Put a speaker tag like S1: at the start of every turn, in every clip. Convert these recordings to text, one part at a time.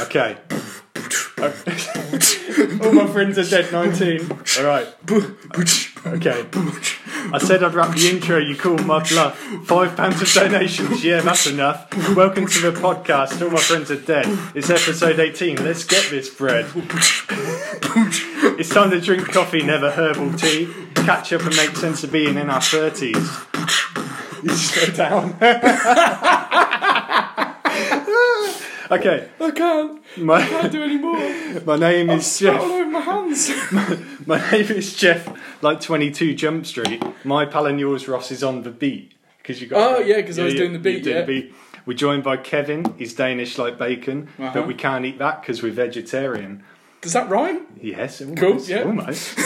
S1: Okay. All my friends are dead 19. Alright. Okay. I said I'd wrap the intro, you called my bluff. Five pounds of donations, yeah, that's enough. Welcome to the podcast, All My Friends Are Dead. It's episode 18, let's get this bread. It's time to drink coffee, never herbal tea. Catch up and make sense of being in our 30s. You just go down. okay,
S2: I can't.
S1: my,
S2: Can't do any more.
S1: my name is
S2: Sweat all
S1: Jeff.
S2: over my hands.
S1: My name is Jeff, like 22 Jump Street. My pal and yours, Ross, is on the beat. Cause you got
S2: Oh, yeah, 'cause I was doing the
S1: you
S2: beat,
S1: did
S2: yeah.
S1: We're joined by Kevin. He's Danish like bacon,
S2: Uh-huh.
S1: but we can't eat that because we're vegetarian.
S2: Does that rhyme?
S1: Yes, almost.
S2: Cool, yeah.
S1: almost.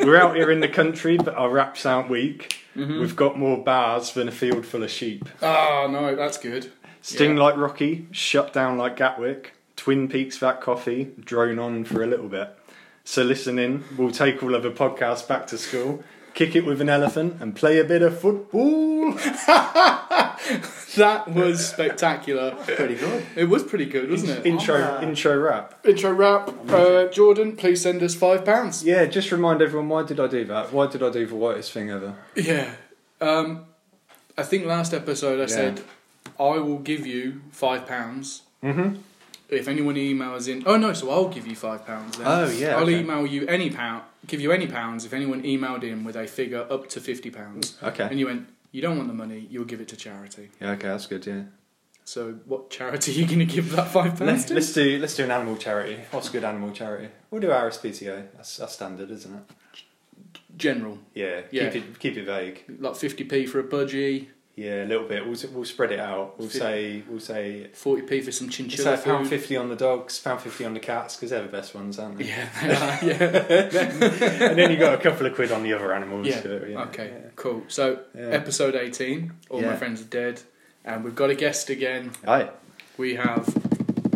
S1: we're out here in the country, but our raps aren't weak.
S2: Mm-hmm.
S1: We've got more bars than a field full of sheep.
S2: Ah, no, that's good.
S1: Sting
S2: Yeah.
S1: like Rocky, shut down like Gatwick, Twin Peaks that coffee, drone on for a little bit. So listen in, we'll take all other podcasts back to school, kick it with an elephant and play a bit of football.
S2: That was spectacular.
S3: Pretty good.
S2: It was pretty good, wasn't it?
S1: intro intro rap.
S2: Intro wrap. Uh, Jordan, please send us five pounds.
S1: Yeah, just remind everyone why did I do that? Why did I do the whitest thing ever?
S2: Yeah. Um, I think last episode I
S1: Yeah.
S2: said I will give you five pounds
S1: Mm-hmm.
S2: if anyone emails in. Oh no, so I'll give you five pounds. Then.
S1: Oh, yeah,
S2: I'll
S1: okay.
S2: email you any pound. Give you any pounds if anyone emailed in with a figure up to fifty pounds.
S1: Okay.
S2: And you went, you don't want the money. You'll give it to charity.
S1: Yeah, okay, that's good, yeah.
S2: So what charity are you going to give that five pounds
S1: Let's,
S2: to?
S1: let's do let's do an animal charity. What's a good animal charity? We'll do RSPCA. That's, that's standard, isn't it?
S2: General,
S1: Yeah,
S2: Yeah.
S1: Keep it keep it vague.
S2: like fifty p for a budgie,
S1: Yeah, a little bit. We'll, we'll spread it out. We'll
S2: Fif-
S1: say we'll say
S2: forty p for some
S1: it's
S2: chinchilla
S1: like pound
S2: food.
S1: fifty on the dogs, pound fifty on the cats because they're the best ones, aren't they?
S2: Yeah, they are, yeah.
S1: and then you got a couple of quid on the other animals.
S2: Yeah.
S1: but, yeah.
S2: Okay, cool. So
S1: Yeah.
S2: episode eighteen, all my
S1: Yeah.
S2: friends are dead, and we've got a guest again.
S1: Aye.
S2: We have.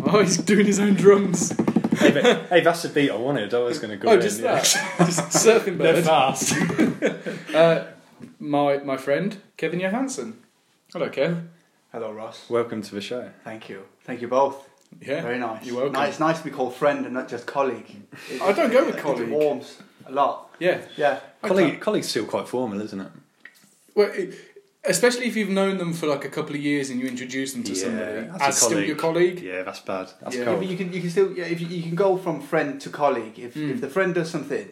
S2: Oh, he's doing his own drums.
S1: Hey, but, hey, that's the beat I wanted. I was going to go.
S2: oh,
S1: in,
S2: just
S1: yeah.
S2: that. just surfing
S1: They're
S2: bird.
S1: fast.
S2: Uh, my my friend Kevin Johansson. Hello, Kev.
S3: Hello, Ross.
S1: Welcome to the show.
S3: Thank you. Thank you both.
S2: Yeah.
S3: Very nice.
S2: You're welcome.
S3: Ni- It's nice to be called friend and not just colleague. It-
S2: I don't go
S3: it-
S2: with
S3: It
S2: colleague.
S3: warms a lot.
S2: Yeah.
S3: Yeah.
S1: Colleague, colleague's still quite formal, isn't it?
S2: Well, it, especially if you've known them for like a couple of years and you introduce them to
S1: Yeah,
S2: somebody
S1: that's a
S2: as still
S1: colleague.
S2: your colleague.
S1: Yeah, that's bad. That's
S2: Yeah.
S3: Yeah,
S1: cold.
S3: but you can you can still yeah, if you, you can go from friend to colleague if,
S2: Mm.
S3: if the friend does something.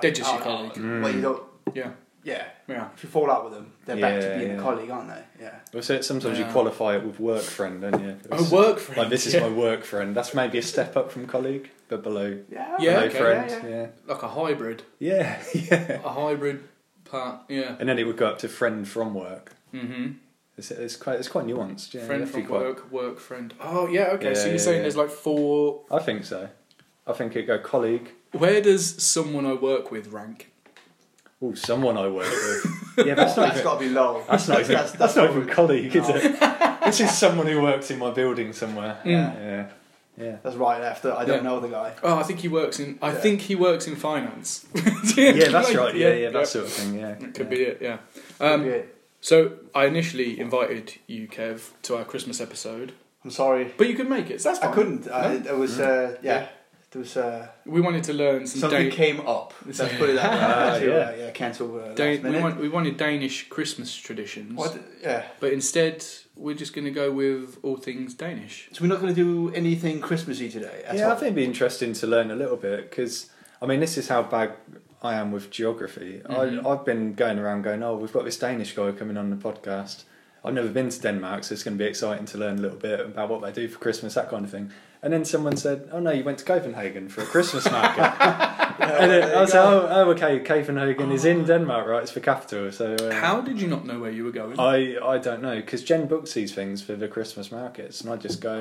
S2: They're just
S3: oh,
S2: your
S3: oh,
S2: colleague.
S3: Well, you don't.
S2: Yeah.
S3: Yeah.
S2: Yeah.
S3: If you fall out with them, they're back
S1: Yeah,
S3: to being
S1: yeah.
S3: a colleague, aren't they? Yeah.
S1: Well, so sometimes
S2: Yeah.
S1: you qualify it with work friend, don't you?
S2: A work friend.
S1: Like this is
S2: yeah.
S1: my work friend. That's maybe a step up from colleague, but below.
S3: Yeah.
S2: Yeah,
S1: below
S2: okay.
S1: friend.
S3: Yeah,
S2: like a hybrid,
S1: yeah, yeah. yeah.
S2: a hybrid part. Yeah.
S1: And then it would go up to friend from work.
S2: Mm-hmm.
S1: It's, it's quite it's quite nuanced. Yeah,
S2: friend
S1: it'd be
S2: from
S1: quite-
S2: work, work friend. Oh yeah. Okay.
S1: Yeah,
S2: so you're
S1: yeah,
S2: saying
S1: yeah.
S2: there's like four.
S1: I think so. I think it go colleague.
S2: Where does someone I work with rank?
S1: Oh, someone I work with. yeah, that's not
S3: That's
S1: even,
S3: got to be low.
S1: that's not even, that's, not even
S3: probably-
S1: colleague, is
S3: No.
S1: it? this is someone who works in my building somewhere. Yeah, yeah, yeah.
S3: That's right after I don't
S2: Yeah.
S3: know the guy.
S2: Oh, I think he works in. I
S3: Yeah.
S2: think he works in finance.
S1: Yeah, that's right. Yeah, yeah, that sort of thing. Yeah,
S2: That could be it. Yeah. Um,
S3: Yeah.
S2: So I initially invited you, Kev, to our Christmas episode,
S3: I'm sorry.
S2: but you could make it. So that's
S3: I
S2: fine.
S3: couldn't. I, it was
S2: Hmm.
S3: uh, yeah.
S2: Yeah.
S3: There was uh,
S2: We wanted to learn some
S3: something
S2: Dan-
S3: came up. Let's
S2: Something-
S3: put it that way.
S1: Ah,
S3: Actually,
S1: yeah.
S3: uh, yeah, cancel. Uh, last
S2: Dan- we,
S3: minute.
S2: want, we wanted Danish Christmas traditions,
S3: What? Yeah.
S2: but instead we're just going to go with all things Danish.
S3: So we're not going to do anything Christmassy today. At
S1: yeah. I
S3: all.
S1: think it'd be interesting to learn a little bit because I mean, this is how bad I am with geography.
S2: Mhm.
S3: Mm-hmm.
S1: I, I've been going around going, "Oh, we've got this Danish guy coming on the podcast." I've never been to Denmark, so it's going to be exciting to learn a little bit about what they do for Christmas, that kind of thing. And then someone said, "Oh no, you went to Copenhagen for a Christmas market."
S3: Yeah,
S1: And
S3: there
S1: then
S3: you
S1: I was like,
S3: go. Oh.
S1: oh, oh, okay, Copenhagen is in Denmark, right? It's the capital, so. Uh,
S2: How did you not know where you were going?
S1: I, I don't know, because Jen books these things for the Christmas markets, and I just go,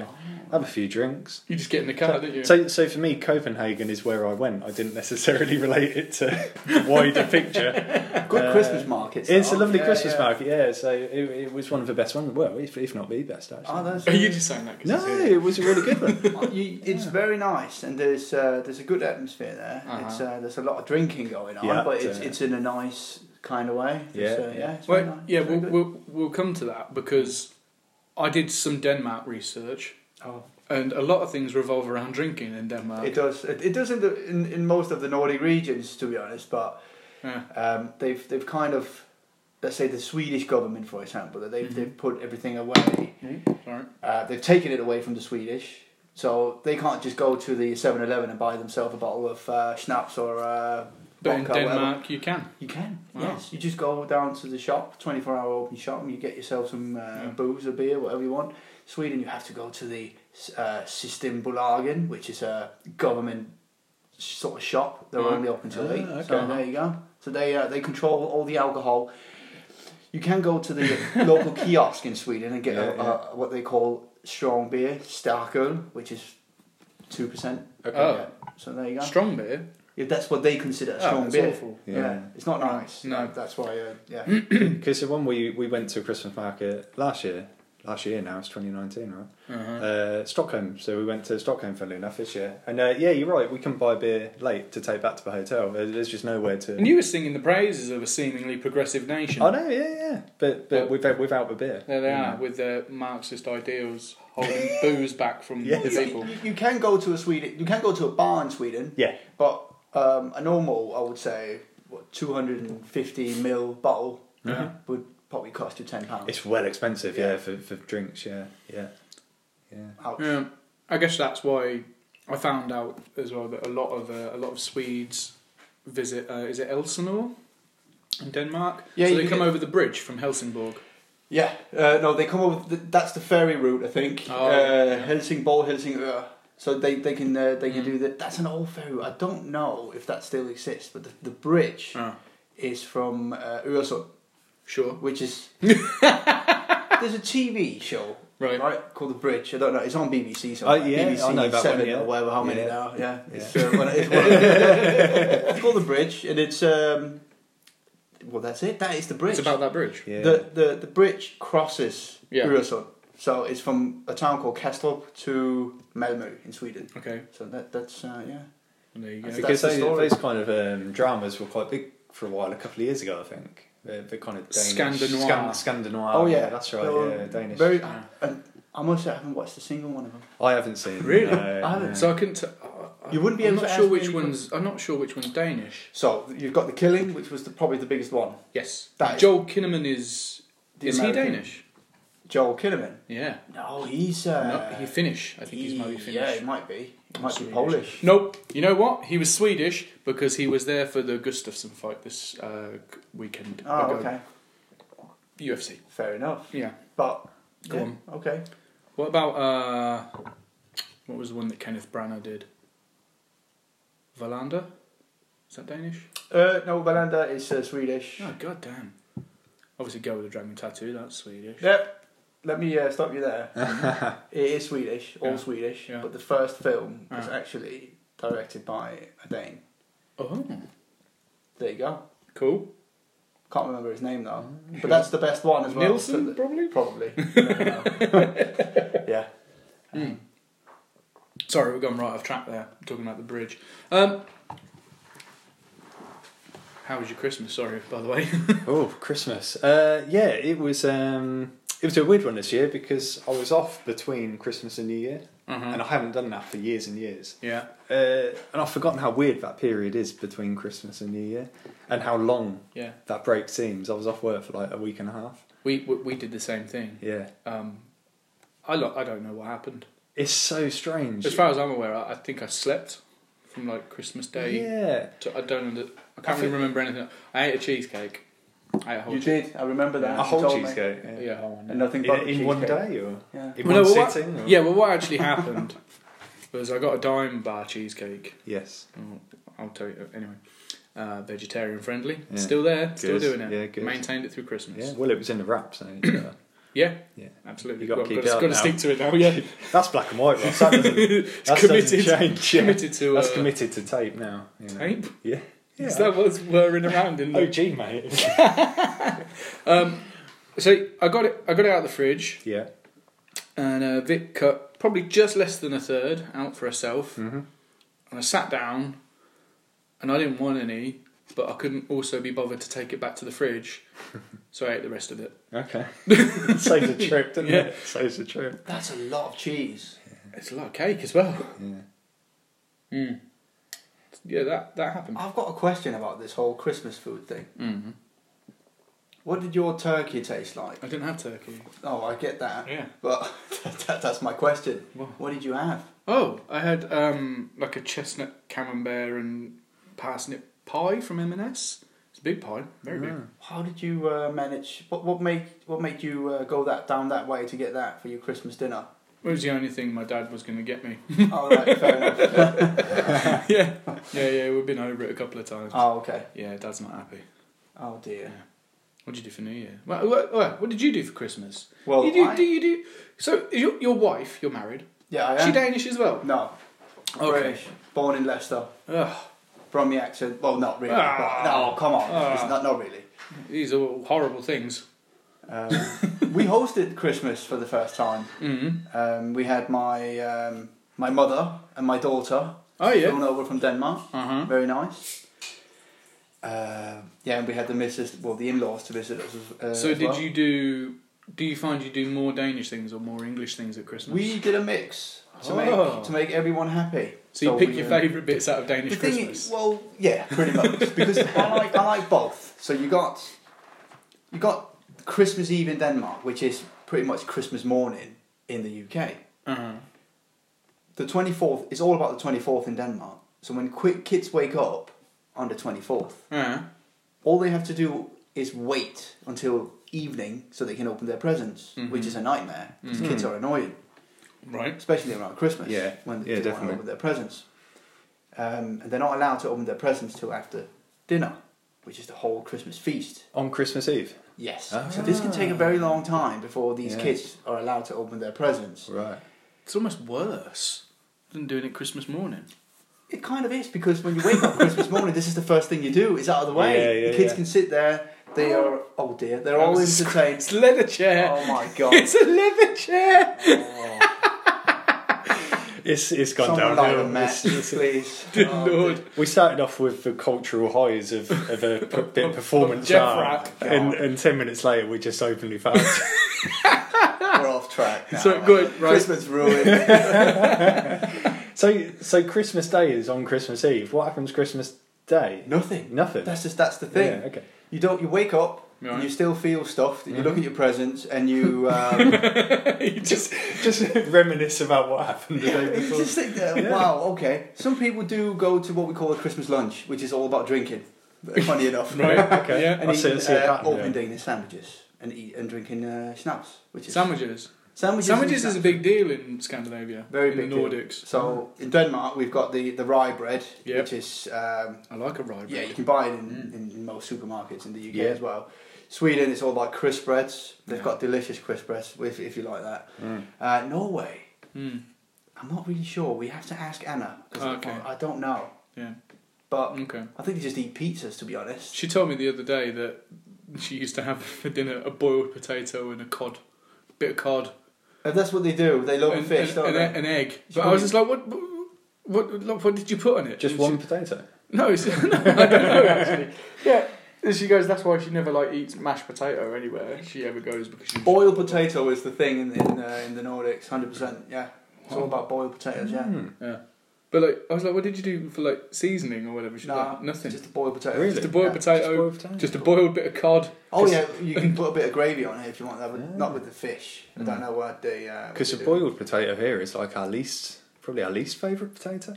S1: have a few drinks.
S2: you just get in the car, didn't you?
S1: So, so for me, Copenhagen is where I went. I didn't necessarily relate it to the wider picture.
S3: good
S1: uh,
S3: Christmas markets.
S1: It's a
S3: though.
S1: lovely
S3: Yeah,
S1: Christmas
S3: yeah.
S1: market, yeah. So it, it was one of the best ones. Well, if, if not the best, actually.
S3: Oh, that's,
S2: Are you just saying that? 'cause
S1: no,
S2: it's here?
S1: it was a really good one.
S3: you, it's very nice, and there's uh, there's a good atmosphere there.
S2: Uh-huh.
S3: It's, uh, there's a lot of drinking going on,
S1: Yeah,
S3: but it's,
S1: yeah.
S3: it's in a nice kind of way. It's,
S1: Yeah,
S3: uh,
S1: yeah.
S3: yeah. It's very
S2: Well,
S3: nice.
S2: yeah,
S3: It's
S2: we'll,
S3: very good.
S2: we'll we'll come to that because I did some Denmark research
S4: Oh,
S2: And a lot of things revolve around drinking in Denmark.
S3: It does. It, it does in, the, in in most of the Nordic regions, to be honest. But
S2: Yeah.
S3: um, they've they've kind of let's say the Swedish government, for example, that they've
S2: Mhm.
S3: they've put everything away.
S2: Alright.
S3: Uh, they've taken it away from the Swedish, so they can't just go to the 7-Eleven and buy themselves a bottle of uh, schnapps or uh,
S2: But in
S3: vodka. or whatever.
S2: Denmark, you can.
S3: You can.
S2: Wow.
S3: Yes, you just go down to the shop, twenty four hour open shop, and you get yourself some uh,
S2: Yeah.
S3: booze or beer, whatever you want. Sweden, you have to go to the uh, Systembolagen, which is a government sh- sort of shop. They're
S2: Right.
S3: only open till
S2: Ah,
S3: eight.
S2: okay.
S3: So there you go. So they uh, they control all the alcohol. You can go to the local kiosk in Sweden and get
S2: Yeah,
S3: a,
S2: yeah.
S3: A, what they call strong beer, starköl, which is two percent.
S2: Okay. Oh.
S3: So there you go.
S2: Strong beer.
S3: If that's what they consider a
S2: Oh,
S3: strong
S2: that's
S3: beer.
S2: awful.
S3: Yeah. it's not nice.
S2: No.
S3: that's why. Uh, yeah,
S1: Because the one we we went to a Christmas market last year, last year now it's 2019, right?
S2: Uh-huh.
S1: Uh, Stockholm. So we went to Stockholm, funnily enough, this year. And uh, yeah, you're right. We couldn't buy beer late to take back to the hotel. There- There's just nowhere
S2: and
S1: to.
S2: you were singing the praises of a seemingly progressive nation.
S1: I know, yeah, yeah. But but without without the beer.
S2: There they
S1: you
S2: are,
S1: know.
S2: with their Marxist ideals holding booze back from
S1: Yes.
S2: the
S3: you,
S2: people.
S3: you- you can go to a Sweden. You can go to a bar in Sweden.
S1: Yeah.
S3: but um, a normal, I would say, what two hundred and fifty mil bottle
S2: Yeah.
S3: would probably cost you ten pounds.
S1: It's well expensive, yeah,
S3: Yeah.
S1: for, for drinks, yeah, yeah, yeah.
S2: Yeah, Um, I guess that's why I found out as well that a lot of uh, a lot of Swedes visit. Uh, is it Elsinore in Denmark?
S3: Yeah,
S2: so
S3: you
S2: they
S3: can
S2: come
S3: get-
S2: over the bridge from Helsingborg.
S3: Yeah, uh, no, they come over. th that's the ferry route, I think.
S2: Oh,
S3: uh,
S2: yeah.
S3: Helsingborg, Helsingør. uh, So they, they can uh, they can
S2: Mm.
S3: do that. That's an old ferry route. I don't know if that still exists, but the, the bridge
S2: Oh,
S3: is from uh, Øresund,
S2: sure.
S3: which is there's a TV show
S2: Right.
S3: Right, called The Bridge. I don't know. It's on BBC somewhere.
S1: Oh, yeah,
S3: BBC
S1: I know that
S3: Seven
S1: one, yeah.
S3: or whatever. How many
S1: Yeah.
S3: now? Yeah,
S1: Yeah.
S3: it's, uh, one of- it's, one of- it's called The Bridge, and it's um, well, that's it. That is the bridge.
S2: It's about that bridge.
S1: yeah.
S3: the the the bridge crosses
S2: Yeah.
S3: Öresund, so it's from a town called Kastrup to Malmö in Sweden.
S2: Okay.
S3: So that that's uh, yeah.
S2: And there you
S3: That's
S2: go.
S3: that-
S1: because
S3: the
S1: those,
S3: story.
S1: those kind of um, dramas were quite big for a while, a couple of years ago, I think. The, the kind of Danish
S2: Scandinoir.
S1: Scan, Scandinoir.
S3: Oh, yeah.
S1: that's right.
S3: They were
S1: yeah, Danish.
S3: Very.
S2: Yeah.
S3: And I must say, I haven't watched a single one of them.
S1: I haven't seen.
S2: Really?
S1: no,
S3: I haven't.
S1: no.
S2: So I couldn't. T- I-
S3: You wouldn't be
S2: I'm
S3: able
S2: not
S3: to
S2: sure
S3: ask
S2: which
S3: any-
S2: one's. I'm not sure which one's Danish.
S3: So you've got the killing, which was the, probably the biggest one.
S2: Yes.
S3: That-
S2: Joel Kinnaman is.
S3: The
S2: is
S3: American-
S2: he Danish?
S3: Joel Kinnaman.
S2: Yeah.
S3: No, he's uh,
S2: no, he Finnish. I think he's
S3: he-
S2: maybe Finnish.
S3: Yeah, he might be. He might be
S1: Swedish.
S3: Polish.
S2: Nope. You know what? He was Swedish because he was there for the Gustafsson fight this uh, g- weekend.
S3: Oh,
S2: ago.
S3: okay.
S2: UFC.
S3: Fair enough.
S2: Yeah.
S3: But
S2: Go
S3: yeah,
S2: on.
S3: Okay.
S2: What about uh, what was the one that Kenneth Branagh did? Valander. Is that Danish?
S3: Uh, no, Valanda is uh, Swedish.
S2: Oh god damn. Obviously, go with a dragon tattoo. That's Swedish.
S3: Yep. Let me uh, stop you there. it is Swedish, all
S2: Yeah.
S3: Swedish,
S2: Yeah.
S3: but the first film was
S2: Yeah.
S3: actually directed by a Dane.
S2: Oh,
S3: There you go.
S2: cool.
S3: Can't remember his name though,
S2: Mm-hmm.
S3: but that's the best one as well.
S2: Nilsson,
S3: So the-
S2: probably.
S3: probably. You never know. yeah.
S2: Sorry, we've gone right off track there. Talking about the bridge. Um, how was your Christmas? Sorry, by the way.
S1: Oh, Christmas. Uh, yeah, it was. Um, it was a weird one this year because I was off between Christmas and New Year,
S3: Mm-hmm.
S1: and I haven't done that for years and years.
S2: Yeah.
S1: Uh, and I've forgotten how weird that period is between Christmas and New Year, and how long
S2: Yeah.
S1: that break seems. I was off work for like a week and a half.
S2: We, we we did the same thing.
S1: Yeah,
S2: Um, I lo- I don't know what happened.
S1: it's so strange.
S2: As far as I'm aware, I, I think I slept from like Christmas Day.
S1: yeah,
S2: To, I don't. Under, I
S1: I
S2: can't really
S1: think-
S2: remember anything. I ate a cheesecake. I ate a whole.
S3: You
S2: cheesecake.
S3: did. I remember that.
S1: a
S3: You
S1: whole
S3: told me.
S1: cheesecake.
S2: Yeah.
S1: Yeah.
S2: a whole one.
S3: And nothing
S1: In,
S3: but the
S1: in one
S3: cheesecake.
S1: day or
S3: Yeah.
S1: in
S2: Well,
S1: one
S2: no, what-
S1: sitting? or-
S2: Yeah. Well, what actually happened was I got a dime bar cheesecake.
S1: Yes.
S2: Oh, I'll tell you anyway. Uh, vegetarian friendly.
S1: Yeah.
S2: Still there. Still
S1: Good.
S2: doing it.
S1: Yeah, good.
S2: Maintained it through Christmas.
S1: Yeah. Well, it was in the wrap, so it's, uh,
S2: Yeah.
S1: Yeah.
S2: Absolutely.
S1: You gotta keep
S2: got,
S1: it up
S2: got to
S1: now.
S2: stick to it now. Yeah.
S1: that's black and white. Ross. That doesn't,
S2: it's
S1: that
S2: committed.
S1: doesn't change. yeah.
S2: Committed to. Uh,
S1: That's committed to tape now. you know.
S2: Tape.
S1: Yeah.
S2: Is that what's whirring around in the
S1: OG mate.
S2: Um, so I got it. I got it out of the fridge,
S1: yeah.
S2: and uh, Vic cut probably just less than a third out for herself.
S1: Mhm.
S2: And I sat down, and I didn't want any, but I couldn't also be bothered to take it back to the fridge, so I ate the rest of it.
S1: Okay. Saves a trip, doesn't
S2: Yeah.
S1: it? Saves a trip.
S3: That's a lot of cheese.
S2: It's a lot of cake as well.
S1: Yeah.
S2: Mm. Yeah, that that happened.
S3: I've got a question about this whole Christmas food thing.
S2: Mm-hmm.
S3: What did your turkey taste like?
S2: I didn't have turkey.
S3: Oh, I get that.
S2: Yeah.
S3: But that, that's my question.
S2: What?
S3: What did you have?
S2: Oh, I had um, like a chestnut camembert and parsnip pie from M&S. It's a big pie, very big.
S3: How did you uh, manage? What what made what made you uh, go that down that way to get that for your Christmas dinner?
S2: It was the only thing my dad was going to get me.
S3: oh, right, fair enough.
S2: yeah, yeah, Ah. yeah. We've been over it a couple of times.
S3: oh, okay.
S2: Yeah, dad's not happy.
S3: Oh dear.
S2: What did you do for New Year? Well, what, what, what did you do for Christmas?
S3: Well,
S2: you do,
S3: I-
S2: do you do? So is your, your wife, you're married.
S3: yeah, I
S2: Is She
S3: am.
S2: Danish as well.
S3: no,
S2: Okay.
S3: British. Born in Leicester.
S2: Ugh,
S3: From the accent. Well, not really.
S2: Ah.
S3: but- no, come on.
S2: Ah.
S3: It's not not really.
S2: these are all horrible things.
S3: Um, we hosted Christmas for the first time.
S2: Mm-hmm.
S3: Um, we had my um, my mother and my daughter
S2: Oh yeah.
S3: flown over from Denmark.
S2: Uh huh.
S3: Very nice. Uh, yeah, and we had the missus, well, the in-laws to visit us. as- Uh,
S2: So
S3: as
S2: did
S3: well.
S2: you do? Do you find you do more Danish things or more English things at Christmas?
S3: We did a mix to
S2: Oh.
S3: make to make everyone happy.
S2: so you pick
S3: we,
S2: your
S3: uh,
S2: favourite bits out of Danish
S3: The thing
S2: Christmas.
S3: is, well, yeah, pretty much because I like I like both. So you got you got Christmas Eve in Denmark, which is pretty much Christmas morning in the UK.
S2: uh-huh.
S3: The twenty fourth is all about the twenty fourth in Denmark. So when quick kids wake up on the twenty fourth,
S2: Uh-huh.
S3: all they have to do is wait until evening so they can open their presents,
S2: Mhm.
S3: which is a nightmare because
S2: Mhm.
S3: kids are annoying,
S2: Right.
S3: especially around Christmas
S1: Yeah.
S3: when they
S1: Yeah,
S3: want to
S1: definitely.
S3: open their presents. Um, and they're not allowed to open their presents till after dinner, which is the whole Christmas feast.
S1: On Christmas Eve.
S3: Yes.
S1: Ah.
S3: So this can take a very long time before these
S1: Yeah.
S3: kids are allowed to open their presents.
S1: Right.
S2: It's almost worse than doing it Christmas morning.
S3: It kind of is because when you wake up Christmas morning, this is the first thing you do. It's out of the way.
S1: Yeah, yeah,
S3: the kids
S1: yeah.
S3: can sit there. They are oh dear, they're
S2: That
S3: all
S2: was a
S3: entertained.
S2: It's leather chair.
S3: Oh my god.
S2: It's a leather chair.
S3: Oh.
S1: It's it's gone
S3: Someone light a
S1: downhill.
S3: match,
S1: It's- it's-
S3: please.
S2: Good
S3: Oh,
S2: lord.
S1: we started off with the cultural highs of, of a p- bit of performance
S2: Jeff
S1: art,
S3: Rapp.
S1: and, and ten minutes later we just openly found.
S3: We're off track now.
S2: So, good, right.
S3: Christmas ruined.
S1: so so Christmas Day is on Christmas Eve. What happens Christmas Day?
S3: Nothing.
S1: Nothing.
S3: That's just that's the thing.
S1: yeah, okay.
S3: You don't. You wake up
S2: Right.
S3: and you still feel stuffed. And you look at your presents and you. Um,
S2: you just
S1: Just reminisce about what happened the day
S3: you
S1: before.
S3: just think, uh, wow, okay. Some people do go to what we call a Christmas lunch, which is all about drinking. Funny enough.
S2: right.
S1: Okay.
S2: Yeah.
S3: And
S1: I see- I
S3: eating,
S1: see a
S3: uh,
S1: pattern, yeah.
S3: open Danish sandwiches and eat and drinking uh, schnapps, which is
S2: Sandwiches.
S3: sandwiches. and
S2: Sandwiches is a
S3: schnapps.
S2: big deal in Scandinavia.
S3: Very
S2: in
S3: big
S2: the
S3: deal.
S2: Nordics.
S3: So in Denmark, we've got the the rye bread,
S2: Yep.
S3: which is um,
S2: I like a rye bread.
S3: Yeah, you can buy it in, in, in most supermarkets in the UK
S1: Yeah.
S3: as well. Sweden, it's all about crisp breads. They've
S2: Yeah.
S3: got delicious crisp breads, if, if you like that.
S1: Mm.
S3: Uh, Norway,
S2: Mm,
S3: I'm not really sure. We have to ask Anna. 'cause
S2: Okay. Mm.
S3: I, I don't know.
S2: yeah.
S3: But
S2: Okay.
S3: I think they just eat pizzas, to be honest.
S2: She told me the other day that she used to have for dinner a boiled potato and a cod, bit of cod,
S3: And that's what they do. They love
S2: and,
S3: fish,
S2: and-
S3: don't
S2: and
S3: they?
S2: a- an egg.
S3: She
S2: But I was
S3: probably-
S2: just like, what, what, what, what did you put on it?
S1: Just
S2: And she-
S1: one potato.
S2: No, it's, no, I don't know actually. Yeah. And she goes, that's why she never like eats mashed potato anywhere. She ever goes because she
S3: boiled potato is the thing in, in, uh, in the Nordics, 100%. Yeah. It's all about boiled potatoes, yeah.
S1: Hmm.
S2: Yeah. But like, I was like, what did you do for like seasoning or whatever? She's
S3: Nah,
S2: like, nothing.
S3: Just a boiled potato.
S1: Really?
S2: Just a boiled
S3: Yeah.
S1: Just
S2: potato,
S1: boiled potato.
S2: just a boiled bit of cod.
S3: Oh yeah, you can put a bit of gravy on it if you want. That, but
S1: Yeah.
S3: Not with the fish. I don't know what they. uh, what
S1: Because
S3: they
S1: a
S3: do.
S1: boiled potato here is like our least, probably our least favourite potato.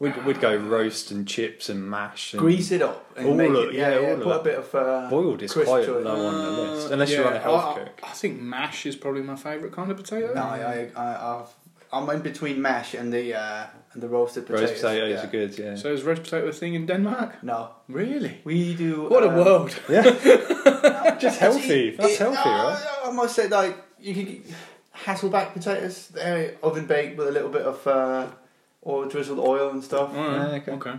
S1: We'd, we'd go roast and chips and mash. And
S3: grease it up and
S1: All
S3: make
S1: of-
S3: it. Yeah,
S1: yeah,
S3: yeah,
S1: all of
S3: put a
S1: that.
S3: bit of uh,
S1: Boiled is
S3: crisp
S1: quite
S3: to it.
S1: low on the
S2: Uh,
S1: list, unless you're
S2: yeah,
S1: on a health
S2: I, I-
S1: cook.
S2: I think mash is probably my favourite kind of potato.
S3: No, I, I, I, I've, I'm in between mash and the uh, and the roasted potatoes.
S1: Roast potatoes
S3: yeah.
S1: are good, yeah.
S2: So is roast potato a thing in Denmark?
S3: No,
S2: Really?
S3: we do.
S2: What a
S3: um,
S2: world.
S1: yeah,
S3: no,
S1: Just
S3: it's
S1: healthy. That's healthy,
S3: no,
S1: right?
S3: I must say, like you can get Hasselback potatoes, they're oven baked with a little bit of uh, or drizzled oil and stuff. I
S2: Alright,
S1: okay.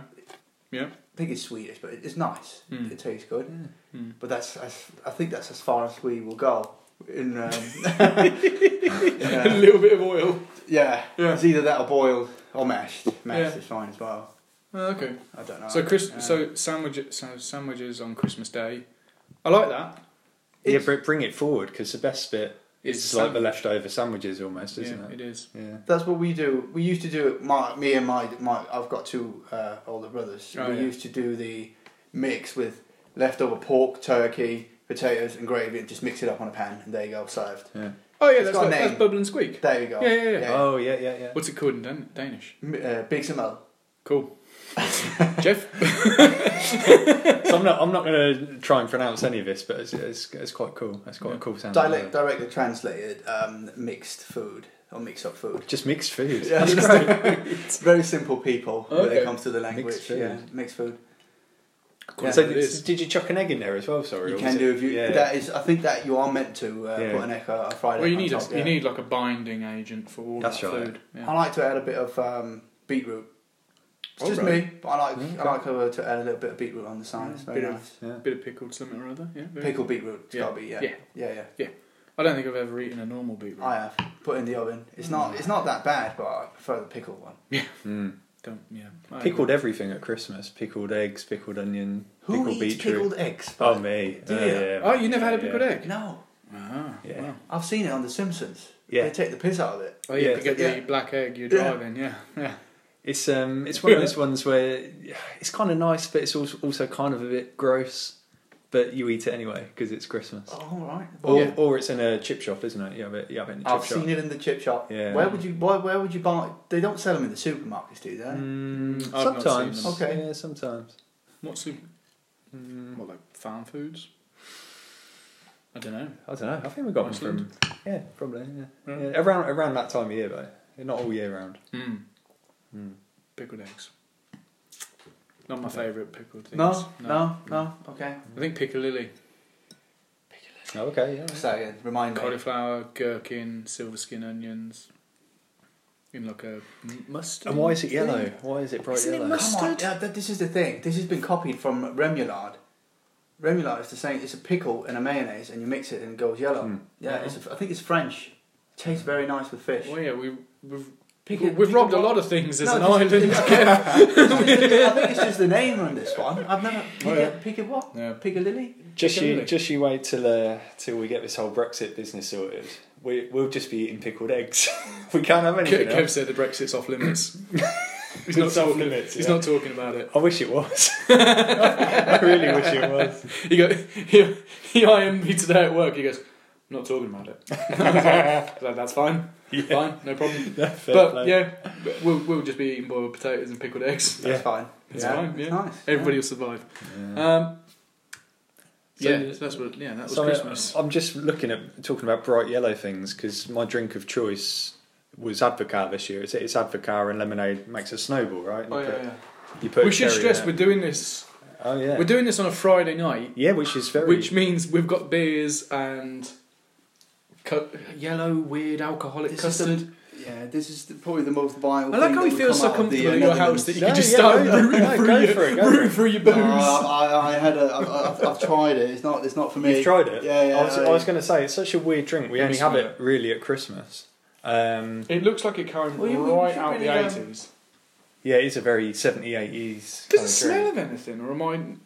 S3: think it's Swedish, but it- it's nice.
S2: Mm.
S3: It tastes good.
S2: Mm.
S3: But that's, that's I think that's as far as we will go. In, um,
S2: a
S3: in, uh,
S2: little bit of oil.
S3: yeah,
S2: Yeah.
S3: it's either that or boiled or mashed. Mashed
S2: Yeah.
S3: is fine as well.
S2: Oh, okay.
S3: I don't know.
S2: So Chris,
S3: Yeah.
S2: so sandwich, so sandwiches on Christmas Day. I like that.
S1: Yeah,
S3: It's-
S1: but bring it forward because the best bit It's like the leftover sandwiches almost, isn't
S2: yeah,
S1: it?
S2: It is.
S1: Yeah.
S3: That's what we do. We used to do it. My, me and my, my I've got two uh, older brothers.
S2: Oh,
S3: we
S2: yeah.
S3: used to do the mix with leftover pork, turkey, potatoes, and gravy, and just mix it up on a pan, and there you go, served.
S1: yeah.
S2: Oh yeah,
S3: It's
S2: that's,
S3: got a
S2: like, that's
S3: name.
S2: Bubble and Squeak.
S3: There you go.
S2: Yeah, yeah, yeah.
S1: Oh yeah, yeah, yeah.
S2: What's it called in Dan- Danish?
S3: M- Uh, Big Samel.
S2: Cool. Jeff.
S1: so I'm not, I'm not going to try and pronounce any of this, but it's, it's, it's quite cool. It's quite a cool sound.
S3: Direct, directly translated, um, mixed food or mix up food.
S1: Just mixed food.
S3: Yeah,
S1: That's
S3: just-
S1: great.
S3: it's very simple people when
S2: Okay.
S3: it comes to the language.
S1: Mixed food.
S3: Yeah, mixed food.
S2: course
S1: So
S2: it is.
S1: did you chuck an egg in there as well? Sorry,
S3: You
S1: or
S3: can
S1: was
S3: do
S1: it-
S3: if you.
S1: Yeah.
S3: That is, I think that you are meant to uh,
S1: Yeah.
S3: put an echo a Friday.
S2: well, you
S3: on
S2: need a,
S3: top,
S2: you
S3: yeah.
S2: need like a binding agent for all
S1: That's
S2: that
S1: right.
S2: food.
S3: I
S2: Yeah.
S3: like to add a bit of um, beetroot. It's just
S1: Alright.
S3: me, but I like
S1: Mm,
S3: I like uh, to add a little bit of beetroot on the side. It's very
S2: Mm, Bit of-
S3: nice.
S1: Yeah.
S2: Bit of pickled something or other. Yeah. very
S3: Pickled beetroot. It's
S2: Yeah.
S3: gotta be yeah.
S2: Yeah.
S3: yeah, yeah,
S2: I don't think I've ever eaten a normal beetroot.
S3: I have put it in the oven. It's not it's not that bad, but I prefer the pickled one.
S1: Mm.
S2: Don't. Yeah. I-
S1: Pickled everything at Christmas. Pickled eggs, pickled onion,
S3: Who
S1: pickled
S3: eats
S1: beetroot.
S3: pickled eggs?
S1: oh me.
S3: Do
S1: Uh,
S3: you?
S1: yeah,
S2: Oh,
S1: man,
S2: you never
S1: yeah,
S2: had a pickled
S1: yeah.
S2: egg?
S3: No,
S2: Ah,
S1: Yeah.
S2: wow.
S3: I've seen it on The Simpsons.
S1: Yeah.
S3: they take the piss out of it.
S2: Oh yeah,
S1: Yeah.
S2: you get
S3: Yeah.
S2: the black egg you're
S3: Yeah.
S2: driving. Yeah. Yeah.
S1: It's um, it's one of those ones where it's kind of nice, but it's also also kind of a bit gross. But you eat it anyway because it's Christmas.
S3: Oh, all right.
S1: Or,
S2: Yeah.
S1: or it's in a chip shop, isn't it? You have it. You have it in a chip
S3: I've
S1: shop.
S3: seen it in the chip shop.
S1: Yeah.
S3: Where would you why, where would you buy? They don't sell them in the supermarkets, do they?
S1: Mm,
S2: I've not seen
S1: sometimes.
S3: them. Okay.
S1: Yeah, sometimes.
S2: What's the
S1: Mm,
S2: what like farm foods? I don't know.
S1: I don't know. I think we got one from.
S2: Iceland?
S1: Yeah, probably. Yeah.
S2: Yeah.
S1: Yeah, around around that time of year, though. Not all year round.
S2: Mm.
S1: Mm.
S2: Pickled eggs. Not my favourite pickled things.
S3: No, no, no. Okay.
S2: I think piccalilli,
S1: Oh, okay. Yeah.
S3: Say again. Remind me.
S2: cauliflower, gherkin, silver skin onions, in like a m- mustard.
S1: And why is it yellow? Why is it bright
S2: Isn't it
S1: yellow?
S2: mustard?
S3: Come on, yeah, th- this is the thing. This has been copied from remoulade. Remoulade is the same. It's a pickle in a mayonnaise, and you mix it, and it goes yellow.
S1: Hmm.
S3: Yeah,
S2: Uh-huh.
S3: it's a, I think it's French. tastes very nice with fish.
S2: Well, yeah, we we've,
S3: Pickle-
S2: we've
S3: pickle
S2: robbed a
S3: rock-
S2: lot of things as
S3: No,
S2: an
S3: just-
S2: island.
S3: I think it's just the name on this one. I've never pick,
S1: yeah.
S3: a, pick a what?
S2: Oh, Yeah.
S3: Pick a lily?
S1: Just you,
S2: Piccadilly.
S1: just you wait till uh, till we get this whole Brexit business sorted. We, we'll just be eating pickled eggs. we can't have anything
S2: Kev
S1: else.
S2: said the Brexit's off limits. he's
S1: It's
S2: not
S1: off
S2: talking.
S1: limits.
S2: He's
S1: yeah.
S2: not talking about it.
S1: I wish it was. I really wish it was.
S2: He go. He, he IM'd me today at work. He goes, "I'm not talking about it." I was like, That's fine.
S1: Yeah.
S2: Fine. No problem.
S1: Fair
S2: but
S1: play.
S2: yeah, but we'll, we'll just be eating boiled potatoes and pickled eggs.
S3: That's
S1: Yeah.
S3: fine.
S2: It's fine, yeah.
S3: nice.
S2: Everybody will survive.
S1: Yeah.
S2: Um,
S1: So-
S2: yeah, so that's what. Yeah, that was
S1: So I-
S2: Christmas.
S1: I'm just looking at talking about bright yellow things because my drink of choice was Advocar this year. It's, it's Advocar and lemonade makes a snowball, right? And
S2: oh
S1: you put,
S2: yeah, yeah.
S1: You put
S2: We
S1: a
S2: should
S1: cherry in
S2: stress
S1: it.
S2: we're doing this.
S1: Oh yeah.
S2: We're doing this on a Friday night,
S1: yeah, which is very.
S2: which means we've got beers and co- yellow weird alcoholic
S3: This is the-
S2: custard.
S3: Yeah, this is the, probably the most vile.
S2: I like
S3: thing
S2: how
S3: that
S2: he
S3: would
S2: feels
S3: come
S2: so
S3: out of the,
S2: comfortable
S3: uh,
S2: in your house that
S3: Netherlands.
S2: you
S1: No,
S2: can
S1: yeah,
S2: just start
S1: no, no, no,
S2: rooting through,
S1: go
S2: your,
S1: for it, go
S2: rooting through your booze.
S3: No, I, I had a. I, I've, I've tried it. It's not. It's not for me.
S1: You've tried it.
S3: Yeah, yeah.
S1: I was, I was going to say it's such a weird drink. We
S2: Let
S1: only
S2: me
S1: have
S2: smell
S1: it really at Christmas. Um,
S2: it looks like it came
S3: Well, you- you
S2: right
S3: should
S2: out
S3: really, um,
S2: the eighties.
S1: yeah, it's a very 70s, 80s.
S2: Does
S1: kind
S2: it
S1: of
S2: smell
S1: drink.
S2: of anything, or am I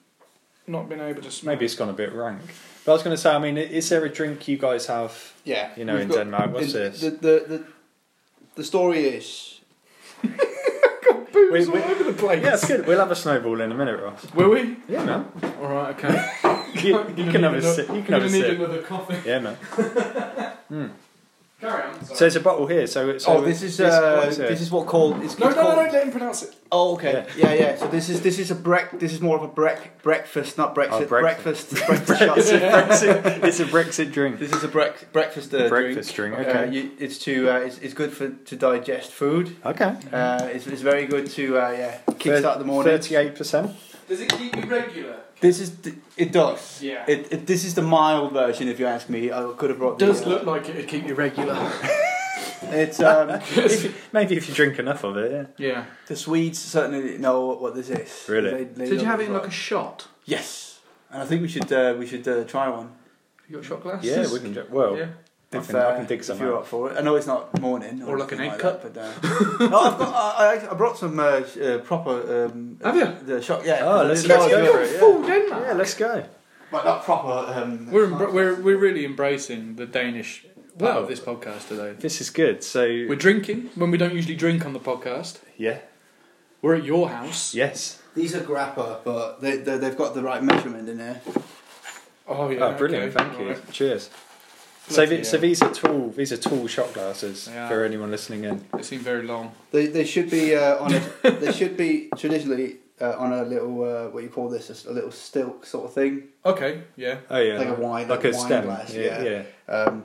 S2: not been able to smell?
S1: Maybe it's gone a bit rank. But I was going to say, I mean, i- is there a drink you guys have?
S3: yeah.
S1: You know,
S3: We've
S1: in
S3: got-
S1: Denmark, what's
S3: the,
S1: this?
S3: The, the, the, the story is.
S2: booze
S1: We- we-
S2: all over the place.
S1: Yeah, it's good. We'll have a snowball in a minute, Ross.
S2: Will we?
S1: Yeah, man.
S2: All right. Okay.
S1: You, you can have a sip. You can have a sip.
S2: another coffee.
S1: Yeah, man.
S2: Carry on.
S1: So there's a bottle here. So, so
S3: oh, this is uh,
S1: what
S3: this,
S1: is it?
S3: is what called. It's,
S2: no,
S3: it's
S2: no, no,
S3: called,
S2: Let him pronounce it.
S3: Oh, okay. Yeah. yeah, So this is this is a brec. This is more of a brec breakfast, not Brexit.
S1: Oh, breakfast.
S3: breakfast. Breakfast.
S1: it's, a
S3: shot.
S1: Brexit, it's a Brexit drink.
S3: This is a brec- breakfast uh,
S1: Breakfast drink.
S3: drink. Uh,
S1: Okay.
S3: you, it's to uh, it's, it's good for to digest food.
S1: Okay.
S3: Uh, it's, it's very good to uh, yeah kickstart the morning.
S1: Thirty-eight percent.
S2: Does it keep you regular?
S3: This is the, it does.
S2: Yeah.
S3: It, it this is the mild version, if you ask me. I could have brought.
S2: It does
S3: the, uh,
S2: look like it'd keep you regular.
S3: It's um,
S1: Maybe if you drink enough of it. Yeah.
S2: yeah.
S3: the Swedes certainly know what this is.
S1: Really?
S3: They, they
S2: Did
S3: know
S2: you have it
S3: this
S2: in like a
S3: well.
S2: shot?
S3: yes? And I think we should uh, we should uh, try one.
S2: You got shot glasses?
S1: Yeah, we can. do- Well,
S2: Yeah.
S1: I,
S3: If,
S1: can,
S3: uh,
S1: I can dig
S3: if
S1: some
S3: you're
S1: out.
S3: up for it. I know it's not morning
S2: Or like an
S3: anything
S2: egg
S3: that, but, uh, no, I've got, I, I- I brought some uh, sh- uh, proper. Um,
S2: Have you?
S3: The shot, yeah.
S1: Oh,
S3: 'cause I
S1: let's-
S3: did
S1: let's
S3: like
S1: go
S3: it.
S1: for it. yeah.
S2: Full Denmark.
S1: Yeah, let's go.
S3: But not proper. Um,
S2: We're, embr- we're we're really embracing the Danish part of this podcast today.
S1: This is good. So
S2: We're drinking when we don't usually drink on the podcast.
S1: yeah,
S2: We're at your house.
S1: yes.
S3: These are grappa, but they, they, they've got the right measurement in there.
S2: Oh yeah.
S1: oh, brilliant!
S2: okay,
S1: Thank you.
S2: alright.
S1: Cheers. So,
S2: Bloody
S1: the, so
S2: hell.
S1: these are tall. These are tall shot glasses
S2: They are.
S1: for anyone listening in.
S2: They seem very long.
S3: They, they should be uh, on a, they should be traditionally uh, on a little uh, what you call this a s- a little stilk sort of thing
S2: Okay. Yeah.
S1: Oh yeah,
S3: like a wine
S1: like
S3: a,
S1: a
S3: wine
S1: stem.
S3: glass
S1: yeah, yeah.
S3: Um,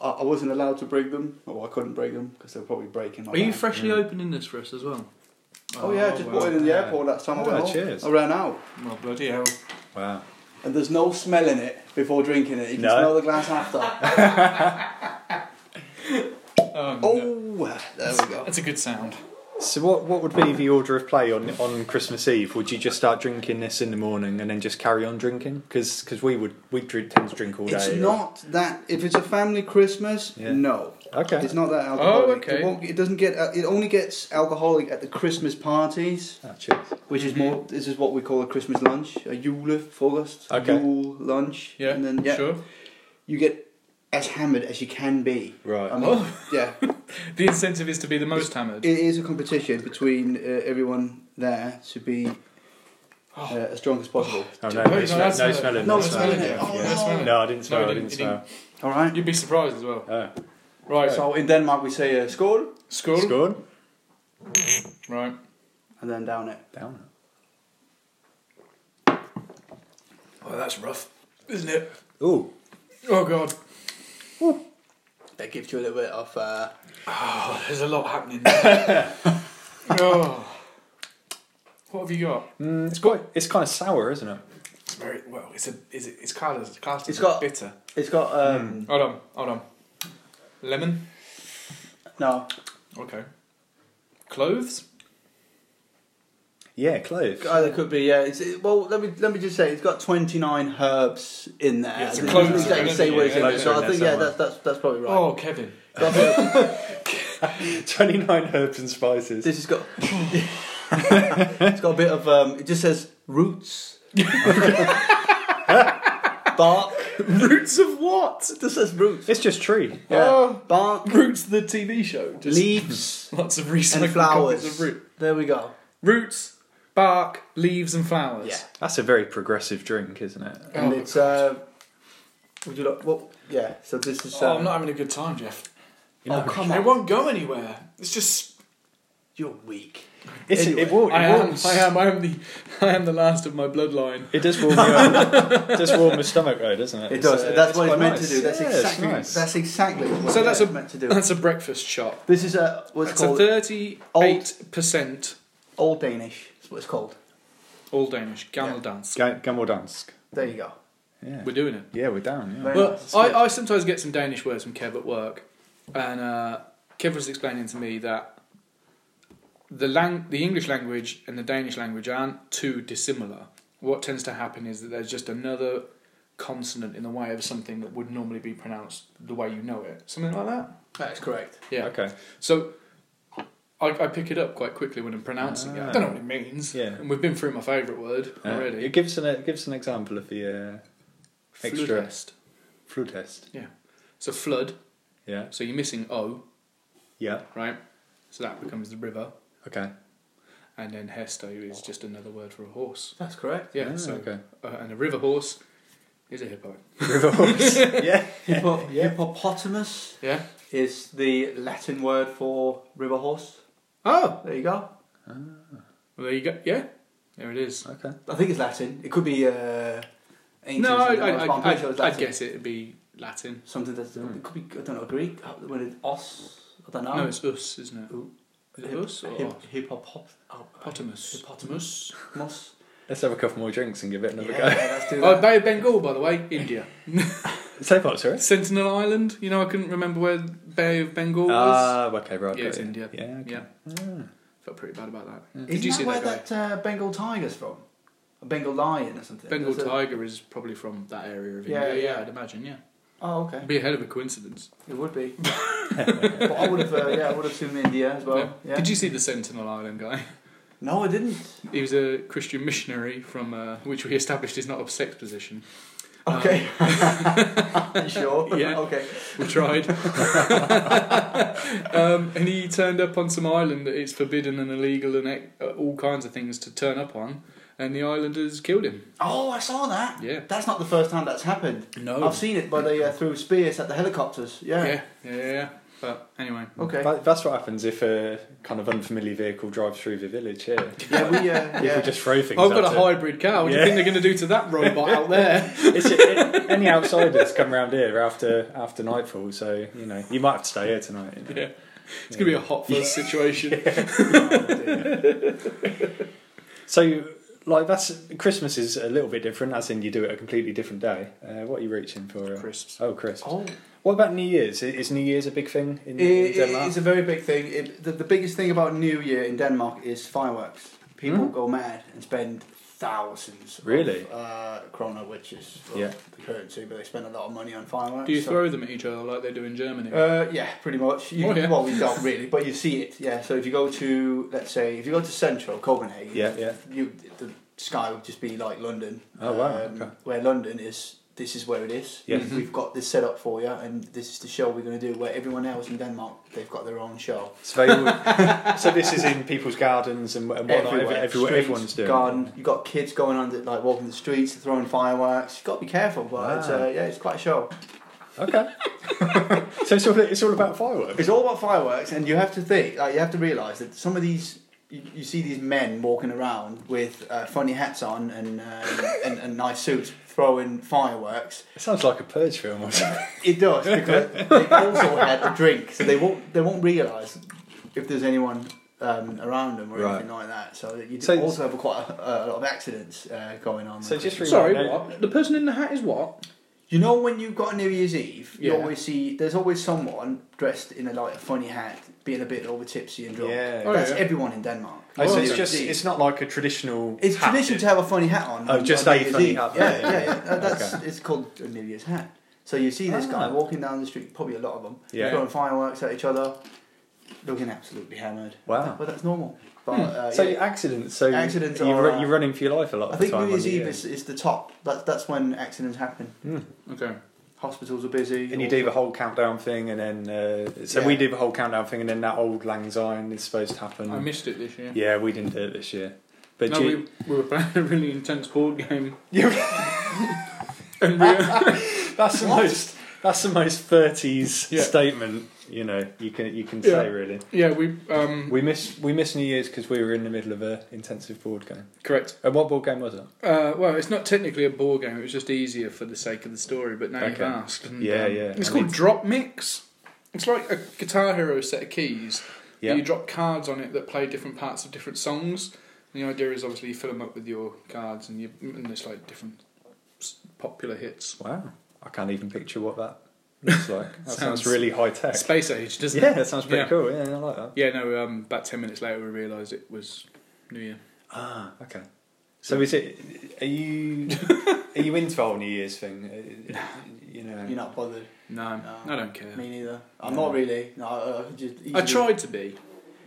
S3: I, I wasn't allowed to bring them or I couldn't bring them because they were probably breaking my
S2: Are you
S3: back.
S2: freshly
S1: Mm.
S2: opening this for us as well?
S3: oh yeah I just
S2: well,
S3: bought it in the
S1: yeah.
S3: airport last time I
S1: Oh,
S3: went home.
S1: cheers.
S3: I ran out
S2: well, Oh, bloody hell.
S1: Wow.
S3: and there's no smell in it before drinking it you can
S1: No.
S3: smell the glass after
S2: Oh, no.
S3: oh there we go
S2: that's a good sound.
S1: So what what would be the order of play on on Christmas Eve? Would you just start drinking this in the morning and then just carry on drinking? Because we would we drink, tend to drink all day.
S3: it's
S1: right?
S3: not that if it's a family Christmas
S1: Yeah.
S3: no
S1: okay.
S3: It's not that alcoholic.
S2: Oh, okay.
S3: It, won't, it doesn't get. uh, It only gets alcoholic at the Christmas parties,
S1: Ah, cheers.
S3: which is
S2: Mhm.
S3: more. This is what we call a Christmas lunch, a Yule Forest,
S1: Okay.
S3: Yule lunch.
S2: Yeah.
S3: and then yeah,
S2: Sure.
S3: you get as hammered as you can be.
S1: Right.
S3: I mean,
S2: Oh,
S3: yeah,
S2: the incentive is to be the most hammered.
S3: it is a competition between uh, everyone there to be uh, as strong as possible.
S1: Oh, no,
S2: Oh,
S1: no,
S2: no,
S1: smell,
S2: that's
S1: no
S2: not-
S1: smelling.
S3: no
S1: No
S3: smelling
S1: smelling.
S3: it. Oh,
S1: yeah.
S3: no.
S1: no. I didn't
S2: No,
S1: smell.
S2: you
S1: I
S2: didn't-
S1: didn't
S2: you
S1: smell.
S3: All right.
S2: You'd be surprised as well.
S1: Oh,
S2: Right.
S3: So in Denmark we say uh, skål
S2: Score.
S1: scored.
S2: Right.
S3: and then down it.
S1: Down.
S2: Oh, that's rough, isn't it?
S1: Ooh.
S2: Oh god.
S3: That gives you a little bit of. Uh,
S2: Oh, there's a lot happening. oh. What have you got?
S1: Mm, it's quite. It's kind of sour, isn't it?
S2: It's very well. It's a. Is it? It's cast. It's cast.
S3: It's got-
S2: bitter.
S3: it's got um,
S2: Hold on. Hold on. Lemon.
S3: no.
S2: Okay. Cloves.
S1: Yeah, cloves.
S3: Oh, there could be. Yeah. It's, it, well, let me let me just say it's got twenty nine herbs in there.
S2: Yeah, it's
S3: It
S2: closer,
S3: doesn't exactly
S2: isn't
S3: say
S2: it?
S3: what it's
S2: Yeah,
S3: in.
S2: it's
S3: So
S1: in
S3: I
S1: there
S3: think yeah,
S1: somewhere.
S3: that's that's that's probably right.
S2: Oh, Kevin.
S3: That's it.
S1: Twenty nine herbs and spices.
S3: this has got. it's got a bit of. Um, it just says roots. bark.
S2: Roots of what?
S3: It just says roots.
S1: It's just tree.
S3: Yeah.
S2: Oh.
S3: Bark,
S2: Roots the TV show. Just
S3: leaves,
S2: lots of recycled
S3: and
S2: copies of
S3: flowers.
S2: root. Oh,
S3: There we go.
S2: Roots, bark, leaves, and flowers.
S3: Yeah.
S1: That's a very progressive drink, isn't it?
S3: And
S2: Oh,
S3: it's. Uh, would you like? Well, yeah. So this is.
S2: Oh,
S3: um,
S2: I'm not having a good time, Jeff.
S1: You know,
S3: Oh, come
S2: It
S3: on.
S2: won't go anywhere. It's just.
S3: You're weak.
S1: it's,
S3: Anyway,
S1: it will. It,
S2: I am.
S1: warms-
S2: I am. I am the. I am the last of my bloodline.
S1: it does warm you up. it does warm the stomach though, doesn't it?
S3: It does.
S1: uh,
S3: that's what it's
S1: quite
S3: meant
S1: nice.
S3: to do. That's
S1: Yeah, it's
S3: exactly.
S1: nice.
S3: That's exactly. What
S2: So
S3: so
S2: that's
S3: that's
S2: a-
S3: meant to do.
S2: That's a breakfast shot.
S3: This is a what's
S2: That's a
S3: called
S2: thirty-eight percent
S3: Old Danish. That's what it's called.
S2: all Danish gamel dance.
S1: Ga- Gameldansk.
S3: There you go.
S1: Yeah.
S2: We're doing it.
S1: Yeah, we're down. Yeah.
S3: Very
S2: Well,
S3: nice.
S2: I, I sometimes get some Danish words from Kev at work, and uh, Kev was explaining to me that the lang- the English language and the Danish language aren't too dissimilar. What tends to happen is that there's just another consonant in the way of something that would normally be pronounced the way you know it, something like that.
S3: That's correct.
S2: Yeah.
S1: Okay.
S2: So. I, I pick it up quite quickly when I'm pronouncing it. I don't know what it means.
S1: Yeah.
S2: And we've been through my favourite word
S1: Uh,
S2: already.
S1: It gives an it gives an example of the uh, extra
S2: Fludhest.
S1: flu test.
S2: Yeah. So flood.
S1: Yeah.
S2: So you're missing O,
S1: Yeah.
S2: right? So that becomes the river.
S1: Okay.
S2: And then Hesto is just another word for a horse.
S3: That's correct.
S2: Yeah,
S1: Ah,
S2: so,
S1: okay.
S2: uh, and a river horse is a hippo.
S1: River horse. yeah.
S3: Hippo-
S1: Yeah.
S3: Hippopotamus
S2: Yeah?
S3: is the Latin word for river horse.
S2: Oh!
S3: There you go.
S2: Well, there you go. Yeah? There it is.
S1: Okay.
S3: I think it's Latin. It could be uh, ancient.
S2: no, I,
S3: something
S2: I,
S3: else,
S2: I,
S3: but I'm pretty sure it's
S2: I, would
S3: Latin.
S2: guess it'd be Latin.
S3: something that's it could be. I don't know Greek. uh, When it os. I don't know.
S2: no, it's us, isn't it?
S3: Ooh.
S2: Is it us or
S3: hip, hippopot. oh,
S2: hippopotamus?
S3: Hippopotamus. Mos.
S1: Let's have a couple more drinks and give it another
S3: Yeah, let's do
S2: Oh,
S3: that.
S2: Bay of Bengal, by the way, India.
S1: go. Say what, sorry?
S2: Sentinel Island. You know, I couldn't remember where Bay of Bengal was.
S1: Ah, okay, right.
S2: yeah,
S1: got
S2: it's
S1: you.
S2: India.
S1: Yeah. Okay.
S2: Yeah.
S1: Ah.
S2: Felt pretty bad about that.
S1: Yeah.
S2: Did
S3: Isn't
S2: you
S3: that
S2: see
S3: where
S2: that guy?
S3: that uh, Bengal tiger's from? A Bengal lion or something.
S2: Bengal
S3: There's a-
S2: tiger is probably from that area of
S3: Yeah,
S2: India. Yeah,
S3: yeah.
S2: I'd imagine. Yeah,
S3: Oh, okay.
S2: it'd be a hell of a coincidence.
S3: It would be. but I would have, uh, yeah, I would have assumed India as well.
S2: Yeah.
S3: Yeah.
S2: Did you see the Sentinel Island guy?
S3: No, I didn't.
S2: He was a Christian missionary from uh, which we established is not a sex position.
S3: Okay. you sure?
S2: Yeah.
S3: Okay.
S2: We tried. um, and he turned up on some island that it's forbidden and illegal and ec- uh, all kinds of things to turn up on, and the islanders killed him.
S3: Oh, I saw that.
S2: Yeah.
S3: That's not the first time that's happened.
S2: No.
S3: I've seen it, but they uh, threw spears at the helicopters. Yeah.
S2: Oh. Yeah, yeah, yeah. yeah. But anyway,
S3: Okay.
S1: That, that's what happens if a kind of unfamiliar vehicle drives through the village here.
S3: yeah, we. Uh, yeah.
S1: If we just throw things
S2: I've got a
S1: at it.
S2: hybrid car. What do
S1: Yeah.
S2: you think they're going to do to that robot out there?
S1: It's, it, any outsiders come round here after after nightfall, so you know you might have to stay here tonight. you know.
S2: Yeah. It's going to be a hot first situation.
S1: So, like that's Christmas is a little bit different, as in you do it a completely different day. Uh, what are you reaching for? uh,
S2: Crisps.
S1: Oh, Chris.
S3: Oh,
S1: What about New Year's? I- Is New Year's a big thing in,
S3: It-
S1: in
S3: it-
S1: Denmark?
S3: it's a very big thing. It, the, the biggest thing about New Year in Denmark is fireworks. People
S2: Hmm?
S3: go mad and spend thousands.
S1: Really?
S3: Of, uh, kroner, which is well,
S1: Yeah.
S3: the currency, but they spend a lot of money on fireworks.
S2: Do you
S3: so-
S2: throw them at each other like they do in Germany?
S3: Uh, yeah, pretty much. You,
S2: Oh, yeah.
S3: Well, you don't really, but you see it. Yeah. So if you go to, let's say, if you go to central Copenhagen,
S1: Yeah, yeah.
S3: you the sky would just be like London. Um,
S1: Oh, wow, okay.
S3: Where London is, this is where it is.
S1: Yeah.
S3: We've got this set up for you, and this is the show we're going to do. Where everyone else in Denmark, they've got their own show.
S1: So, they would- so this is in people's gardens and, and whatnot. Everywhere, everywhere
S3: streets,
S1: everyone's doing.
S3: Garden. You've got kids going on, the, like walking the streets, throwing fireworks. You've got to be careful, but it's,
S1: Wow.
S3: uh, yeah, it's quite a show.
S1: Okay. so it's all, it's all about fireworks.
S3: It's all about fireworks, and you have to think, like, you have to realise that some of these, you, you see these men walking around with uh, funny hats on and, um, and and nice suits, throwing fireworks.
S1: It sounds like a purge film or something.
S3: It does because they've also had a drink, so they won't they won't realise if there's anyone. Um, around them or
S1: Right.
S3: anything like that, so that you do
S1: So-
S3: also have a, quite a, a lot of accidents uh, going on.
S1: So just rewind.
S2: Sorry,
S1: now.
S2: what? The person in the hat is what?
S3: You know when you've got a New Year's Eve, you
S2: Yeah.
S3: always see there's always someone dressed in a like a funny hat, being a bit over tipsy and drunk.
S1: Yeah.
S2: Oh,
S3: That's
S2: yeah.
S3: everyone in Denmark.
S1: Oh, so
S2: Oh,
S1: it's
S2: okay.
S1: just it's not like a traditional.
S3: It's
S1: hat.
S3: tradition to have a funny hat on.
S1: Oh,
S3: on-
S1: just
S3: on
S1: a
S3: New Year's
S1: funny
S3: Eve.
S1: hat,
S3: Yeah,
S1: yeah,
S3: yeah,
S1: yeah.
S3: yeah. Uh, That's
S1: Okay.
S3: it's called a New Year's hat. So you see this guy
S1: Ah.
S3: walking down the street, probably a lot of them,
S1: Yeah.
S3: throwing fireworks at each other, looking absolutely hammered.
S1: Wow. Hmm.
S3: But that's normal. But uh,
S1: So
S3: yeah.
S1: accidents. So
S3: Accidents
S1: you,
S3: are,
S1: ru-
S3: uh,
S1: you're running for your life a lot.
S3: I
S1: of
S3: think
S1: the time
S3: New
S1: on
S3: Year's
S1: the
S3: Eve
S1: year.
S3: is, is the top. That's that's when accidents happen.
S2: Okay.
S3: Hospitals are busy.
S1: And you
S3: all
S1: do the whole countdown thing, and then uh, so
S3: Yeah.
S1: we do the whole countdown thing, and then that old lang syne is supposed to happen.
S2: I missed it this year.
S1: yeah, we didn't do it this year, but
S2: no,
S1: you-
S2: we, we were playing a really intense board game.
S1: Yeah.
S2: and we, uh,
S1: that's the most that's the most thirties
S2: Yeah.
S1: statement you know you can you can say
S2: Yeah.
S1: really.
S2: yeah, we um,
S1: We miss we miss New Year's because we were in the middle of a intensive board game.
S2: correct.
S1: And what board game was it?
S2: Uh, well, it's not technically a board game. It was just easier for the sake of the story. But now you've
S1: Okay.
S2: asked. and,
S1: Yeah,
S2: um,
S1: yeah.
S2: It's
S1: I
S2: called
S1: need-
S2: Drop Mix. It's like a Guitar Hero set of keys. but
S1: Yeah.
S2: You drop cards on it that play different parts of different songs. And the idea is obviously you fill them up with your cards, and you and there's like different s- popular hits.
S1: Wow, I can't even picture what that looks like. That sounds,
S2: Sounds-
S1: really high tech.
S2: Space Age, doesn't
S1: Yeah,
S2: it?
S1: that sounds pretty
S2: Yeah.
S1: cool. Yeah, I like that.
S2: Yeah, no. Um, about ten minutes later, we realised it was New Year.
S1: Ah, okay. So is it? Are you are you into the whole New Year's thing? Uh, You know,
S3: You're not bothered.
S2: No,
S3: No.
S2: I don't care.
S3: Um, Me neither. I'm
S1: No.
S3: not really. No, I, I could just.
S2: I
S3: easily-
S2: tried to be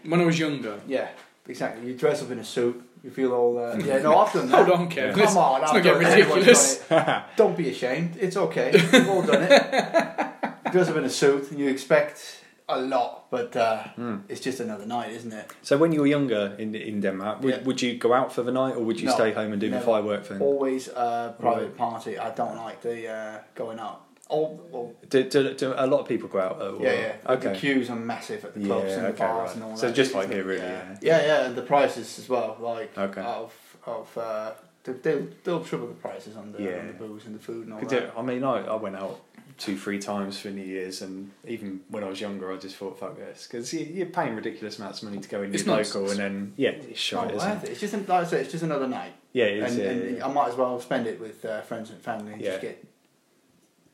S2: when I was younger.
S3: Yeah, exactly. You dress up in a suit. You feel all. Uh, yeah, no, I've done that.
S2: Hold on, Kev.
S1: Yeah.
S2: Let's,
S3: Come on,
S2: let's
S3: I've
S2: not get
S3: done it. Everyone's
S2: ridiculous.
S3: done it. Don't be ashamed. It's okay. We've all done it. You dress up in a suit, and you expect a lot, but uh, it's just another night, isn't it?
S1: Hmm. so when you were younger in in Denmark, would,
S3: Yeah.
S1: would you go out for the night or would you
S3: No,
S1: stay home and do the
S3: never.
S1: firework thing?
S3: Always a private
S1: Right.
S3: party. I don't like the uh, going out. All, all,
S1: Do, do, do a lot of people go out? Or,
S3: yeah, yeah. The
S1: Okay.
S3: queues are massive at the
S1: Yeah.
S3: clubs and the
S1: Okay.
S3: bars
S1: right.
S3: and all that.
S1: So just
S3: isn't
S1: like
S3: it?
S1: here, really.
S3: yeah.
S1: Yeah.
S3: yeah, yeah, and the prices as well. Like
S1: Okay.
S3: of of uh, they- they'll they'll triple the prices on the,
S1: Yeah.
S3: on the booze and the food and all
S1: Could
S3: that.
S1: do- I mean, I, I went out two, three times for New Year's, and even when I was younger, I just thought, fuck this, because you, you're paying ridiculous amounts of money to go in
S2: It's
S1: your
S2: not-
S1: local, and then yeah, it's
S3: It's not
S1: shite, isn't
S3: worth
S1: it?
S3: it. It's just an- like I say, it's just another night,
S1: Yeah, it is.
S3: and,
S1: yeah,
S3: and
S1: yeah, yeah.
S3: I might as well spend it with uh, friends and family and
S1: Yeah.
S3: just get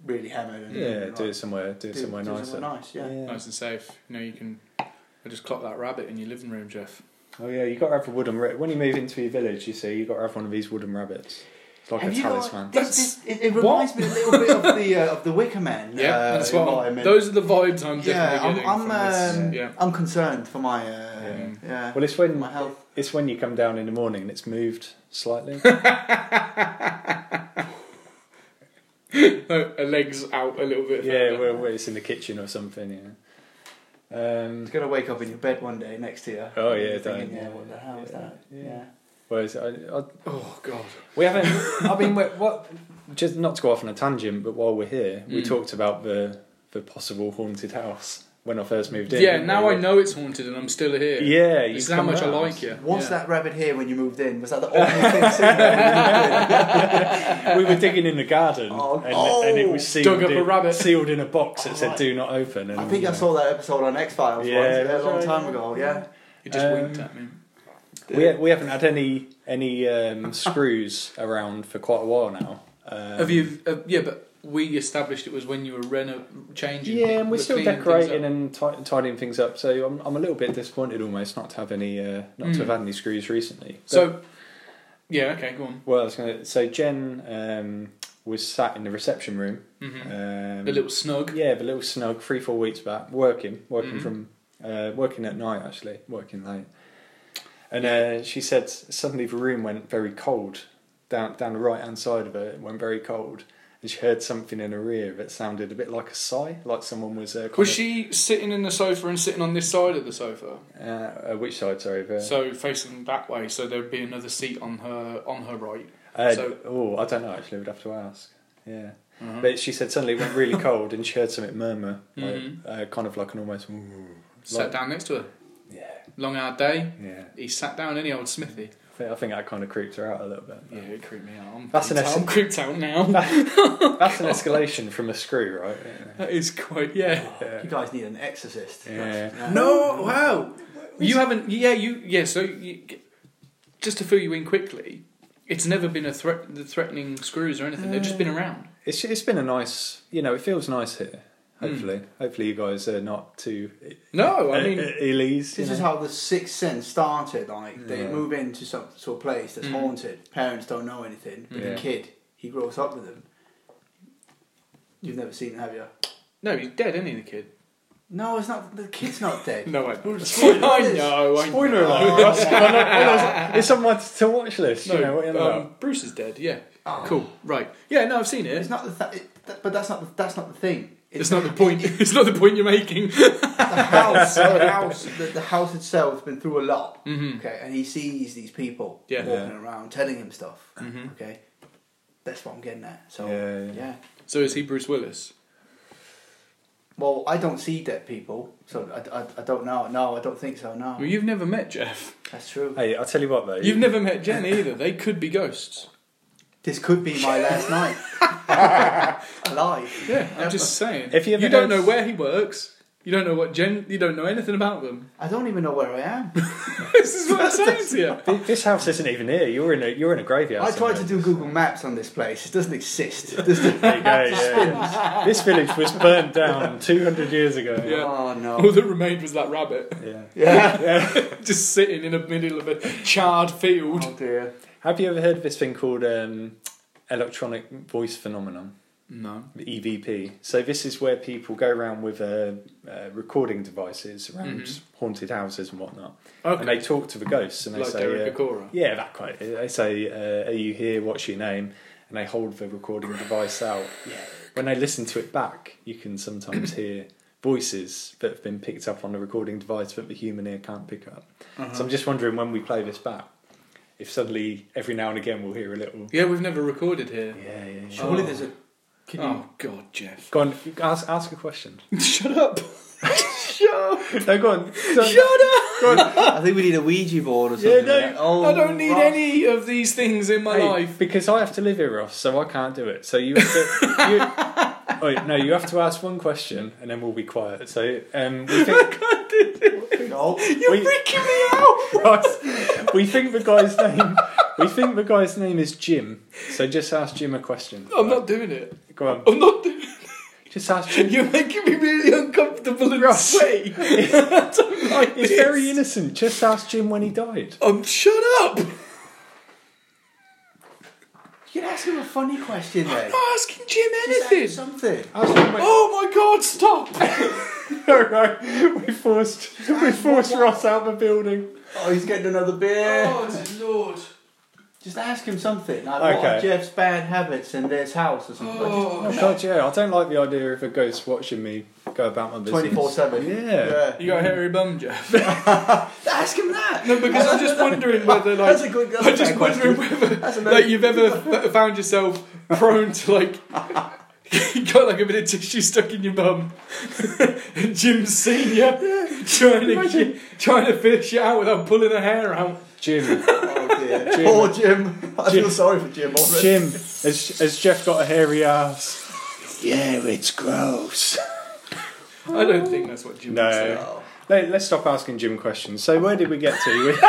S3: really hammered and
S1: Yeah,
S3: like,
S1: do it somewhere, do it
S3: do-
S1: somewhere
S3: do
S1: nicer.
S3: nice, yeah.
S2: Nice and safe. You know, you can. I just clock that rabbit in your living room, Jeff.
S1: Oh yeah, you got to have a wooden rabbit. When you move into your village, you see you got to have one of these wooden rabbits. It's like
S3: Have
S1: a
S3: you got-
S1: talisman.
S3: this- this- it, it reminds me a little bit of the uh, of the Wicker Man.
S2: Yeah,
S3: uh,
S2: that's what. I'm-
S3: environment.
S2: Those are the vibes I'm definitely
S3: Yeah, I'm
S2: getting
S3: I'm,
S2: from this.
S3: um,
S2: yeah.
S3: I'm concerned for my uh, yeah.
S1: Yeah. Well, it's
S3: for
S1: when
S3: my health.
S1: it's when you come down in the morning and it's moved slightly.
S2: her legs out a little bit.
S1: yeah,
S2: further.
S1: where, where it's in the kitchen or something. Yeah. Um,
S3: It's gonna wake up in your bed one day next to you.
S1: Oh, yeah,
S3: You're thinking,
S1: don't-
S3: yeah, what the hell is
S1: yeah,
S3: that?
S1: yeah.
S3: Yeah.
S1: whereas I, I,
S2: Oh god.
S1: we haven't. I mean, we what? Just not to go off on a tangent, but while we're here, we
S2: Mm.
S1: talked about the the possible haunted house when I first moved in.
S2: Yeah,
S1: didn't
S2: now
S1: we?
S2: I know it's haunted and I'm still here.
S1: Yeah, you
S2: This is how
S1: come
S2: much I
S1: round.
S2: like you.
S3: Was
S2: Yeah.
S3: that rabbit here when you moved in? Was that the only thing seen when
S1: we were digging in the garden,
S3: Oh.
S1: and, and it was sealed
S2: Dug up
S1: in,
S2: a rabbit.
S1: sealed in a box that said
S3: Oh.
S1: "Do not open." And,
S3: I think I
S1: uh,
S3: saw that episode on X Files
S1: Yeah.
S3: once a long time ago. Yeah.
S2: It just
S1: Um,
S2: winked at me.
S1: We ha- we haven't had any any um, screws around for quite a while now. Um,
S2: Have you? Uh, yeah, but we established it was when you were reno- changing.
S1: Yeah, and we're
S2: the
S1: still
S2: cleaning things
S1: decorating
S2: up.
S1: and ti- tidying things up. So I'm I'm a little bit disappointed almost not to have any uh, not
S2: Mm.
S1: to have had any screws recently. But-
S2: So, yeah, okay, go on.
S1: well, I was gonna. So Jen um, was sat in the reception room.
S2: hmm
S1: Um,
S2: the little snug.
S1: Yeah, the little snug, three four weeks back, working, working
S2: Mhm.
S1: from, uh, working at night actually, working late. And uh, she said s- suddenly the room went very cold, down down the right hand side of her, it went very cold, and she heard something in her ear that sounded a bit like a sigh, like someone was. Uh, kind
S2: Was
S1: of-
S2: she sitting in the sofa and sitting on this side of the sofa?
S1: Uh, uh, which side? Sorry, the,
S2: So facing that way, so there'd be another seat on her on her right.
S1: uh,
S2: so- Mm-hmm.
S1: oh, I don't know. Actually, we'd have to ask. Yeah, but she said suddenly it went really cold, and she heard something murmur, like,
S2: Mhm.
S1: uh, kind of like an almost. "Ooh,"
S2: Sat
S1: like-
S2: down next to her.
S1: Yeah,
S2: Long hard day.
S1: yeah.
S2: He sat down any old Smithy.
S1: I think, I think that kind of creeped her out a little bit.
S2: Yeah, it creeped me out. I'm
S1: That's an
S2: creeped out. I'm
S1: essence.
S2: creeped out now.
S1: That's an escalation from a screw, right?
S2: that is quite yeah.
S1: Yeah.
S3: You guys need an exorcist.
S1: Yeah.
S2: No, wow. Oh. You haven't. Yeah, you. Yeah, so you, just to fill you in quickly, it's never been a threat. The threatening screws or anything. They've just been around.
S1: It's it's been a nice, you know, it feels nice here. Hopefully, hopefully you guys are not too.
S2: No, I mean,
S1: uh, Elise.
S3: This
S1: you
S3: is
S1: know.
S3: how the sixth sense started. Like they
S1: Yeah.
S3: move into some sort of place that's
S2: Mm.
S3: haunted. Parents don't know anything, but
S1: Yeah.
S3: the kid he grows up with them. You've never seen it, have you?
S2: no, he's dead, isn't he, the kid?
S3: No, it's not. The kid's not dead.
S2: No, I know.
S3: Spoiler
S2: I
S3: alert.
S2: know. I
S1: Spoiler
S2: know.
S1: alert! Russ, I know- I know it's on my to watch list. you know, what uh, you
S2: No,
S1: know.
S2: um, Bruce is dead. Yeah.
S3: Oh.
S2: Cool. Right. Yeah. No, I've seen it.
S3: It's not the. Th- it, that, but that's not. The, that's not the thing.
S2: It's not the point. It's not the point you're making.
S3: the house, the house, the, the house itself has been through a lot.
S2: Mhm.
S3: Okay, and he sees these people
S2: Yeah.
S3: walking
S1: Yeah.
S3: around, telling him stuff.
S2: Mhm.
S3: Okay, that's what I'm getting at. So
S1: Yeah,
S3: yeah,
S1: yeah.
S2: So is he Bruce Willis?
S3: Well, I don't see dead people, so I, I, I don't know. No, I don't think so. No,
S2: Well, you've never met Jeff.
S3: that's true.
S1: Hey, I'll tell you what though.
S2: You've never met Jen either. They could be ghosts.
S3: This could be my last night alive.
S2: Yeah, I'm just saying.
S1: If you ever
S2: don't
S1: know-
S2: know where he works, you don't know what Jen. You don't know anything about them.
S3: I don't even know where I am.
S2: this is what I'm saying to you.
S1: Th- this house isn't even here. You're in a you're in a graveyard.
S3: I tried to
S1: somewhere.
S3: do Google Maps on this place. It doesn't exist. It doesn't-
S1: There you go, yeah. this village was burnt down 200 years ago.
S2: Yeah.
S3: Oh no.
S2: All that remained was that rabbit,
S1: yeah.
S3: Yeah.
S2: just sitting in the middle of a charred field.
S3: Oh dear.
S1: Have you ever heard of this thing called um, electronic voice phenomenon?
S2: No.
S1: EVP. E So this is where people go around with uh, uh, recording devices around haunted houses and whatnot,
S2: Mm-hmm. Okay.
S1: and they talk to the ghosts and they
S2: like
S1: say,
S2: Derek
S1: uh,
S2: Akora.
S1: "Yeah, that quite." They say, uh, "Are you here? What's your name?" And they hold the recording device out. When they listen to it back, you can sometimes hear voices that have been picked up on the recording device that the human ear can't pick up.
S2: Uh-huh.
S1: So I'm just wondering when we play this back, if suddenly every now and again we'll hear a little.
S2: Yeah, we've never recorded here.
S1: Yeah, yeah, yeah.
S3: Surely
S2: Oh.
S3: there's a. Can you?
S2: Oh God, Jeff.
S1: Go on, ask, ask a question.
S2: Shut up. Shut up.
S1: no, go on. Go on.
S2: Shut up.
S3: I think we need a Ouija board or something.
S1: no,
S3: like that. oh,
S2: I don't need
S3: right.
S2: any of these things in my
S1: Hey,
S2: life.
S1: because I have to live here, Ross, so I can't do it. So you have to. you, oh, no, you have to ask one question and then we'll be quiet. So um, we, think,
S3: No.
S2: You're
S1: we-
S2: freaking me out.
S1: Ross, we think the guy's name. We think the guy's name is Jim. So just ask Jim a question.
S2: I'm not doing it.
S1: Go on.
S2: I'm not doing it.
S1: Just ask Jim.
S2: You're making me really uncomfortable and
S1: Ross.
S2: sweaty. I don't like
S1: He's
S2: this.
S1: very innocent. Just ask Jim when he died.
S2: Um, shut up.
S3: You can ask him a funny question then.
S2: I'm not asking Jim
S3: Just ask
S2: anything.
S3: something.
S1: Ask him when-
S2: Oh my God, stop.
S1: No, no, we forced we forced Ross out of the building.
S2: Oh.
S3: Oh, he's getting another beer.
S2: Lord.
S3: Just ask him something. Like, what are
S1: Okay.
S3: Jeff's bad habits in this house or something?
S2: Oh.
S1: Oh god, yeah. I don't like the idea of a ghost watching me go about
S2: Oh.
S1: my business.
S3: Twenty four seven.
S1: Yeah.
S2: You got a hairy bum, Jeff.
S3: Ask him that.
S2: No, because I'm just wondering whether
S3: that's
S2: like
S3: a good. That's
S2: I'm
S3: a fair
S2: just wondering
S3: question.
S2: whether
S3: That's a very-
S2: like you've ever found yourself prone to like you got like a bit of tissue stuck in your bum. and Jim Senior trying to trying to finish it out without pulling a hair out.
S1: Jim.
S3: Oh dear.
S1: Jim.
S3: Poor Jim. I
S1: Jim.
S3: feel sorry for Jim already.
S1: Jim. Has, has Jeff got a hairy ass? Yeah, it's gross.
S2: I don't think that's what Jim
S1: No.
S2: would say.
S3: Oh.
S1: Let, us stop asking Jim questions. So where did we get to? We-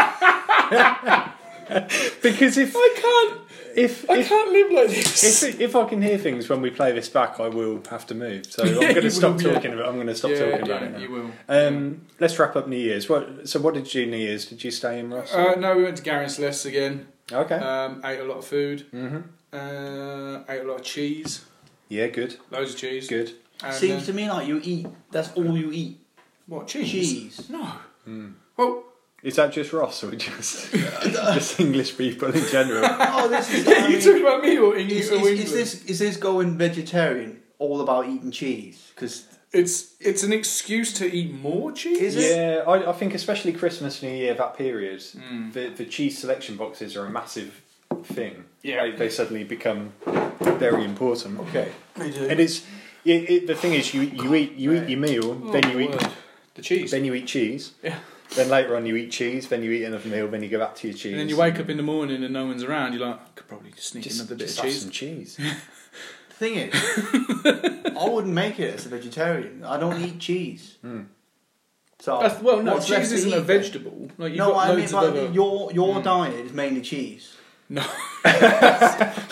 S1: because if
S2: I can't
S1: if
S2: I
S1: if,
S2: can't live like this.
S1: if if I can hear things when we play this back, I will have to move. So I'm
S2: Yeah,
S1: going
S2: you
S1: to stop
S2: will, yeah.
S1: talking about. I'm going to stop
S2: yeah,
S1: talking
S2: yeah,
S1: about it. Now.
S2: you will.
S1: Um, let's wrap up New Year's. What? So what did you New Year's? Did you stay in Ross?
S2: Uh, no, we went to Garen's Less again.
S1: okay.
S2: Um, ate a lot of food.
S3: Mm-hmm.
S1: hmm
S2: Uh, ate a lot of cheese.
S1: Yeah, good,
S2: Loads of cheese.
S1: good.
S2: And,
S3: Seems
S2: uh,
S3: to me like you eat. That's all you eat.
S2: what cheese?
S3: Cheese. Hmm.
S2: No. Oh,
S1: Mm.
S2: Well,
S1: Is that just Ross or just just English people in general?
S3: Oh, this is. I
S2: yeah, you
S3: mean,
S2: talking about me or English
S3: is,
S2: or
S3: is,
S2: England?
S3: is this is this going vegetarian all about eating cheese? Because
S2: It's it's an excuse to eat more cheese.
S3: Is it?
S1: yeah, I, I think especially Christmas, New Year, that period,
S2: Mm.
S1: the, the cheese selection boxes are a massive thing.
S2: Yeah.
S1: they, they suddenly become very important. Okay,
S2: They do.
S1: and it's it, it, the thing is you you eat you eat your meal,
S2: Oh,
S1: then you eat
S2: word. the cheese.
S1: then you eat cheese.
S2: Yeah.
S1: Then later on you eat cheese, then you eat another meal, then you go back to your cheese.
S2: and then you wake up in the morning and no one's around. You're like, I could probably sneak
S1: just,
S2: another bit
S1: just
S2: of
S1: have
S2: cheese.
S1: some cheese.
S3: the thing is, I wouldn't make it as a vegetarian. I don't eat cheese.
S1: Hmm.
S3: So
S2: That's- Uh, well, no,
S3: what's left
S2: cheese
S3: to
S2: isn't
S3: eat
S2: a
S3: then?
S2: vegetable. Like, you've
S3: no,
S2: got
S3: I mean
S2: loads
S3: like,
S2: of other... Hmm.
S3: your your diet is mainly cheese.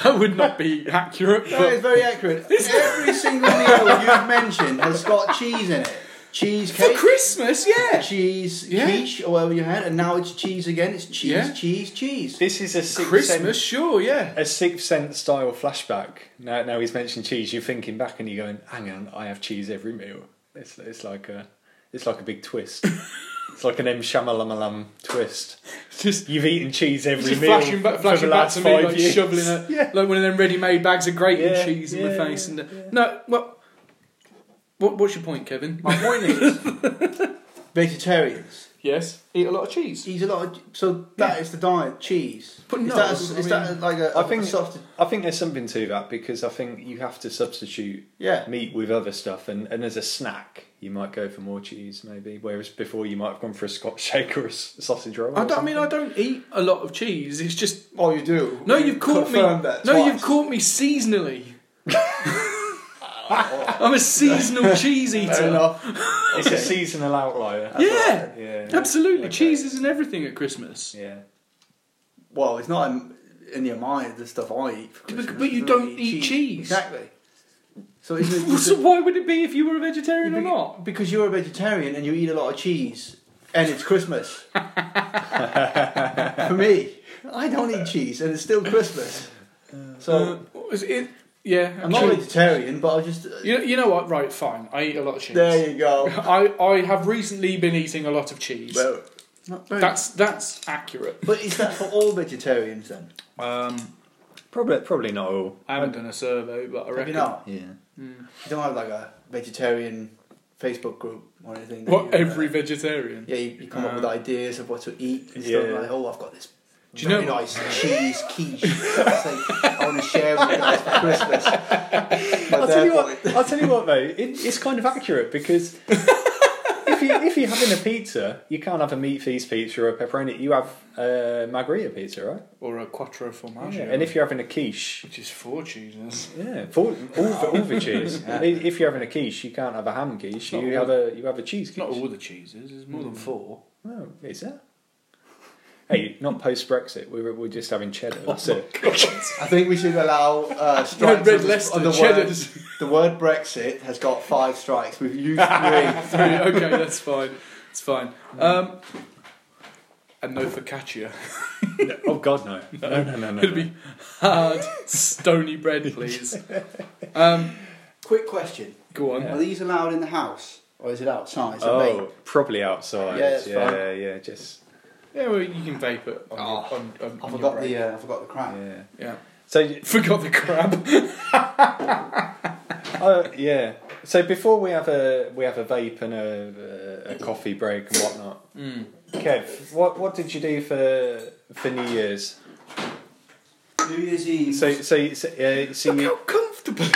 S2: That would not be accurate.
S3: That
S2: But
S3: is very accurate. Every single meal you've mentioned has got cheese in it.
S2: for
S3: Cheesecake,
S2: Christmas, yeah.
S3: cheese
S2: Yeah.
S3: quiche, or whatever you had, and now it's cheese again. It's cheese,
S2: Yeah.
S3: cheese, cheese.
S1: This is a sixth
S2: Christmas,
S1: sense,
S2: sure, yeah.
S1: a sixth sense style flashback. Now, now he's mentioned cheese. You're thinking back and you're going, "Hang on, I have cheese every meal." It's, it's like a it's like a big twist. it's like an M Shamalamalam twist.
S2: Just,
S1: You've eaten cheese every
S2: just
S1: meal
S2: flashing back,
S1: for
S2: flashing
S1: the
S2: back
S1: last
S2: to me,
S1: five
S2: like
S1: years.
S2: shoveling a,
S1: Yeah.
S2: like one of them ready-made bags of grating
S1: Yeah,
S2: cheese in my
S1: yeah,
S2: face.
S1: yeah,
S2: and uh, no, what, what? What's your point, Kevin?
S3: My point is, vegetarians.
S2: Yes, eat a lot of cheese.
S3: He's a lot. Of, so that is the diet cheese.
S2: But
S3: is
S2: no,
S3: that,
S2: I
S3: is
S2: mean-
S3: that like a,
S1: I
S3: a
S1: think-
S3: soft?
S1: I think there's something to that because I think you have to substitute
S3: Yeah.
S1: meat with other stuff, and, and as a snack, you might go for more cheese maybe. Whereas before, you might have gone for a Scotch shake or a s- sausage roll. or
S2: I don't I mean
S1: something.
S2: I don't eat a lot of cheese. It's just
S3: Oh, you do.
S2: no. You've caught me.
S3: Confirmed that
S2: No,
S3: twice.
S2: you've caught me seasonally. I'm a seasonal cheese
S3: Fair
S2: eater.
S3: enough.
S1: It's a seasonal outlier.
S2: Yeah,
S1: Yeah.
S2: absolutely.
S1: Okay.
S2: Cheese isn't everything at Christmas.
S1: Yeah.
S3: Well, it's not in, in your mind the stuff I eat. For
S2: But-
S3: Christmas.
S2: but you
S3: I
S2: don't eat cheese.
S3: Exactly. So isn't it?
S2: So why would it be if you were a vegetarian or
S3: Because-
S2: not?
S3: Because you're a vegetarian and you eat a lot of cheese, and it's Christmas. For me, I don't eat cheese, and it's still Christmas. So
S2: Uh, is it? Yeah,
S3: I'm not a vegetarian, but I just
S2: You, you know what? Right, fine. I eat a lot of cheese.
S3: there you go.
S2: I, I have recently been eating a lot of cheese.
S3: Well, not very.
S2: that's that's accurate.
S3: But is that for all vegetarians then?
S2: Um,
S1: Probably probably not all.
S2: I haven't done a survey, but I
S3: Have you
S2: reckon.
S3: not?
S1: Yeah.
S2: Mm.
S3: You don't have like a vegetarian Facebook group or anything. that
S2: What
S3: you, uh,
S2: every vegetarian?
S3: yeah, you, you come up with
S2: Uh,
S3: ideas of what to eat and
S1: yeah.
S3: stuff like. Oh, I've got this.
S2: Do you
S3: very
S2: know-
S3: nice cheese quiche? It's like, I want to share with you guys for Christmas. But
S1: I'll tell you
S3: therefore-
S1: what. I'll tell you what though. It, it's kind of accurate because if you if you're having a pizza, you can't have a meat feast pizza or a pepperoni. You have a margarita pizza, right?
S2: Or a quattro formaggio?
S1: And if you're having a quiche.
S2: which is four cheeses.
S1: Yeah, for, all, the, all the cheese. I- If you're having a quiche, you can't have a ham quiche.
S2: Not
S1: You
S2: all-
S1: have a you have a cheese
S2: It's not
S1: quiche.
S2: all the cheeses. There's more than
S3: Hmm.
S2: four.
S1: Oh, is that? Hey, not post Brexit. We're we're just having cheddar. That's it.
S3: I think we should allow uh, strikes
S2: Red
S3: on the-
S2: Leicester,
S3: on the word.
S2: cheddars.
S3: The word Brexit has got five strikes. We've used three.
S2: Three. Okay, that's fine. It's fine.
S3: Hmm.
S2: Um, and no focaccia.
S1: No, oh God, no. No, no, no, no.
S2: It'd
S1: no.
S2: be hard, stony bread, please. Um,
S3: Quick question:
S2: go on.
S1: Yeah.
S3: Are these allowed in the house or is it outside? Is it
S1: Oh,
S3: made?
S1: probably outside.
S3: Yeah, that's
S1: yeah,
S3: fine.
S1: yeah, Just
S2: Yeah, well, you can vape it. On
S3: Oh,
S2: your, on, on,
S3: I
S2: on your
S3: forgot the
S2: break.
S3: uh, I forgot the crap.
S1: Yeah.
S2: yeah.
S1: So y-
S2: Forgot the crab.
S1: Oh yeah. So before we have a we have a vape and a, a, a coffee break and whatnot.
S2: mm.
S1: Kev, what what did you do for for New Year's?
S3: New Year's Eve.
S1: So so so, uh, so
S2: Look how
S1: you,
S2: comfortable.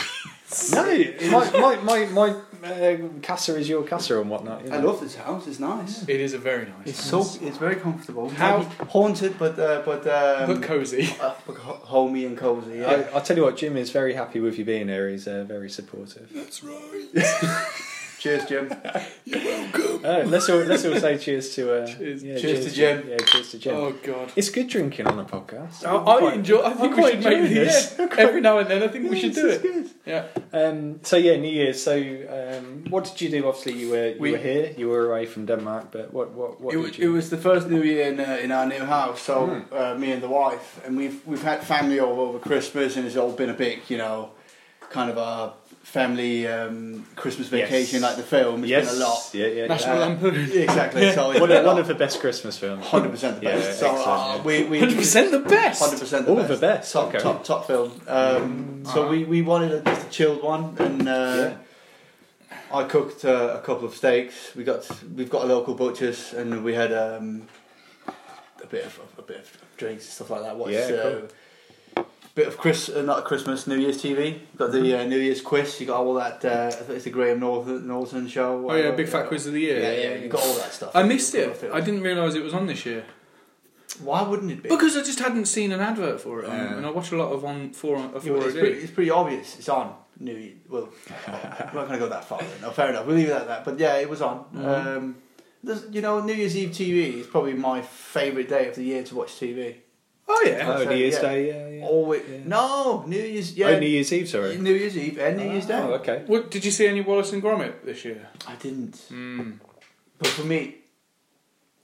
S1: no, my my my, my uh, casa is your casa and whatnot. isn't
S3: I
S1: it?
S3: love this house. It's nice.
S2: It is a very nice.
S3: It's so it's very comfortable.
S2: How-
S3: haunted, but uh, but um,
S2: but cozy.
S3: uh, but ho- homey and cozy. Yeah.
S1: I, I'll tell you what, Jim is very happy with you being here. He's uh, very supportive.
S2: That's right.
S3: Cheers, Jim.
S1: Oh, let's all let's all say cheers to uh,
S2: Cheers.
S1: yeah,
S3: Cheers to Jim.
S1: Yeah, cheers to Jim.
S2: Oh god.
S1: It's good drinking on a podcast.
S2: I,
S1: I'm
S2: I
S1: quite-
S2: enjoy. I think we
S1: quite
S2: should make
S1: enjoying
S2: this
S1: this.
S2: yeah, every now and then. I think we
S1: Yeah,
S2: should
S1: this
S2: do
S1: is
S2: it.
S1: good.
S2: Yeah.
S1: Um, so yeah, New Year's. So um, what did you do? Obviously, you were you
S3: We-
S1: were here. You were away from Denmark, but what what what
S3: It,
S1: did
S3: was, it
S1: you?
S3: was the first New Year in, uh, in our new house, so uh, me and the wife, and we've we've had family all over Christmas, and it's all been a big, you know, kind of a family um, Christmas
S1: Yes.
S3: vacation like the film. It's been a lot.
S1: Yeah, yeah.
S2: National
S3: Yeah.
S2: Lampoon.
S3: Yeah, exactly. So
S1: yeah.
S3: it's
S1: One,
S3: been
S1: of,
S3: a
S1: one
S3: lot.
S1: of the best Christmas films.
S3: 100% the best.
S1: Yeah,
S3: so uh,
S1: excellent,
S3: we, we,
S2: Hundred percent the
S3: Hundred
S2: best.
S3: percent.
S1: All the best,
S3: Top,
S1: okay.
S3: top, top film. Um, So we, we wanted a, just a chilled one, and uh, I cooked uh, a couple of steaks. We got we've got a local butcher's, and we had um, a bit of a bit of drinks and stuff like that. Watched,
S1: Yeah, cool.
S3: uh, Bit of Chris, uh, not Christmas, New Year's TV. Got
S1: Mm-hmm.
S3: the uh, New Year's quiz. You got all that. Uh, I think it's the Graham Northern, Norton show.
S2: Oh yeah,
S3: whatever,
S2: big fat
S3: yeah.
S2: quiz of the year.
S3: Yeah, yeah, you got all that stuff.
S2: I missed
S3: You got
S2: it. I didn't realise it was on this year
S3: Why wouldn't it be?
S2: because I just hadn't seen an advert for it, on,
S1: Yeah.
S2: and I watch a lot of on four on
S3: Yeah, well,
S2: four a
S3: it's, pretty,
S2: day.
S3: it's pretty obvious. It's on. New Year. Well, we're not going to go that far. then. No, fair enough. We'll leave it at that. But yeah, it was on.
S1: Mm-hmm.
S2: Mhm.
S3: Um, there's- you know, New Year's Eve TV is probably my favourite day of the year to watch TV.
S2: Oh
S3: yeah.
S1: Oh,
S3: so,
S1: New Year's
S3: yeah.
S1: Day. Yeah, yeah.
S3: Always.
S1: Yeah.
S3: No, New Year's. Yeah,
S1: Oh, New Year's Eve. Sorry.
S3: New Year's Eve and New Year's Day.
S1: Oh, okay.
S2: What did you see any Wallace and Gromit this year?
S3: I didn't.
S2: Mm.
S3: But for me,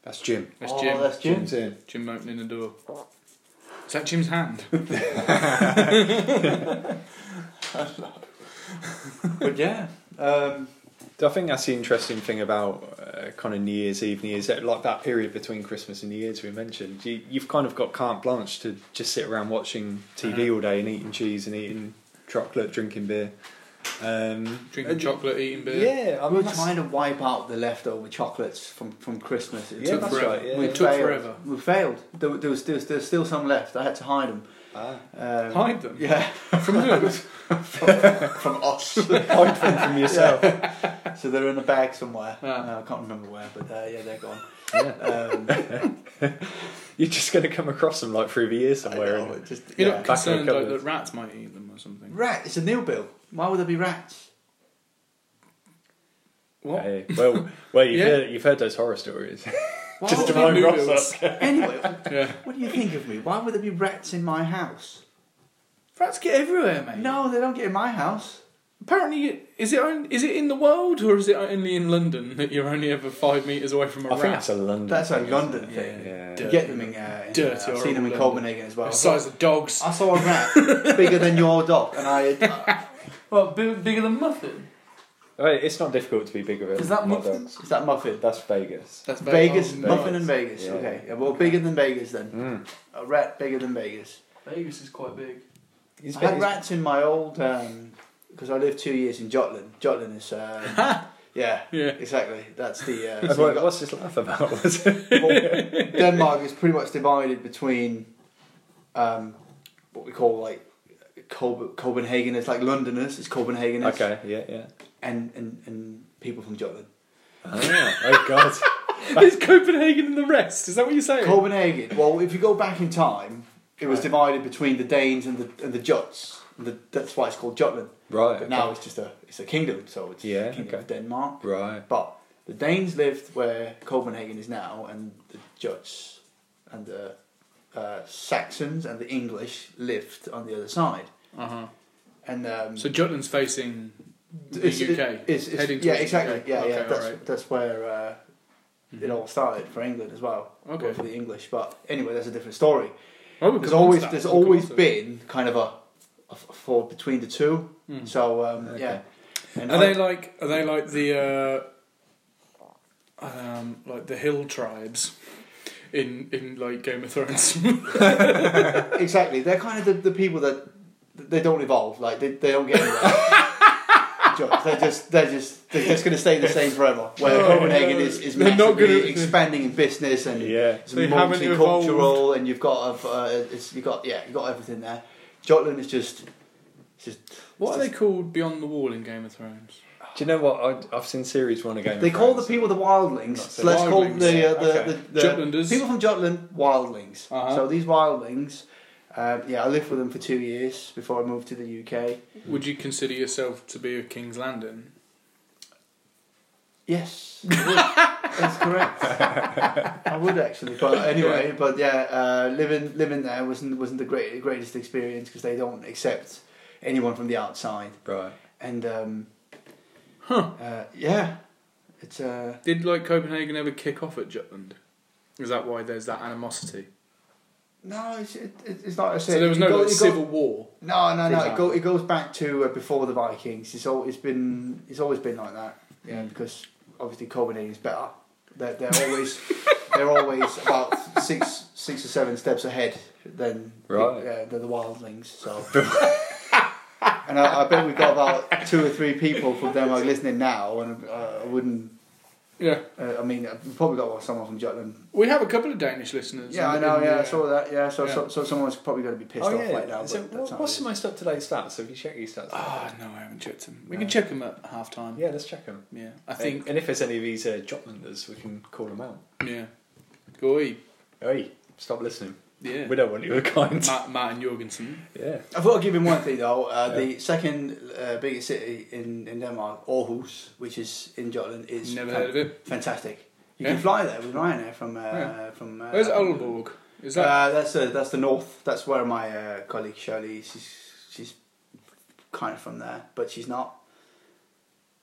S1: That's Jim.
S2: That's
S3: oh,
S2: Jim.
S3: that's Jim.
S1: Jim's in.
S2: Jim opening the door. Is that Jim's hand?
S3: but yeah, um,
S1: I think that's the interesting thing about uh, kind of New Year's Eve, New Year's Day, like that period between Christmas and New Year's we mentioned. You, you've kind of got carte blanche to just sit around watching TV all day and eating cheese and eating chocolate, drinking beer. Um,
S2: Drinking
S1: and-
S2: chocolate, eating beer.
S1: Yeah, I
S3: we were
S1: mean, that's-
S3: trying to wipe out the leftover chocolates from, from Christmas. It
S1: yeah,
S3: took
S1: that's
S2: forever.
S1: right. Yeah.
S3: We
S2: It took
S3: failed.
S2: forever.
S3: We failed. There, there was, there was, there was still some left. I had to hide them.
S1: Ah.
S3: Um,
S2: Hide them.
S3: Yeah,
S2: From who?
S3: from us.
S1: Hide them from yourself.
S3: so they're in a bag somewhere.
S2: Ah.
S3: Uh, I can't remember where, but uh, yeah, they're gone.
S1: Yeah.
S3: Um,
S1: You're just going to come across them like through the year somewhere.
S3: I know,
S1: and-
S3: it just,
S2: You're
S3: yeah.
S2: not concerned
S1: Back
S2: like,
S1: in the
S2: that rats might eat them or something.
S3: Rat. It's a new bill. Why would there be rats?
S2: What?
S1: Hey, well, well, you've,
S2: Yeah.
S1: heard, you've heard those horror stories.
S3: Why
S1: just
S3: would
S1: to
S3: there
S1: blow
S3: be-
S2: noodles.
S1: Ross up.
S3: Anyway,
S2: Yeah.
S3: what do you think of me? Why would there be rats in my house?
S2: Rats get everywhere, mate.
S3: No, they don't get in my house.
S2: Apparently, is it on, is it in the world or is it only in London that you're only ever five meters away from a
S1: I think
S2: rat?
S1: that's a London.
S3: That's a
S1: thing, isn't
S3: London
S2: Yeah.
S3: thing.
S1: it?
S2: Dirty.
S1: Yeah.
S3: You get them in. Uh, in
S2: Dirty,
S3: uh, I've seen them in
S2: horrible
S3: Copenhagen as well.
S2: the size of dogs.
S3: I saw a rat bigger than your dog, and I.
S2: Well, big, bigger than muffin.
S1: Right, it's not difficult to be bigger.
S2: Is that
S1: than hot
S2: Muffin?
S1: dogs.
S3: is that muffin?
S1: That's Vegas.
S2: That's
S3: Vegas,
S2: oh,
S3: muffin, and Vegas.
S1: Yeah.
S3: Okay, yeah, well, bigger than Vegas then.
S1: Mm.
S3: A rat bigger than Vegas.
S2: Vegas is quite big.
S1: He's
S3: I had
S1: been-
S3: rats in my old because I lived two years in Jutland. Jutland is um, yeah,
S2: Yeah.
S3: exactly. That's the uh,
S1: he's-
S3: so you
S1: what- what's this laugh about? Was it?
S3: got- well, Denmark is pretty much divided between um, what we call like Col- Copenhageners, like Londoners, it's Copenhageners,
S1: okay, yeah, yeah.
S3: and, and and people from Jutland.
S1: Ah, oh god.
S2: There's Copenhagen and the rest. Is that what you're saying?
S3: Copenhagen. Well, if you go back in time, it was divided between the Danes and the and the Juts. And the, that's why it's called Jutland.
S1: Right.
S3: But now it's just a it's a kingdom, so it's
S1: Yeah,
S3: the kingdom
S1: okay.
S3: of Denmark.
S1: Right.
S3: But the Danes lived where Copenhagen is now, and the Juts and the uh, Saxons and the English lived on the other side.
S2: uh huh.
S3: And um,
S2: So Jutland's facing the
S3: it's-
S2: UK.
S3: it's- it's-
S2: heading
S3: yeah,
S2: towards
S3: exactly.
S2: UK.
S3: Yeah,
S2: okay,
S3: yeah. That's
S2: alright.
S3: that's where uh, it all started for England as well.
S2: Okay.
S3: or For the English, but anyway, that's a different story.
S2: Well, we'll
S3: There's
S2: come on to
S3: always
S2: that.
S3: there's
S2: We'll come
S3: always
S2: on to it.
S3: been kind of a, a f- fall between the two.
S2: Mm.
S3: So um,
S1: Okay.
S3: yeah. And
S2: Are
S3: I-
S2: they like are they like the uh, um, like the hill tribes in in like Game of Thrones.
S3: exactly. They're kind of the, the people that they don't evolve. Like they, they don't get anywhere. Jokes. They're just they're just they're just going to stay the same forever. Where
S2: Oh,
S3: Copenhagen
S2: yeah.
S3: is is
S2: They're not
S3: massively
S2: gonna-
S3: expanding in business and
S1: Yeah.
S3: it's
S2: They haven't
S3: multicultural, and you've got a, uh, it's, you got yeah you got everything there. Jutland is just it's just
S2: what are they called beyond the wall in Game of Thrones?
S1: Do you know what? I, I've seen series one again.
S3: they call the people the wildlings.
S1: Not
S3: So
S1: so
S3: let's call
S2: wildlings.
S3: the, uh, the,
S1: Okay.
S3: the, the
S2: Jutlanders.
S3: people from Jutland wildlings.
S2: Uh-huh.
S3: So these wildlings, uh, yeah, I lived with them for two years before I moved to the UK.
S2: Would you consider yourself to be a King's Landing?
S3: Yes, I would. that's correct. I would actually, but anyway, but yeah, uh, living living there wasn't wasn't the great, greatest experience because they don't accept anyone from the outside,
S1: Right.
S3: and um,
S2: Huh.
S3: uh, yeah, it's uh,
S2: Did like Copenhagen ever kick off at Jutland? Is that why there's that animosity?
S3: no, it's it, it's not. I
S2: So,
S3: said,
S2: there was no
S3: you go-
S2: like,
S3: you go-
S2: civil war.
S3: No,
S2: for
S3: no, no. It,
S2: example.
S3: go, it goes back to uh, before the Vikings. It's always been it's always been like that. Yeah,
S2: Mm.
S3: because obviously Copenhagen is better. They're, they're always they're always about six six or seven steps ahead than
S1: Right.
S3: the, uh, than the wildlings. So. And I, I bet we've got about two or three people from Denmark listening now, and uh, I wouldn't.
S2: Yeah,
S3: Uh, I mean, I've probably got someone from Jutland.
S2: we have a couple of Danish listeners.
S3: Yeah, I
S2: in-
S3: know.
S2: in
S3: Yeah,
S2: the-
S3: I saw that. Yeah, so
S2: Yeah.
S3: So, so someone's probably going to be pissed
S1: Oh
S3: off
S1: yeah.
S3: right now.
S1: so
S3: but that's
S1: what,
S3: how
S1: what's
S3: it
S1: the most
S3: is.
S1: up to date stats? Have you checked your stats?
S2: Ah, no, I haven't checked them. We
S3: No.
S2: can check them at half time. Yeah.
S1: Yeah, let's check them.
S2: I think.
S1: and if there's any of these uh, Jotlanders, we can call them out.
S2: Yeah, Goy.
S1: Hey, stop listening.
S2: Yeah,
S1: We don't want you a kind.
S2: Ma- Martin Jorgensen.
S1: Yeah.
S3: I've got to give him one thing though. Uh, The second uh, biggest city in, in Denmark, Aarhus, which is in Jutland, is
S2: Never
S3: fan-
S2: heard of it.
S3: fantastic. You
S2: Yeah.
S3: can fly there with Ryanair from uh,
S2: Yeah.
S3: from. Uh,
S2: Where's Aalborg? Is that
S3: Uh, that's the that's the north. That's where my uh, colleague Shirley. She's she's kind of from there, but she's not.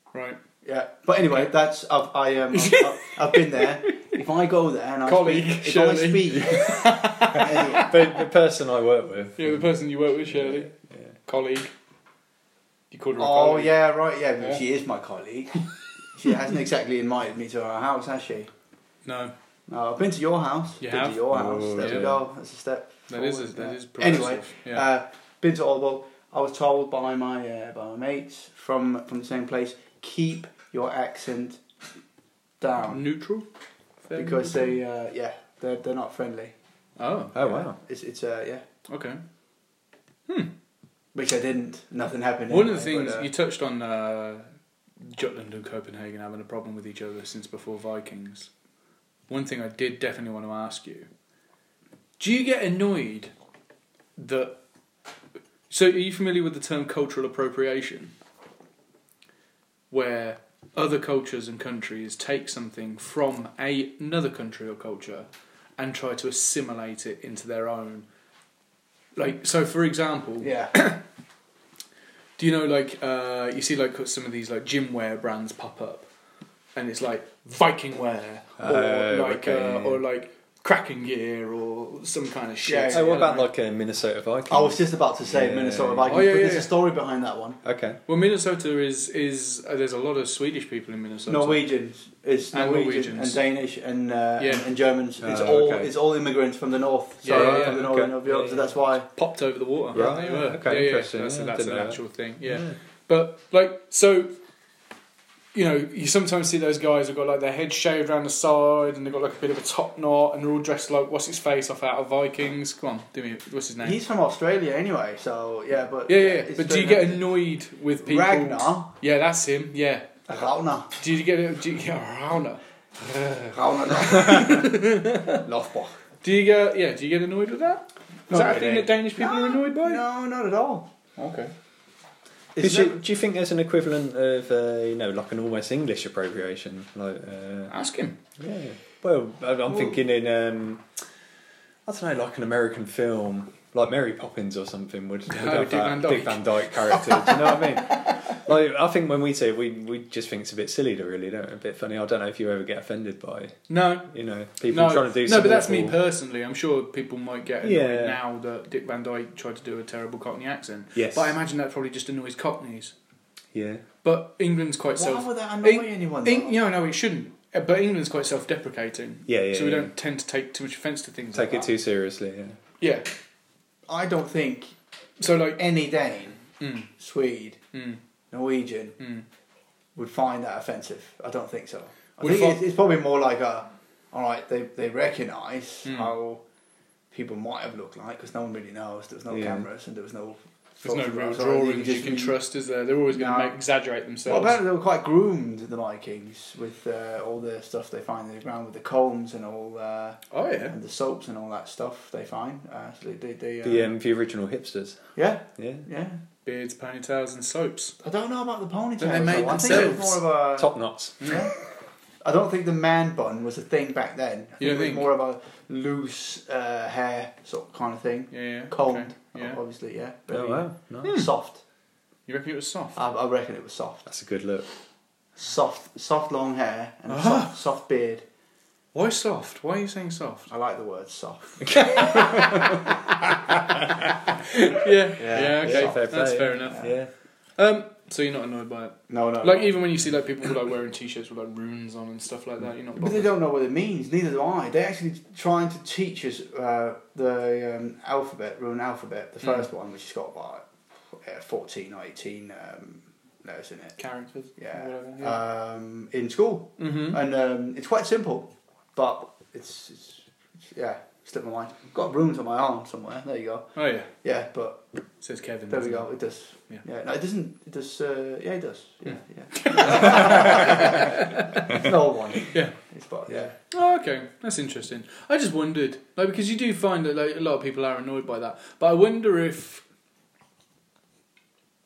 S3: Uh,
S2: right?
S3: Yeah, but anyway, that's I've I um I've, I've- I've been there. If I go there and I
S2: Colleague
S3: speak,
S2: Shirley.
S3: if I speak, anyway,
S1: The, the person I work with.
S2: Yeah, the person you work with, Shirley,
S1: Yeah.
S2: colleague. You called her. a
S3: Oh
S2: colleague.
S3: yeah, right. Yeah, well,
S2: Yeah.
S3: she is my colleague. she hasn't exactly invited me to her house, has she?
S2: No,
S3: No, I've been to your house.
S2: You
S3: been
S2: have?
S3: to your house.
S1: Oh,
S3: there
S2: yeah.
S3: we go. That's a step.
S2: that is a,
S3: forward
S2: that
S3: there.
S2: is progressive.
S3: anyway.
S2: Yeah.
S3: Uh, been to Orwell. I was told by my uh, by my mates from from the same place. Keep your accent down
S2: neutral. Fair
S3: uh, because
S2: neutral?
S3: they uh, yeah they're they're not friendly.
S2: Oh,
S1: Oh wow.
S3: It's it's uh, yeah.
S2: okay.
S3: Which I didn't. Nothing happened.
S2: One of the
S3: anyway,
S2: things
S3: but, uh,
S2: you touched on uh, Jutland and Copenhagen having a problem with each other since before Vikings. One thing I did definitely want to ask you: Do you get annoyed that? So, are you familiar with the term cultural appropriation, where other cultures and countries take something from a, another country or culture and try to assimilate it into their own? Like, so for example,
S3: uh, yeah.
S2: do you know like uh, you see like some of these like gym wear brands pop up, and it's like Viking wear or
S1: Oh,
S2: like
S1: okay,
S2: uh,
S1: yeah.
S2: or like Kraken gear or some kind of shit.
S3: Yeah, yeah.
S1: So what about like a Minnesota Viking?
S3: I was just about to say
S1: Yeah.
S3: Minnesota Vikings,
S2: Oh, yeah,
S3: but
S2: yeah,
S3: there's
S2: yeah.
S3: a story behind that one.
S1: Okay.
S2: Well, Minnesota is is uh, there's a lot of Swedish people in Minnesota.
S3: Norwegians. It's
S2: And
S3: Norwegian
S2: Norwegians.
S3: and Danish and uh,
S2: Yeah.
S3: and, and Germans. It's
S1: Oh,
S3: all
S1: okay.
S3: it's all immigrants from the north. So
S2: Yeah, yeah,
S3: from the
S1: yeah,
S3: northern
S1: okay.
S3: of Europe.
S1: Yeah,
S3: So
S1: yeah.
S3: that's why.
S2: popped over the water.
S1: Right,
S2: they were.
S1: okay,
S2: yeah, yeah,
S1: interesting,
S2: That's,
S1: yeah,
S2: that's
S1: didn't
S2: an
S1: know that.
S2: actual thing. Yeah. But like so you know, you sometimes see those guys who've got like their head shaved around the side and they've got like a bit of a top knot and they're all dressed like what's his face off out of Vikings. Come on, do me what's his name?
S3: He's from Australia anyway. So yeah, but
S2: yeah, yeah. yeah.
S3: it's
S2: But do you get
S3: very-
S2: annoyed with people
S3: Ragnar?
S2: Yeah, that's him, yeah.
S3: Ragnar?
S2: Do you get do you get Ragnar?
S3: Ragnar. Lofborg.
S2: Do you get yeah, do you get annoyed with that? Is
S3: Not
S2: that a
S3: really.
S2: thing that Danish people are annoyed by?
S3: No, not at all.
S2: Okay.
S3: It's
S1: Is
S3: never-
S1: it- do you think there's an equivalent of, uh, you know, like an almost English appropriation? Like, uh,
S2: Ask him.
S1: yeah. Well, I- I'm thinking in, um, I don't know, like an American film, like Mary Poppins or something would, would
S2: Oh,
S1: have
S2: Dick
S1: that
S2: Van Dyke.
S1: Dick Van Dyke character. do you know what I mean? Like, I think when we say it, we we just think it's a bit silly, though, really, don't we? A bit funny. I don't know if you ever get offended by,
S2: No,
S1: you know, people trying to do
S2: no,
S1: something.
S2: but that's me personally. I'm sure people might get annoyed
S1: Yeah.
S2: now that Dick Van Dyke tried to do a terrible Cockney accent.
S1: Yes.
S2: But I imagine that probably just annoys Cockneys.
S1: Yeah.
S2: But England's quite
S3: Why
S2: self.
S3: would that annoy
S2: Eng-
S3: anyone?
S2: Eng- no,
S3: though?
S2: no, it shouldn't. Uh, But England's quite self-deprecating,
S1: Yeah, yeah.
S2: so we
S1: yeah.
S2: don't tend to take too much offence to things.
S1: take
S2: like
S1: it
S2: that.
S1: too seriously. Yeah.
S2: Yeah.
S3: I don't think
S2: So like.
S3: any Dane,
S2: Mm,
S3: Swede,
S2: mm,
S3: Norwegian
S2: mm.
S3: would find that offensive. I don't think so. I
S2: Would
S3: think
S2: fi-
S3: it's, it's probably more like a, all right, they, they recognise
S2: Mm.
S3: how people might have looked like because no one really knows. There was no
S1: Yeah.
S3: cameras and there was no.
S2: There's no
S3: photographs or anything,
S2: drawings you
S3: just-
S2: can trust, is there? They're always going
S3: No.
S2: to make exaggerate
S3: Well,
S2: themselves.
S3: apparently they were quite groomed, the Vikings, with uh, all the stuff they find in the ground with the combs and all, uh,
S2: oh yeah.
S3: and the soaps and all that stuff they find. Uh, so they, they, they, uh,
S1: The um, the original hipsters.
S3: yeah,
S1: Yeah.
S3: yeah.
S2: Beards, ponytails, and soaps.
S3: I don't know about the ponytail.
S2: Then they made
S3: I think it was
S2: themselves.
S3: more of a
S1: Top knots.
S3: Yeah. I don't think the man bun was a thing back then. I
S2: You don't
S3: it was
S2: think?
S3: more of a loose uh, hair sort of kind of thing.
S2: Yeah. yeah.
S3: Combed,
S2: Okay. Yeah.
S3: obviously, yeah.
S1: Oh
S3: Very
S1: wow, nice.
S3: Soft.
S2: You reckon it was soft?
S3: I, I reckon it was soft.
S1: That's a good look.
S3: Soft, soft long hair and a
S2: Ah.
S3: soft, soft beard.
S2: Why soft? Why are you saying soft?
S3: I like the word soft.
S2: yeah. Yeah.
S3: Yeah,
S2: okay.
S3: yeah,
S1: fair
S2: That's
S1: play,
S2: fair
S1: yeah.
S2: enough.
S1: Yeah.
S2: Um. So you're not annoyed by it?
S3: No, no.
S2: Like
S3: no.
S2: even when you see like people like wearing t-shirts with like runes on and stuff like that, you're not
S3: But they
S2: bothered.
S3: don't know what it means. Neither do I. They're actually trying to teach us uh, the um, alphabet, rune alphabet, the
S2: Mm.
S3: first one, which has got about uh, 14 or 18 um, letters in it.
S2: Characters.
S3: Yeah.
S2: Or whatever, yeah.
S3: Um, in school.
S2: mm-hmm.
S3: and um, it's quite simple, but it's, it's yeah, slipped my mind. I've got runes on my arm somewhere. There you go.
S2: Oh yeah.
S3: Yeah, but
S2: Says Kevin.
S3: there we
S2: doesn't
S3: go. It does.
S2: Yeah.
S3: Yeah, no, it doesn't. It does. Uh, yeah, it does. Yeah, yeah. it's an old one.
S2: Yeah.
S3: it's but yeah.
S2: Oh, okay, that's interesting. I just wondered, like, because you do find that like, a lot of people are annoyed by that, but I wonder if.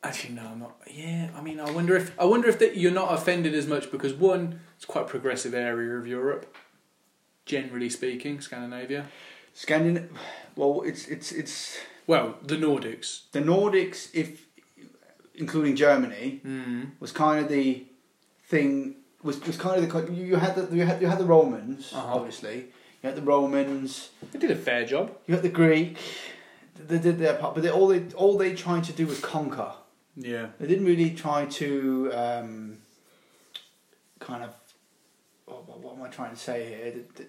S2: Actually, no, I'm not. Yeah, I mean, I wonder if I wonder if that you're not offended as much because one, it's quite a progressive area of Europe, generally speaking, Scandinavia.
S3: Scandin. Well, it's it's it's
S2: Well, the Nordics.
S3: the Nordics, if including Germany,
S2: Mm.
S3: was kind of the thing was, was kind of the co- you you had the you had, you had the Romans
S2: Uh-huh.
S3: obviously you had the Romans
S2: They did a fair job.
S3: You got the Greek. They did their part, but they, all they all they tried to do was conquer.
S2: Yeah.
S3: They didn't really try to um, kind of. oh, what, what am I trying to say here? Th- th-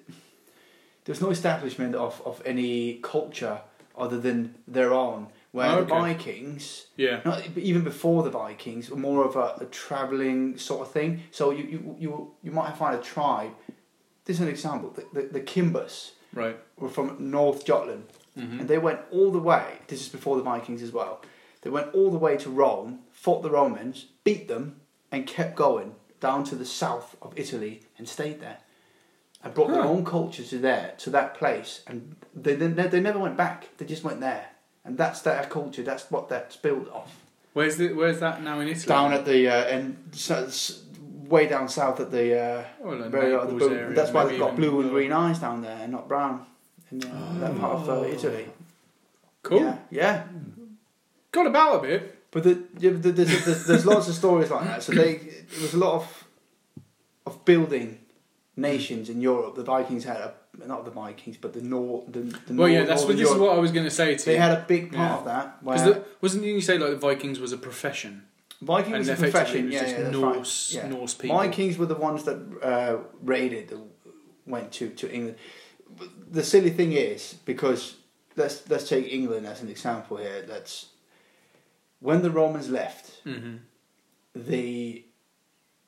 S3: There was no establishment of, of any culture other than their own. Where the
S2: Oh, Okay.
S3: Vikings,
S2: Yeah.
S3: not even before the Vikings, were more of a, a traveling sort of thing. So you you you, you might find a tribe. This is an example. The, the, the Kimbers
S2: Right.
S3: were from North Jutland.
S2: Mm-hmm.
S3: And they went all the way, this is before the Vikings as well, they went all the way to Rome, fought the Romans, beat them, and kept going down to the south of Italy and stayed there. And brought their
S2: Huh.
S3: own culture to there, to that place. And they, they, they never went back, they just went there. And that's their culture, that's what that's built off.
S2: Where's the Where's that now in Italy?
S3: Down at the, uh, and so, s way down south at the, uh,
S2: well, like
S3: very, uh, the
S2: Naples
S3: blue-
S2: area,
S3: that's why
S2: maybe
S3: they've got
S2: even-
S3: blue and green eyes down there and not brown in uh, that part of uh, Italy.
S2: Oh, Cool.
S3: Yeah, yeah.
S2: Got about a bit.
S3: But the, yeah, but there's, there's, there's lots of stories like that. So they, there was a lot of of building nations in Europe. The Vikings had a not the Vikings, but the Nor the, the
S2: Well, yeah.
S3: Nor-
S2: That's what,
S3: Northern
S2: this is
S3: Europe.
S2: what I was going to say to you.
S3: They had a big part
S2: Yeah.
S3: of that. Where
S2: Because wasn't you say like the Vikings was a profession?
S3: Viking was a
S2: effectively
S3: profession.
S2: it was
S3: Yeah,
S2: just
S3: yeah, that's right.
S2: Norse,
S3: Yeah.
S2: Norse people.
S3: Vikings were the ones that uh, raided, the, went to, to England. But The silly thing is because let's let's take England as an example here. That's when the Romans left.
S2: Mm-hmm.
S3: the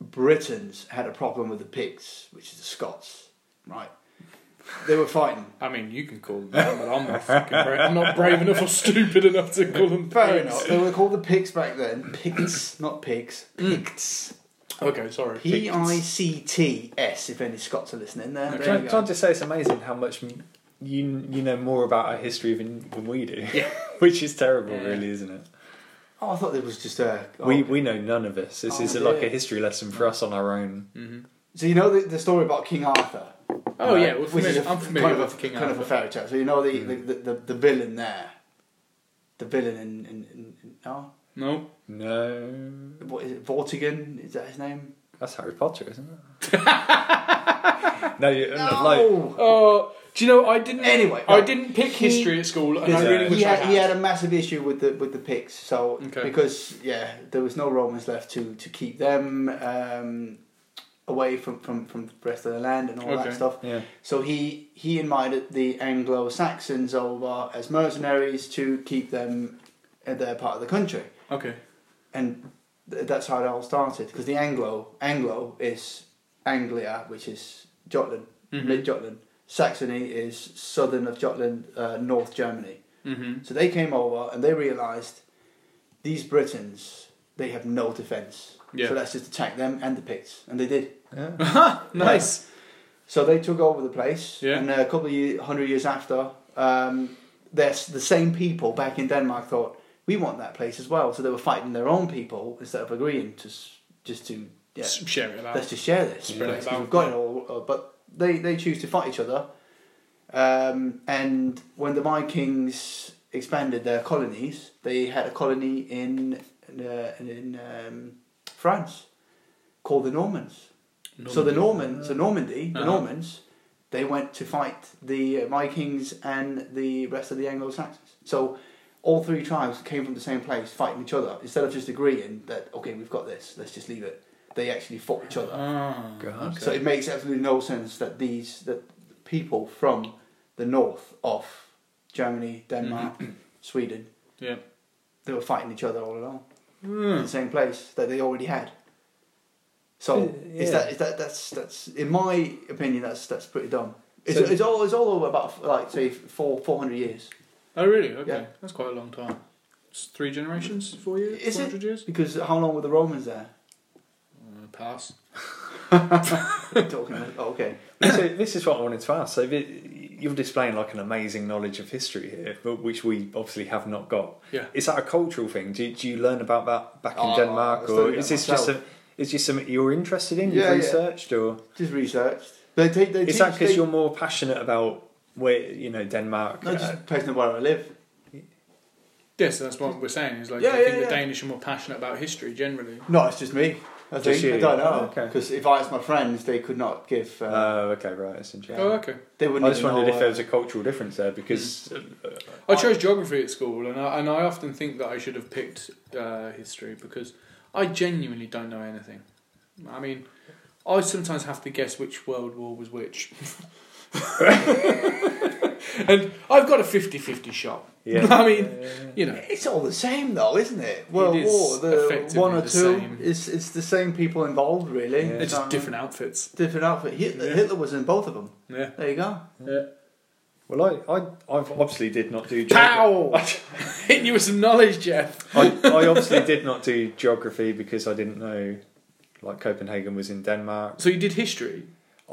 S3: Britons had a problem with the Picts, which is the Scots, right? They were fighting.
S2: I mean, you can call them that, but I'm not fucking brave. I'm not brave enough or stupid enough to call them.
S3: Fair
S2: pigs.
S3: enough. They were called the Picts back then. Picts, not pigs. Picts.
S2: Okay, sorry.
S3: P I C T S. If any Scots are listening, there. there
S1: Can,
S3: you
S1: I- can I
S3: go.
S1: just say it's amazing how much m- you you know more about our history than, than we do? Yeah. Which is terrible,
S2: Yeah.
S1: really, isn't it?
S3: Oh, I thought it was just a. oh.
S1: We we know none of this. This
S3: Oh,
S1: is
S3: yeah. Mm.
S1: like a history lesson for us on our own.
S3: So you know the, the story about King Arthur,
S2: Oh
S1: Uh,
S2: yeah, well, familiar.
S3: a
S2: I'm familiar
S3: kind of
S2: with
S3: a,
S2: King
S3: kind
S2: Arthur. Hmm.
S3: of a fairy tale. So you know the, the, the, the villain there, the villain in in, in, in oh,
S2: no,
S1: No,
S3: what is it? Vortigern is that his name?
S1: that's Harry Potter, isn't it? no, you, no, like
S3: No.
S2: oh, do you know I didn't?
S3: Anyway,
S2: I
S3: right.
S2: didn't pick
S3: He- uh,
S2: history at school, and
S1: Yeah.
S2: I really wish
S3: he,
S2: I
S3: had,
S2: had.
S3: he had a massive issue with the with the picks, so
S2: Okay.
S3: because yeah, there was no Romans left to to keep them. Um, away from, from, from the rest of the land and all
S2: Okay.
S3: that stuff.
S1: Yeah.
S3: So he he invited the Anglo Saxons over as mercenaries to keep them at their part of the country,
S2: Okay.
S3: and th- that's how it all started. Because the Anglo Anglo is Anglia, which is Jutland,
S2: Mhm.
S3: mid Jutland. Saxony is southern of Jutland, uh, North Germany.
S2: Mm-hmm.
S3: So they came over and they realised these Britons they have no defence.
S2: Yeah.
S3: So let's just attack them and the Picts, and they did.
S1: Yeah.
S2: Nice.
S3: So they took over the place,
S2: Yeah.
S3: and a couple of year, hundred years after, um, there's the same people back in Denmark thought we want that place as well. So they were fighting their own people instead of agreeing to s- just to yeah,
S2: S- Share it out.
S3: let's just share this.
S2: Spread it
S3: place,
S2: about,
S3: We've got it all, uh, but they they choose to fight each other. Um, and when the Vikings expanded their colonies, they had a colony in uh, in um, France called the Normans. So the Normans, so Normandy, the
S2: Uh-huh.
S3: Normans, they went to fight the Vikings and the rest of the Anglo Saxons. So all three tribes came from the same place, fighting each other instead of just agreeing that okay, we've got this, let's just leave it. They actually fought each other.
S2: Ah.
S1: God.
S3: So it makes absolutely no sense that these that people from the north of Germany, Denmark, Sweden,
S2: Yeah.
S3: they were fighting each other all along in
S2: Mm.
S3: the same place that they already had. So
S1: Uh, yeah.
S3: is that is that that's that's in my opinion that's that's pretty dumb. It's,
S1: So-
S3: it's all it's all over about like say four four hundred years
S2: Oh, really? Okay.
S3: Yeah.
S2: That's quite a long time. It's three generations? Four years?
S3: Is it?
S2: 400 years?
S3: because how long were the Romans there?
S2: Uh, pass.
S3: Talking about, oh, okay,
S1: so this is what I wanted to ask. So thi- you're displaying like an amazing knowledge of history here, but which we obviously have not got.
S2: Yeah.
S1: Is that a cultural thing? Do, do you learn about that back in
S3: Oh, I
S1: Denmark,
S3: studied
S1: or
S3: it
S1: is this just a,
S3: myself.
S1: is this something you're interested in? You've
S3: Yeah, yeah.
S1: researched, or
S3: just researched. They take they
S1: is
S3: teach-
S1: that because
S3: they-
S1: you're more passionate about where you know Denmark?
S3: no,
S1: uh,
S3: just based on where I live.
S2: Yes, that's what we're saying. Is like,
S3: Yeah,
S2: I
S3: yeah,
S2: think
S3: yeah.
S2: the Danish are more passionate about history generally.
S3: No, it's just me. I
S1: Just
S3: think
S1: you. Oh,
S3: I don't know
S1: Okay.
S3: because if I asked my friends, they could not give. Uh,
S1: oh, okay, right. It's interesting.
S2: Oh, okay.
S3: they
S1: I
S3: wouldn't.
S1: just
S3: even
S1: wondered if
S3: know, uh,
S1: there was a cultural difference there because uh,
S2: I chose geography at school, and I, and I often think that I should have picked uh, history because I genuinely don't know anything. I mean, I sometimes have to guess which world war was which. and I've got a 50 50 shot.
S1: yeah.
S2: I mean, you know.
S3: It's all the same though, isn't it? World
S2: is
S3: War, the
S2: effectively
S3: one or
S2: the
S3: two,
S2: same.
S3: it's it's the same people involved really.
S1: Yeah.
S2: They're
S3: So,
S2: just different outfits.
S3: different outfit. Hitler,
S2: Yeah.
S3: Hitler was in both of them.
S2: Yeah.
S3: There you go.
S1: Well, I, I, I obviously did not do.
S2: Pow!
S1: geography.
S2: Hitting you with some knowledge, Jeff.
S1: I, I obviously did not do geography because I didn't know, like Copenhagen was in Denmark.
S2: So you did history?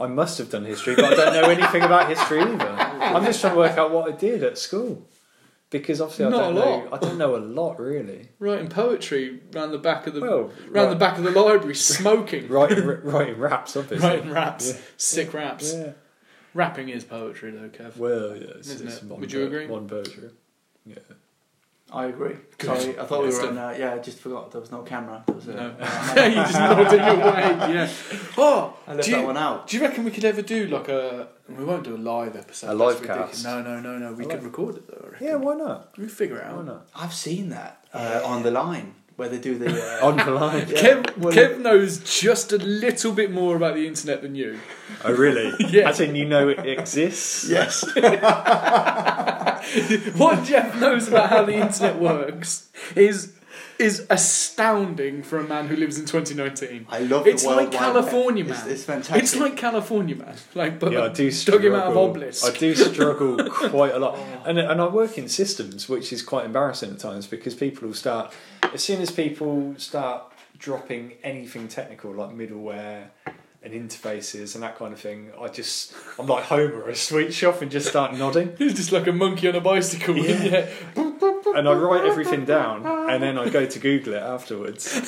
S1: I must have done history, but I don't know anything about history either. I'm just trying to work out what I did at school because obviously I
S2: Not
S1: don't
S2: a
S1: know.
S2: lot.
S1: I don't know a lot really.
S2: Writing poetry round the back of the
S1: Well,
S2: round the back of the library, smoking,
S1: writing, writing raps, obviously.
S2: writing raps, sick raps.
S1: Yeah.
S2: Rapping is poetry, though, Kev.
S1: Well, yeah. It's,
S2: Isn't
S1: it's
S2: it?
S1: Mon
S2: Would you
S1: Ber-
S2: agree?
S1: Mon Berger. Yeah.
S3: I agree.
S2: Good.
S3: Sorry, I thought
S2: Good
S3: we were
S2: stuff.
S3: on. Uh, yeah, I just forgot there was no camera. There was a, uh,
S2: No. you just nodded your way. Yeah. Oh,
S3: I left
S2: do you,
S3: that one out.
S2: do you reckon we could ever do like a? We won't do a live episode.
S1: A
S2: that's
S1: live
S2: ridiculous.
S1: cast?
S2: No, no, no, no. We
S1: A
S2: could
S1: live-
S2: record it though. I reckon.
S1: Yeah. Why not?
S2: We figure it
S1: Why
S2: out.
S1: not?
S3: I've seen that uh, on the line where they do the. Uh,
S2: Oh,
S1: On the line.
S3: yeah.
S2: Kev,
S3: Well,
S2: Kev knows just a little bit more about the internet than you.
S1: Oh, really?
S2: Yeah.
S1: As in, you know it exists.
S3: Yes.
S2: What Jeff knows about how the internet works is is astounding for a man who lives in 2019.
S3: I love
S2: It's
S3: the World
S2: like
S3: Wide
S2: California
S3: Web.
S2: Man.
S3: It's, it's fantastic.
S2: It's like California man, like but
S1: yeah, I do
S2: dug
S1: struggle.
S2: him out of obelisk.
S1: I do struggle quite a lot,
S2: Oh.
S1: and and I work in systems, which is quite embarrassing at times because people will start as soon as people start dropping anything technical like middleware and interfaces and that kind of thing. I just I'm like Homer, I switch off and just start nodding,
S2: He's just like a monkey on a bicycle. Yeah.
S1: Yeah. and I write everything down, and then I go to Google it afterwards, and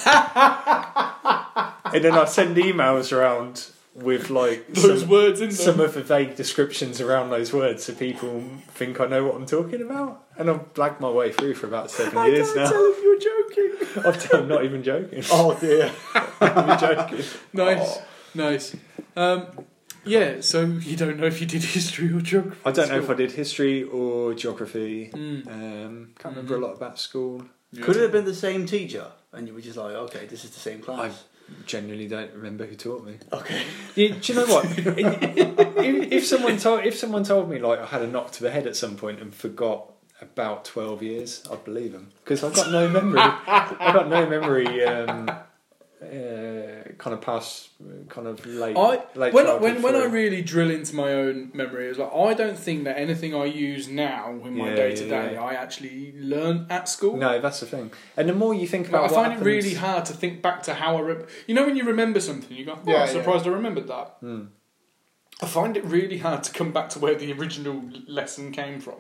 S1: then I send emails around with like
S2: Those
S1: some-
S2: words in them.
S1: some of the vague descriptions around those words so people think I know what I'm talking about. And I've blagged my way through for about seven
S2: I
S1: years
S2: can't
S1: now.
S2: tell if you're joking.
S1: I've- I'm not even joking.
S3: oh dear.
S1: I'm not even joking.
S2: Nice,
S1: Oh.
S2: nice. Um, yeah, so you don't know if you did history or geography.
S1: I don't know if I did history or geography.
S2: Mm.
S1: Um, can't remember a lot about school.
S2: Yeah.
S3: Could it have been the same teacher? And you were just like, okay, this is the same class.
S1: genuinely don't remember who taught me.
S3: Okay.
S1: Yeah, do you know what? if, if someone told if someone told me like I had a knock to the head at some point and forgot about twelve years, I'd believe them because I've got no memory. I've got no memory. Um, uh, kind of past, kind of late.
S2: I
S1: late
S2: when I-
S1: childhood
S2: when when I
S1: through.
S2: really drill into my own memory, it's like I don't think that anything I use now in my
S1: Yeah,
S2: day to day,
S1: yeah, yeah.
S2: I actually learn at school.
S1: no, that's the thing. And the more you think
S2: Like,
S1: about,
S2: I
S1: what
S2: find
S1: happens,
S2: it really hard to think back to how I. Re- you know when you remember something, you go, oh,
S3: Yeah,
S2: I'm
S3: yeah.
S2: surprised I remembered that."
S1: Hmm.
S2: I find it really hard to come back to where the original lesson came from.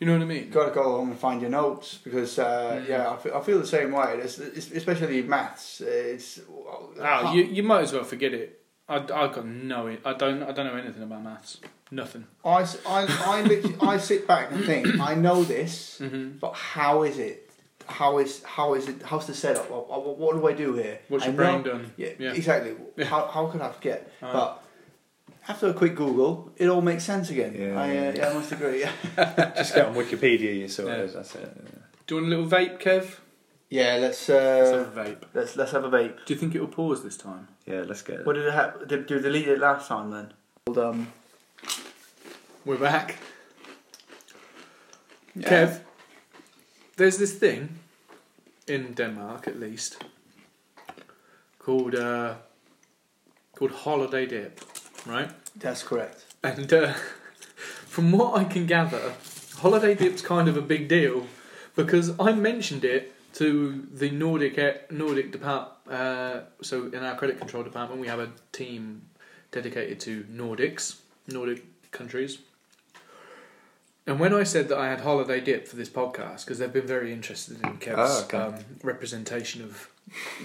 S2: You know what I mean?
S3: Got to go home and find your notes because uh,
S2: Mm.
S3: yeah, I feel, I feel the same way. It's, it's, especially maths. It's uh,
S2: Oh, you, you might as well forget it. I have got no. I don't I don't know anything about maths. Nothing.
S3: I, s- I, I literally, I sit back and think I know this,
S2: Mhm.
S3: but how is it? How is how is it? How's the setup? What, what, what do I do here?
S2: What's
S3: I
S2: your brain
S3: know-
S2: done?
S3: Yeah,
S2: Yeah.
S3: exactly.
S2: Yeah.
S3: How how could I forget?
S2: Uh.
S3: but after a quick Google, it all makes sense again.
S1: Yeah.
S3: I, uh, yeah, I must agree. Yeah,
S1: just get on Wikipedia. You sort of
S2: Yeah.
S1: that's it.
S2: Do you want a little vape, Kev?
S3: yeah. Let's
S2: Let's
S3: uh,
S2: have a vape.
S3: let's let's have a vape.
S2: Do you think it'll pause this time?
S1: Yeah, let's get it.
S3: What did it ha- did, did we delete it last time then? Hold um.
S2: We're back.
S3: yeah.
S2: Kev, there's this thing in Denmark, at least, called uh, called holiday dip, right?
S3: That's correct.
S2: And uh, from what I can gather, holiday dip's kind of a big deal because I mentioned it to the Nordic e, Nordic depart. Uh, so in our credit control department, we have a team dedicated to Nordics, Nordic countries. And when I said that I had holiday dip for this podcast, because they've been very interested in Kev's
S1: Ah, okay.
S2: um, representation of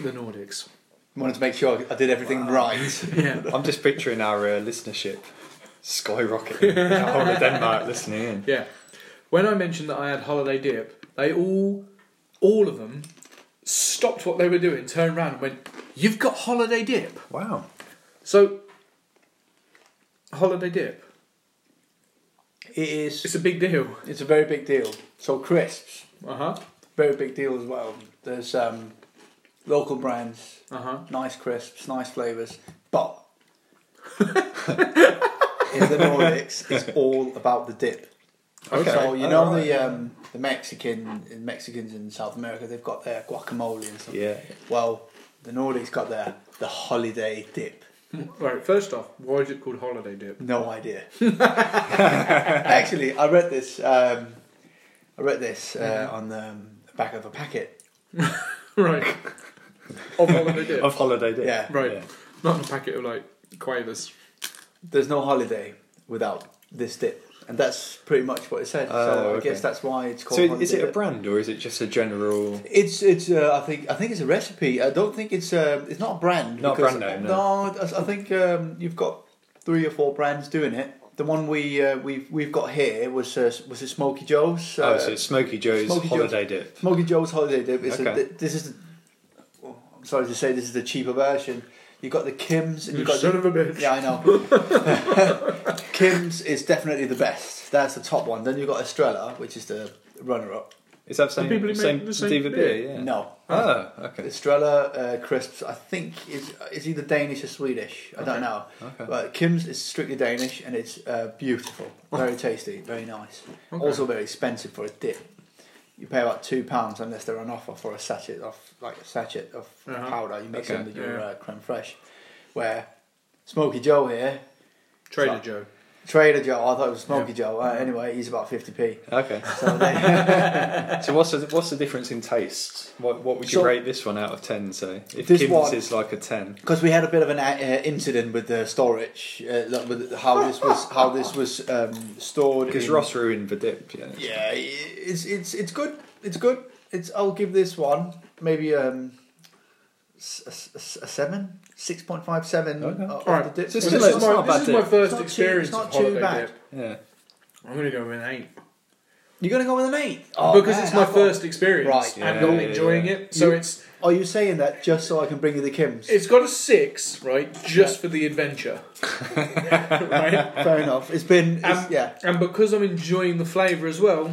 S2: the Nordics,
S3: Wanted to make sure I did everything right.
S2: yeah,
S1: I'm just picturing our uh, listenership skyrocketing. the whole of Denmark listening in.
S2: Yeah. When I mentioned that I had holiday dip, they all, all of them, stopped what they were doing, turned around and went, "You've got holiday dip."
S1: Wow.
S2: So, holiday dip.
S3: It is.
S2: It's a big deal.
S3: It's a very big deal. So crisps,
S2: Uh huh.
S3: very big deal as well. There's um, local brands,
S2: Uh huh.
S3: nice crisps, nice flavours, but in the Nordics, it's all about the dip.
S1: Okay.
S3: So you know
S1: Alright.
S3: the um, the Mexican Mexicans in South America, they've got their guacamole and stuff.
S1: Yeah.
S3: Well, the Nordics got their the holiday dip.
S2: Right. First off, why is it called holiday dip?
S3: No idea. Actually, I read this. Um, I read this uh, on the um, back of a packet.
S2: Right. of holiday dip.
S1: Of holiday dip.
S3: Yeah.
S2: right.
S1: yeah.
S2: Not in a packet of like quavers.
S3: There's no holiday without this dip, and that's pretty much what it said. so
S1: Oh,
S3: I guess
S1: okay.
S3: that's why it's called.
S1: So
S3: holiday
S1: is it a
S3: dip.
S1: brand or is it just a general?
S3: It's it's uh, I think I think it's a recipe. I don't think it's uh, it's not a brand.
S1: Not a
S3: because-
S1: brand name,
S3: No, I I think um, you've got three or four brands doing it. The one we uh, we've we've got here was uh, was it Smoky Joe's?
S1: oh,
S3: uh,
S1: so it's Smoky Joe's
S3: Smoky Joe's.
S1: holiday dip.
S3: Smoky Joe's Holiday Dip. Is a,
S1: Okay.
S3: th- this is. The, oh, I'm sorry to say, this is the cheaper version. You got the Kims and you
S2: You
S3: got
S2: son
S3: the,
S2: of a bitch.
S3: yeah, I know. Kims is definitely the best. That's the top one. Then you have got Estrella, which is the runner-up.
S1: Is that same
S2: people who make
S1: same,
S2: the same
S1: Diva beer?
S2: beer?
S1: Yeah.
S3: No,
S1: Oh, okay.
S3: Estrella uh, crisps. I think is is either Danish or Swedish. I don't know.
S1: Okay.
S3: But Kims is strictly Danish and it's uh, beautiful, very tasty, very nice.
S2: Okay.
S3: Also very expensive for a dip. You pay about two pounds unless they're on offer for a sachet of like a sachet of
S2: Uh-huh.
S3: powder. You mix
S1: Okay.
S3: it with your
S2: Yeah.
S3: uh, creme fraiche. Where Smoky Joe here,
S2: Trader
S3: So-
S2: Joe.
S3: Trader Joe. I thought it was Smoky Joe.
S2: Mm-hmm.
S3: Uh, anyway, he's about fifty p.
S1: Okay.
S3: So they,
S1: So what's the what's the difference in taste? What what would you
S3: So-
S1: rate this one out of ten? Say if
S3: This
S1: Kim's
S3: one-
S1: is like a ten.
S3: Because we had a bit of an uh, incident with the storage, uh, like with how this was how this was um, stored.
S1: Because
S3: in-
S1: Ross ruined the dip. Yeah.
S3: yeah, i- it's it's it's good. It's good. It's I'll give this one maybe um, s- a, s- a s- a seven, six point five seven.
S1: Okay.
S3: of
S2: All right.
S3: the dip.
S1: So it's
S2: Well,
S1: still
S2: this
S1: a-
S2: is
S1: it's not
S2: my,
S1: a
S2: this
S1: bad
S2: is
S1: dip. It's
S2: my first
S3: not too-
S2: experience
S3: it's not
S2: of
S3: too
S2: holiday
S3: bad.
S2: dip.
S1: Yeah.
S2: I'm gonna go with an eight.
S3: You're gonna go with an eight Oh,
S2: because it's my first experience
S3: Right.
S2: and
S1: Yeah,
S2: I'm
S1: yeah,
S2: enjoying
S1: yeah.
S2: it. So
S3: You-
S2: it's
S3: Are you saying that just so I can bring you the Kims?
S2: it's got a six, right, just for the adventure, right?
S3: Fair enough. It's been it's,
S2: Um,
S3: yeah.
S2: And because I'm enjoying the flavour as well,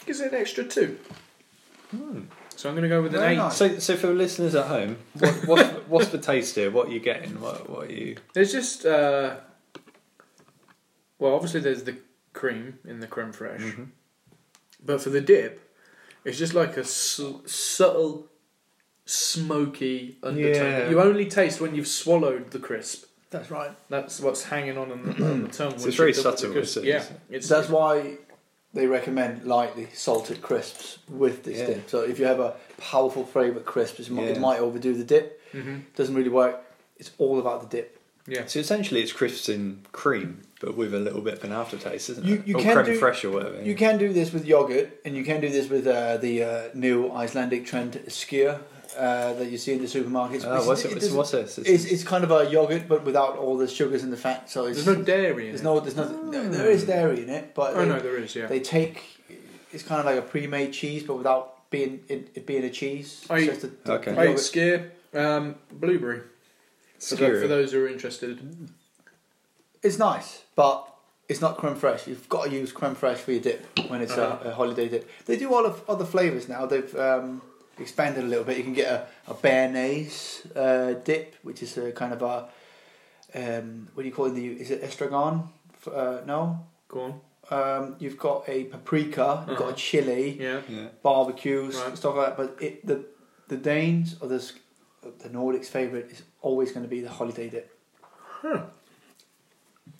S2: it gives it an extra two. So I'm going to go with an
S3: Very
S2: eight.
S3: nice.
S1: So, so for the listeners at home, what, what's, what's the taste here? What are you getting? What, what are you?
S2: There's just uh, well, obviously there's the cream in the creme fraiche, but for the dip, it's just like a su- subtle, smoky undertone.
S1: Yeah.
S2: You only taste when you've swallowed the crisp.
S5: That's right.
S2: That's what's hanging on on the, on the tongue.
S1: So
S2: which
S1: it's very
S2: is the-
S1: subtle,
S2: because-
S1: isn't it?
S2: yeah, it's
S3: So that's why they recommend lightly salted crisps with this
S1: Yeah.
S3: dip. So if you have a powerful flavour crisp, it's, mi-
S1: Yeah.
S3: it might overdo the dip.
S2: Mhm.
S3: Doesn't really work. It's all about the dip.
S2: yeah.
S1: So essentially, it's crisps in cream, but with a little bit of an aftertaste, isn't
S3: You-
S1: it?
S3: you
S1: or
S3: can
S1: creme
S3: do-
S1: fraiche or whatever.
S3: You can do this with yogurt, and you can do this with uh, the uh, new Icelandic trend skyr uh, that you see in the supermarkets.
S1: Oh,
S3: It's-
S1: what's
S3: it
S1: it? What's,
S3: doesn't-
S1: what's this? It's,
S3: It's, it's kind of a yogurt, but without all the sugars and the fat. So it's,
S2: There's no dairy in
S3: there's
S2: it.
S3: no, there's no, there is dairy in it, but
S2: oh
S3: they-
S2: no, there is. Yeah.
S3: They take it's kind of like a pre-made cheese, but without being it, it being a cheese.
S2: I-
S3: It's just a- the-
S1: Okay.
S3: the
S2: I ate
S3: yogurt.
S2: skyr, um, blueberry. For, tho-
S1: skewery.
S2: for those who are interested,
S3: It's nice, but it's not creme fraiche. You've got to use creme fraiche for your dip when it's
S2: Uh-huh.
S3: a, a holiday dip. They do all of other flavors now. They've um, expanded a little bit. You can get a, a béarnaise uh, dip, which is a kind of a um, what do you call it? In the U- is it estragon? F- Uh, no.
S2: go on.
S3: Um, you've got a paprika. You've got
S2: Uh-huh.
S3: a chili.
S2: Yeah.
S1: yeah.
S3: barbecues
S2: Right.
S3: stuff like that. But it, the the Danes or the S- the Nordics' favorite is always going to be the holiday dip.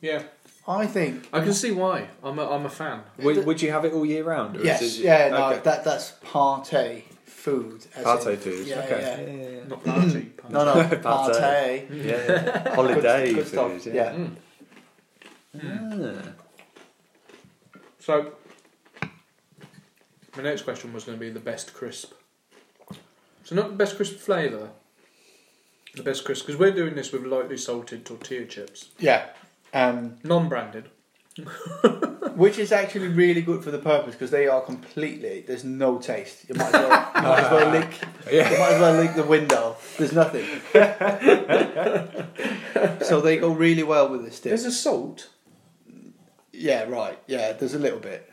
S2: Yeah.
S3: I think.
S2: I can see why. I'm a, I'm a fan.
S1: Would, would you have it all year round? Or
S3: yes.
S1: Is it,
S3: yeah. No.
S1: Okay.
S3: That that's partay food. as
S1: Pate
S3: in-
S1: food.
S3: Yeah,
S1: okay.
S3: yeah.
S1: Yeah, yeah,
S2: Not party.
S3: No, no.
S1: Partay.
S3: partay.
S1: yeah. yeah, yeah. Holiday
S3: Good- good
S1: food.
S3: stuff,
S1: Yeah.
S2: Mm.
S1: Ah.
S2: So, my next question was going to be the best crisp. So, not the best crisp flavour, the best crisp, because we're doing this with lightly salted tortilla chips,
S3: Yeah. Um,
S2: non branded.
S3: which is actually really good for the purpose because they are completely there's no taste. You might as well, you might as well lick.
S1: Yeah.
S3: You might as well lick the window. There's nothing. so they go really well with this dip.
S2: There's a salt.
S3: Yeah, right. Yeah, there's a little bit.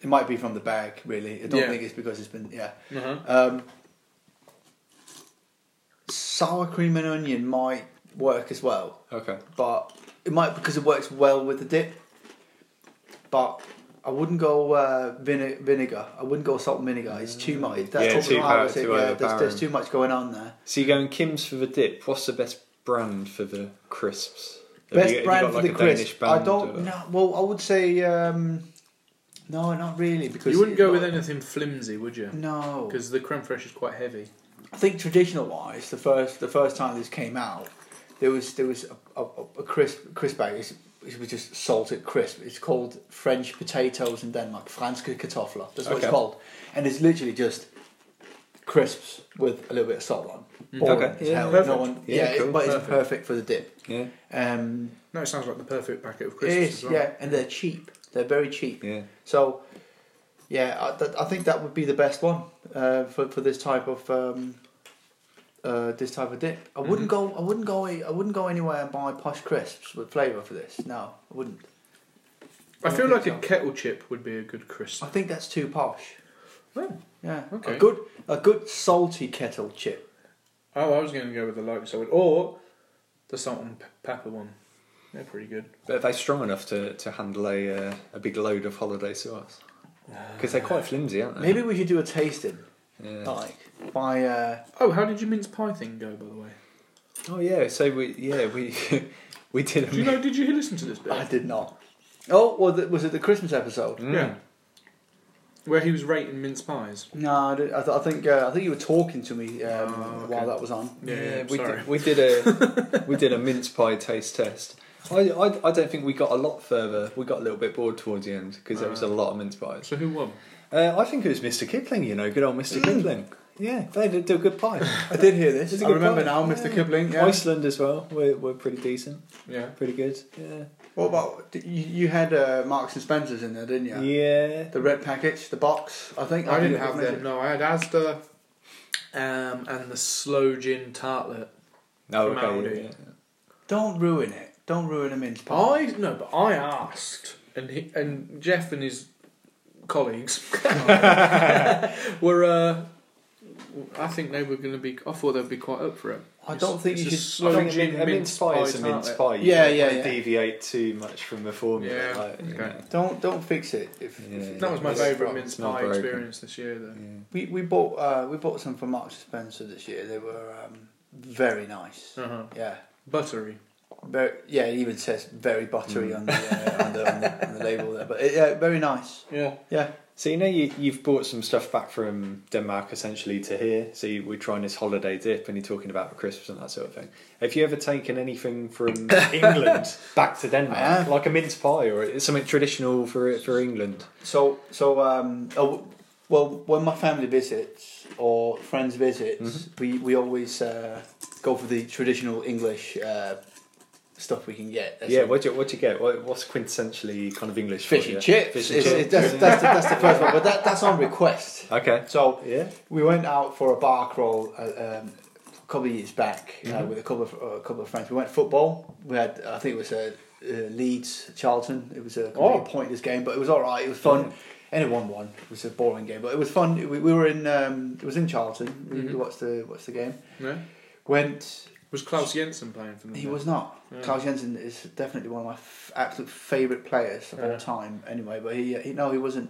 S3: It might be from the bag, really. I don't
S2: Yeah.
S3: think it's because it's been. Yeah.
S2: Uh-huh.
S3: Um, sour cream and onion might work as well,
S1: Okay.
S3: but it might because it works well with the dip. But I wouldn't go uh, vine- vinegar. I wouldn't go salt and vinegar. It's too much. That's
S1: Mm. Yeah,
S3: what
S1: too
S3: I
S1: power-
S3: would say,
S1: too
S3: yeah, there's, there's
S1: overpowering.
S3: too much going on there.
S1: So you're going Kim's for the dip. What's the best brand for the crisps? Have
S3: Best
S1: you- have you
S3: brand
S1: got,
S3: for
S1: like,
S3: the
S1: a
S3: crisp.
S1: Danish
S3: I
S1: brand
S3: don't.
S1: or-
S3: No, well, I would say um, no, not really because
S2: You wouldn't
S3: it's
S2: go with
S3: not-
S2: anything flimsy, would you?
S3: No,
S2: Because the creme fraiche is quite heavy.
S3: I think traditional wise, the first the first time this came out, there was there was a, a, a crisp crisp bag. It's, it was just salted crisp. It's called French potatoes in Denmark, franske kartofler. That's what
S1: Okay.
S3: it's called, and it's literally just crisps with a little bit of salt on. Boring
S1: Okay.
S3: as
S1: Yeah,
S3: hell.
S1: perfect.
S3: No one,
S1: Yeah,
S3: yeah, it-
S1: cool.
S3: but it's
S2: Perfect.
S3: perfect for the dip.
S1: Yeah.
S3: Um,
S2: No, it sounds like the perfect packet of
S3: it
S2: crisps.
S3: is,
S2: as well.
S3: yeah, and they're cheap. They're very cheap.
S1: Yeah.
S3: So, yeah, I, th- I think that would be the best one uh, for for this type of um, uh, this type of dip. I wouldn't
S2: Mm-hmm.
S3: go. I wouldn't go. I wouldn't go anywhere and buy posh crisps with flavour for this. No, I wouldn't.
S2: I feel
S3: I
S2: like
S3: think
S2: a kettle chip would be a good crisp.
S3: I think that's too posh.
S2: Oh,
S3: Yeah.
S2: Okay.
S3: A good a good salty kettle chip.
S2: oh I was going to go with the light salted. Or the salt and pe- pepper one. They're pretty good.
S1: But are they strong enough to, to handle a uh, a big load of holiday sauce? Because they're quite flimsy, aren't they?
S3: Maybe we should do a tasting.
S1: Yeah.
S3: Like by uh,
S2: Oh, how did your mince pie thing go, by the way?
S1: Oh yeah. So we yeah we we did. A
S2: Do you know? Did you listen to this bit?
S3: I did not. Oh, well, th- was it the Christmas episode?
S1: Mm.
S2: Yeah. Where he was rating mince pies.
S3: No, I, did, I, th- I think uh, I think you were talking to me um,
S2: Oh, okay.
S3: while that was on.
S2: Yeah, yeah,
S1: we
S2: sorry.
S1: did. We did a we did a mince pie taste test. I, I, I don't think we got a lot further. We got a little bit bored towards the end because there was a lot of mince pies.
S2: So who won?
S1: Uh, I think it was Mr. Kipling, you know, good old Mr. Kipling. Yeah, they did do a good pie.
S3: I did hear this.
S1: It's a
S3: I
S1: good
S3: remember
S1: point.
S3: now, Mr. Kipling. yeah.
S1: Iceland as well. We're, we're pretty decent,
S2: Yeah.
S1: pretty good. Yeah,
S3: What about you? You had uh, Marks and Spencers in there, didn't you?
S1: yeah.
S3: The red package, the box. I think
S2: I didn't have
S3: that.
S2: them. No, I had Asda, um, and the slow gin tartlet.
S1: No,
S2: From
S1: okay.
S2: Aldi.
S1: yeah,
S3: Don't ruin it. Don't ruin a mince pie.
S2: I no, but I asked, and he, and Jeff and his colleagues were uh, I think they were going to be. I thought they'd be quite up for it.
S1: I don't think
S2: It's
S1: you
S2: a
S1: should.
S2: slow
S1: I think a
S2: gin
S1: min- a mince
S2: mince
S1: pie
S2: pie
S1: is a
S2: tart,
S1: mince
S2: like-
S1: pie. You
S3: Yeah,
S1: don't
S3: yeah,
S1: wanna
S3: yeah.
S1: Deviate too much from the formula.
S2: Yeah,
S1: like, you
S2: okay.
S1: know.
S3: Don't don't fix it. If, if
S1: Yeah.
S3: it's
S2: That was my
S3: not
S2: favourite
S3: broke.
S2: mince
S1: not
S2: pie
S1: broken.
S2: experience this year, though.
S3: We we bought uh, we bought some from Marks and Spencer this year. They were um, very nice.
S2: Uh-huh.
S3: Yeah,
S2: Buttery.
S3: very, yeah. It even says very buttery on, the, uh, on, the, on the on the label there, but uh, yeah, very nice.
S2: Yeah.
S3: Yeah,
S1: So you know you, you've brought some stuff back from Denmark essentially to here. So you, we're trying this holiday dip, and you're talking about crisps and that sort of thing. Have you ever taken anything from England back to Denmark,
S3: I have.
S1: like a mince pie or something traditional for for England?
S3: So, so, um, oh, well, when my family visits or friends visits,
S1: Mm-hmm.
S3: we, we always uh, go for the traditional English uh, stuff we can get. That's
S1: yeah,
S3: like
S1: what do you, what do you get? What, what's quintessentially kind of English
S3: fish
S1: for
S3: and
S1: you?
S3: chips.
S1: Fish and
S3: It's-
S1: chips.
S3: it- that's, that's, the, that's the first one, but that, that's on request.
S1: Okay.
S3: So
S1: Yeah.
S3: we went out for a bar crawl uh, um, a couple of years back uh, with a couple of uh, a couple of friends. We went football. We had I think it was a uh, Leeds Charlton. It was a
S2: Oh.
S3: completely pointless game, but it was all right. It was fun. And it won one. It was a boring game, but it was fun. We, we were in um, it was in Charlton. We
S2: Mhm.
S3: watched the what's the game.
S2: No?
S3: Went.
S2: Was Klaus Jensen playing for them?
S3: He
S2: then?
S3: was not.
S2: Yeah.
S3: Klaus Jensen is definitely one of my f- absolute favourite players of
S2: Yeah.
S3: all time. Anyway, but he, he no, he wasn't.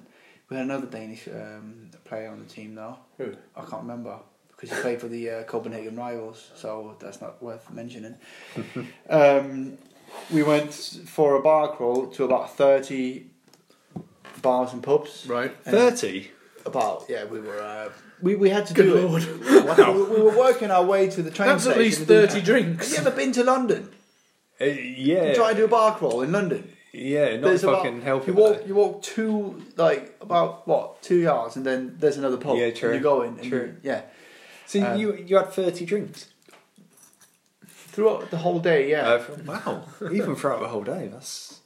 S3: We had another Danish um, player on the team though.
S2: Who?
S3: I can't remember because he played for the uh, Copenhagen rivals, so that's not worth mentioning. um, we went for a bar crawl to about 30 bars and pubs.
S2: Right.
S3: And
S1: Thirty.
S3: About, yeah, we were. Uh, we, we had to
S2: Good
S3: do
S2: lord.
S3: it. We, we were working our way to the train
S2: That's at
S3: station.
S2: least
S3: and doing-
S2: 30
S3: Have
S2: drinks.
S3: you ever been to London?
S1: Uh, yeah.
S3: Try to do a bar crawl in London.
S1: yeah. Not
S3: There's
S1: fucking
S3: about,
S1: helping.
S3: You walk, you walk two, like about what, two yards, and then there's another pub.
S1: Yeah,
S3: and
S1: true.
S3: you go in, and
S1: True.
S3: yeah,
S1: so
S3: um,
S1: you you had thirty drinks.
S3: throughout the whole day. Yeah,
S1: Uh, wow. Even throughout the whole day. That's.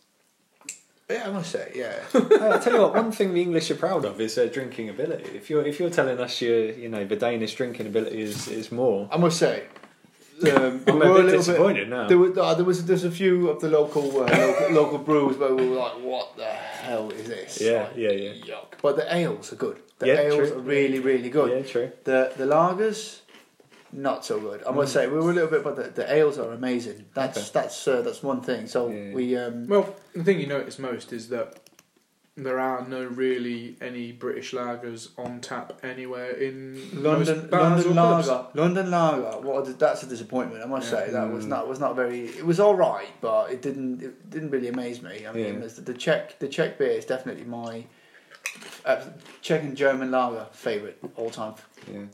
S3: yeah, I must say, yeah.
S1: Hey, I Uh, tell you what. One thing the English are proud of is their drinking ability. If you're if you're telling us your you know the Danish drinking ability is is more.
S3: I must say, um, we
S1: I'm
S3: were a
S1: a bit
S3: little bit.
S1: disappointed now.
S3: There was uh, there was there's a few of the local uh, local, local brews where we were like, what the hell is this?
S1: Yeah,
S3: Like,
S1: yeah, yeah.
S3: Yuck. But the ales are good. The
S1: Yeah,
S3: ales
S1: true.
S3: are really really good.
S1: Yeah, true.
S3: The the lagers. Not so good. I must say we were a little bit, but the, the ales are amazing. That's that's uh, that's one thing. So
S1: Yeah.
S3: we um,
S2: Well, the thing you notice most is that there are no really any British lagers on tap anywhere in
S3: London
S2: most bars
S3: London
S2: or pubs.
S3: lager, London lager. What a, that's a disappointment. I must
S2: Yeah.
S3: say that
S1: Mm.
S3: was not was not very. It was all right, but it didn't it didn't really amaze me. I mean,
S1: Yeah.
S3: there's the, the Czech the Czech beer is definitely my uh, Czech and German lager favorite all time.
S1: Yeah.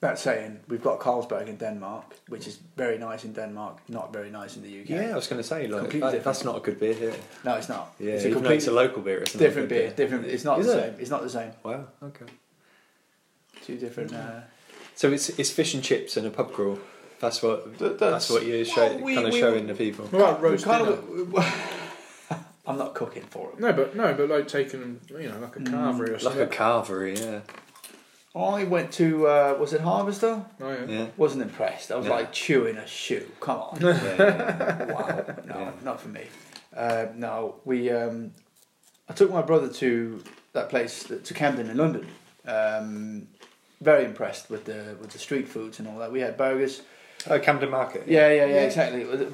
S3: That saying, we've got Carlsberg in Denmark, which is very nice in Denmark, not very nice in the UK.
S1: Yeah, I was going to say, like, that,
S3: Completely different.
S1: that's not a good beer here.
S3: No, it's not.
S1: Yeah,
S3: it's
S1: it's
S3: a
S1: even though it's
S3: completely
S1: a local beer, it's not a
S3: different
S1: good
S3: beer. Different. It's not
S1: Is
S3: the
S1: it?
S3: same. It's not the same.
S1: Wow, okay.
S3: Two different. Uh,
S1: So it's it's fish and chips and a pub crawl. That's what
S3: Th-
S1: that's,
S3: that's-
S1: what you're show,
S3: Well, we-
S1: kind of
S3: we-
S1: showing the people.
S2: What about roast
S3: kind
S2: dinner?
S3: of- I'm not cooking for it.
S2: No, but no, but like taking you know like a carvery or
S1: Mm, Like
S2: something.
S1: a carvery, yeah,
S3: I went to uh, was it Harvester?
S2: oh yeah.
S1: yeah.
S3: Wasn't impressed. I was
S1: No.
S3: like chewing a shoe. Come on.
S1: yeah, yeah, yeah.
S3: wow. No,
S1: Yeah.
S3: not for me. Uh, no, we. Um, I took my brother to that place uh, to Camden in London. Um, very impressed with the with the street foods and all that. We had burgers.
S1: Oh, Camden Market.
S3: Yeah, yeah, yeah,
S1: Yeah.
S3: exactly.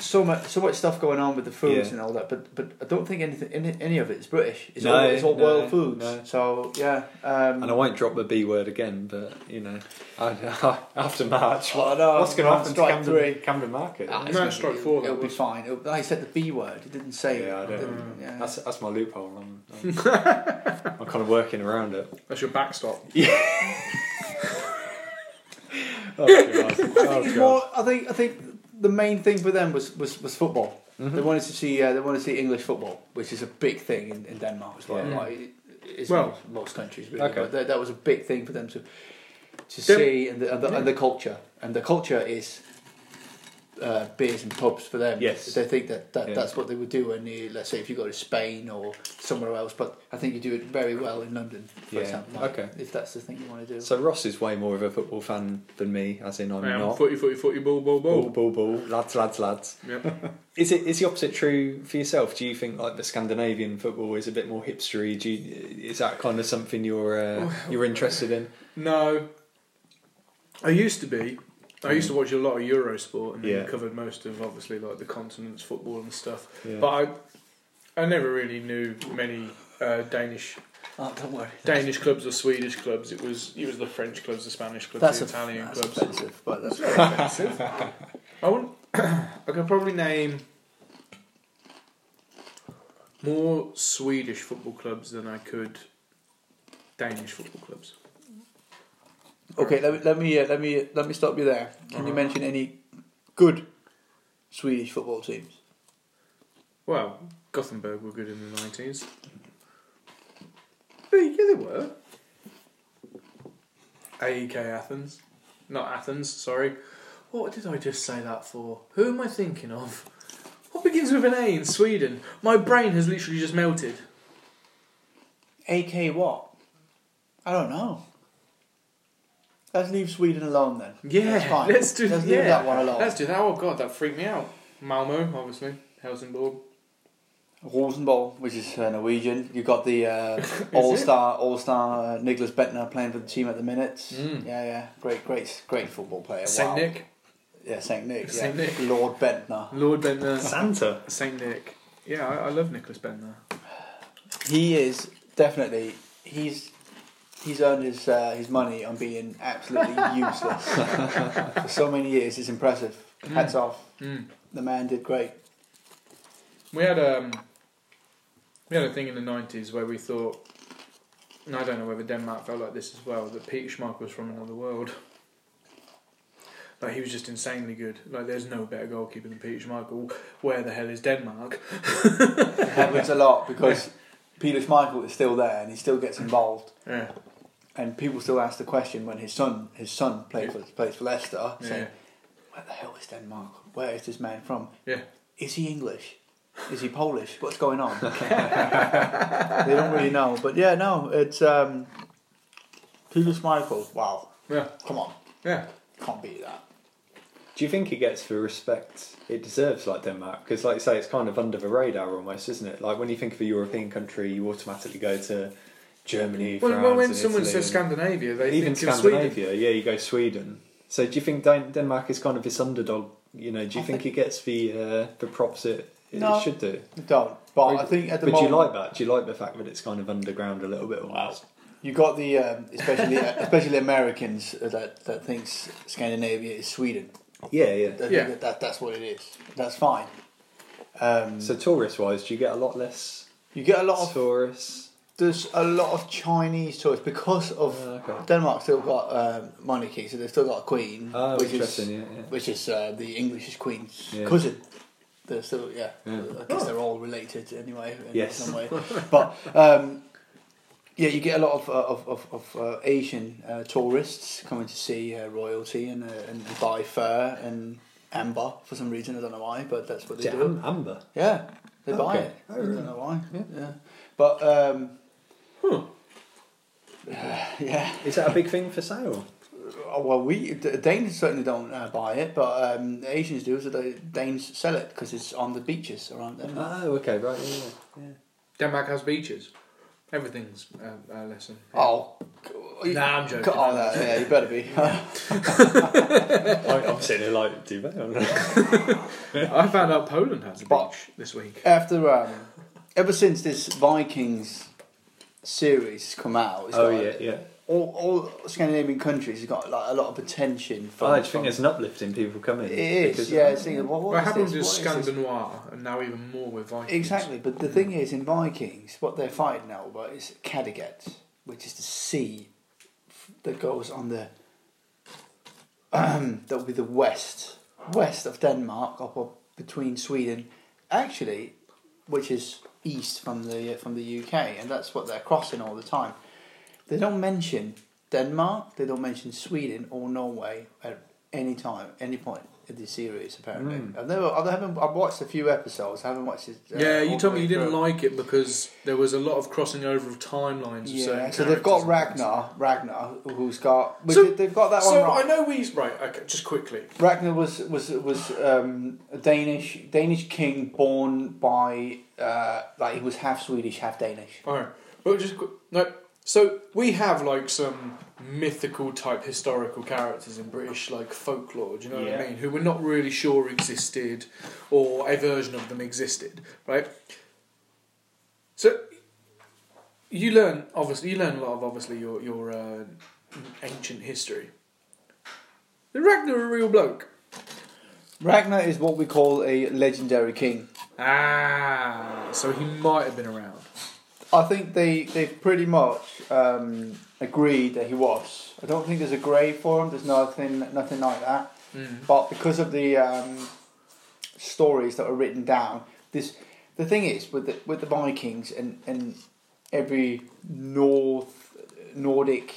S3: So much, so much stuff going on with the foods
S1: Yeah.
S3: and all that, but but I don't think anything, any, any of it is British. It's
S1: No,
S3: all it's all
S1: no,
S3: world foods.
S1: no.
S3: So yeah. Um,
S1: And I won't drop the B word again, but you know, I, after March,
S3: Oh,
S1: what,
S3: no,
S1: what's going to
S3: I'm
S1: happen to
S3: strike
S1: Camden,
S3: three.
S1: Camden Market?
S3: Ah,
S2: No,
S3: gonna-
S2: strike
S3: it'll-
S2: four, that
S3: It'll be
S2: was.
S3: fine. It'll, I said the B word. It didn't say.
S1: Yeah, I don't
S3: didn't-
S2: know.
S3: yeah.
S1: that's that's my loophole. I'm, I'm, I'm kind of working around it.
S2: That's your backstop.
S1: Oh, God.
S3: I think it's more. I think. I think the main thing for them was was, was football.
S1: Mm-hmm.
S3: They wanted to see. Uh, they wanted to see English football, which is a big thing in, in Denmark as well.
S1: Yeah.
S3: Like, it- it's
S2: Well-
S3: most, most countries really,
S1: Okay.
S3: but that, that was a big thing for them to to
S2: Dem-
S3: see and the, and, the, and the culture. And the culture is uh, beers and pubs for them.
S1: Yes.
S3: They think that, that
S1: Yeah.
S3: that's what they would do when you, let's say, if you go to Spain or somewhere else. But I think you do it very well in London, for
S1: Yeah,
S3: example.
S1: okay.
S3: If that's the thing you want to do.
S1: So Ross is way more of a football fan than me, as in I'm
S2: I am
S1: not.
S2: footy, footy, footy, ball, ball,
S1: Ball, ball,
S2: ball.
S1: ball, lads, lads, lads.
S2: Yep.
S1: Is it is the opposite true for yourself? Do you think like the Scandinavian football is a bit more hipstery? Do you, is that kind of something you're
S3: Oh,
S1: uh, you're interested in?
S2: No, I used to be. I used to watch a lot of Eurosport and then
S1: Yeah.
S2: covered most of obviously like the continents, football and stuff.
S1: Yeah.
S2: But I, I never really knew many uh, Danish
S3: oh, don't worry.
S2: Danish clubs or Swedish clubs. It was it was the French clubs, the Spanish clubs,
S3: That's,
S2: the
S3: that's,
S2: Italian
S3: that's
S2: clubs.
S3: offensive, but uh, that's
S2: I want. I can probably name more Swedish football clubs than I could Danish football clubs.
S3: Okay, let me let me uh, let me let me stop you there. Can you mention any good Swedish football teams?
S2: Well, Gothenburg were good in the nineties. Yeah, they were. AEK E Athens, not Athens. Sorry. What did I just say that for? Who am I thinking of? What begins with an A in Sweden? My brain has literally just melted.
S3: AK what? I don't know. Let's leave Sweden alone then.
S2: Yeah,
S3: That's fine.
S2: let's do
S3: Let's
S2: yeah.
S3: leave that one alone.
S2: Let's do that. Oh god, that freaked me out. Malmo, obviously, Helsingborg.
S3: Rosenborg, which is uh, Norwegian. You've got the uh, all star all star uh, Nicholas Bettner playing for the team at the minute.
S2: Mm.
S3: Yeah, yeah, great, great, great football player.
S2: Saint
S3: wow.
S2: Nick,
S3: Yeah, Saint Nick. Yeah.
S2: Saint Nick.
S3: Lord Bentner.
S2: Lord Bender,
S1: Santa.
S2: Saint Nick. Yeah, I, I love Nicholas Bender.
S3: He is definitely he's he's earned his uh, his money on being absolutely useless for so many years. It's impressive. Hats off.
S2: Mm.
S3: The man did great.
S2: We had um, we had a thing in the nineties where we thought, and I don't know whether Denmark felt like this as well, that Peter Schmeichel was from another world. Like he was just insanely good. Like there's no better goalkeeper than Peter Schmeichel. Where the hell is Denmark?
S3: It happens a lot because Peter Schmeichel is still there and he still gets involved.
S2: Yeah,
S3: and people still ask the question when his son his son played for plays for Leicester,
S2: yeah,
S3: saying, "Where the hell is Denmark? Where is this man from?
S2: yeah.
S3: Is he English? Is he Polish? What's going on?" they don't really know, but yeah, no, it's um, Peter Schmeichel. Wow,
S2: Yeah,
S3: come on,
S2: yeah.
S3: can't beat that.
S1: Do you think it gets the respect it deserves, like Denmark? Because, like you say, it's kind of under the radar almost, isn't it? Like when you think of a European country, you automatically go to Germany.
S2: Well,
S1: France,
S2: well when
S1: and
S2: someone
S1: Italy
S2: says
S1: and-
S2: Scandinavia, they
S1: even
S2: think of
S1: Scandinavia,
S2: Sweden.
S1: yeah, you go Sweden. So do you think Den- Denmark is kind of this underdog? You know, do you
S3: I
S1: think, it gets the uh, the props it, it
S3: No.
S1: should do?
S3: Don't. But
S1: Would-
S3: I think at the
S1: But do you
S3: moment
S1: like that? Do you like the fact that it's kind of underground a little bit? Almost?
S3: You got the um, especially especially Americans that that thinks Scandinavia is Sweden.
S1: Yeah, yeah.
S3: I think
S2: Yeah.
S3: that, that that's what it is. That's fine. Um,
S1: So tourist wise, do you get a lot less
S3: you get a lot of
S1: tourists?
S3: There's a lot of Chinese tourists because of
S1: Oh, okay.
S3: Denmark's still got um, monarchy, so they've still got a queen,
S1: Oh,
S3: which is
S1: interesting. yeah, yeah.
S3: which is uh, the English queen's
S1: Yeah.
S3: cousin. They're still yeah.
S1: Yeah.
S3: I guess they're all related anyway in
S1: Yes.
S3: some way. But um, yeah, you get a lot of uh, of of, of uh, Asian uh, tourists coming to see uh, royalty and, uh, and buy fur and amber for some reason. I don't know why, but that's what they
S1: Is it
S3: do.
S1: am- amber?
S3: Yeah, they buy
S1: Okay.
S3: it.
S1: Oh,
S3: I
S1: really?
S3: don't know why.
S1: Yeah.
S3: Yeah, but um,
S2: Huh.
S3: yeah.
S1: Is that a big thing for sale?
S3: Oh, well, we the Danes certainly don't uh, buy it, but um, the Asians do. So the Danes sell it because it's on the beaches around them.
S1: Oh, okay, right. Yeah, yeah.
S2: Denmark has beaches. Everything's a, a lesson.
S3: Oh, you-
S2: Nah, I'm joking.
S3: Oh, no, yeah, you better be.
S1: I, I'm sitting here like, do they?
S2: I found out Poland has a
S3: But-
S2: beach this week.
S3: After um, ever since this Vikings series come out, it's
S1: Oh
S3: got-
S1: yeah, yeah.
S3: All, all Scandinavian countries have got like a lot of attention. From,
S1: Oh, I just
S3: from-
S1: think it's an uplifting people coming.
S3: it is.
S1: because-
S3: Yeah, it's thinking, well, what
S2: What
S3: is
S2: happens is
S3: this? What is this?
S2: Scandinoir, and now even more with Vikings.
S3: Exactly, but the thing is, in Vikings, what they're fighting over is Kattegat, which is the sea f- that goes on the that would be the west west of Denmark, up, up between Sweden, actually, which is east from the uh, from the UK, and that's what they're crossing all the time. They don't mention Denmark, they don't mention Sweden or Norway at any time, any point. of the series. Apparently,
S2: Hmm.
S3: I've never, I haven't, I've watched a few episodes. I haven't watched it. uh,
S2: yeah, you
S3: all
S2: told
S3: the
S2: me
S3: way
S2: you didn't
S3: through.
S2: like it because there was a lot of crossing over of timelines. Of
S3: Yeah,
S2: certain
S3: so they've got
S2: characters and
S3: Ragnar, Ragnar, who's got. which
S2: So-
S3: they- they've got that
S2: things. So
S3: one right.
S2: I know we right. Okay, just quickly.
S3: Ragnar was was was um, a Danish Danish king born by uh, like he was half Swedish, half Danish.
S2: All right, but just qu- no. So we have like some mythical type historical characters in British like folklore. Do you know what
S3: Yeah.
S2: I mean? Who we're not really sure existed, or a version of them existed, right? So you learn obviously you learn a lot of obviously your your uh, ancient history. The Ragnar a real bloke.
S3: Ragnar is what we call a legendary king.
S2: Ah, so he might have been around.
S3: I think they they pretty much um, agreed that he was. I don't think there's a grave for him. There's nothing nothing like that.
S2: Mm,
S3: But because of the um, stories that are written down, this the thing is with the with the Vikings and and every North Nordic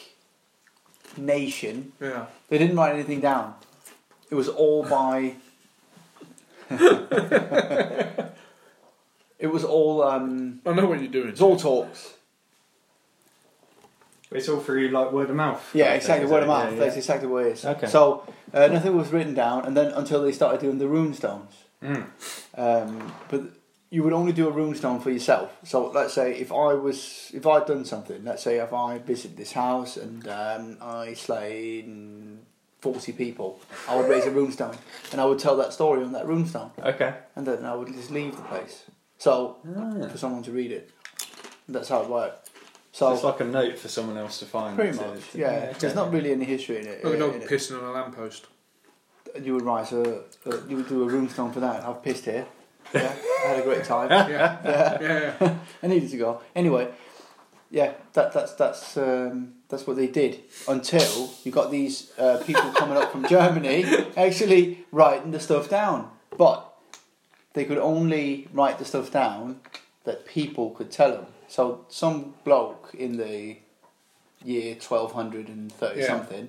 S3: nation,
S2: Yeah.
S3: they didn't write anything down. It was all by. it was all um,
S2: I know what you're doing.
S3: it's all talks.
S1: It's all through like word of mouth.
S3: Yeah,
S1: Like,
S3: exactly.
S1: is
S3: Word
S1: it?
S3: of mouth.
S1: Yeah,
S3: That's
S1: yeah.
S3: exactly what it is.
S1: Okay.
S3: So uh, nothing was written down, and then until they started doing the runestones.
S1: Hmm.
S3: Um, but you would only do a runestone for yourself. So let's say if I was, if I'd done something, let's say if I visited this house and um, I slayed forty people, I would raise a runestone, and I would tell that story on that runestone,
S1: Okay.
S3: and then I would just leave the place. So
S1: Ah.
S3: for someone to read it, that's how it worked. So
S1: So it's like a note for someone else to find.
S3: Pretty
S1: to-
S3: much,
S1: to-
S3: yeah.
S1: okay.
S3: There's not really any history in it.
S2: Like a
S3: in
S2: dog
S3: it.
S2: pissing on a lamppost.
S3: You would write a, a- you would do a runestone for that. I've pissed here. Yeah, I had a great time.
S2: Yeah. yeah. yeah.
S3: I needed to go anyway. Yeah, that that's that's um, that's what they did until you got these uh, people coming up from Germany actually writing the stuff down, but they could only write the stuff down that people could tell them. So some bloke in the year twelve hundred and thirty
S2: Yeah.
S3: something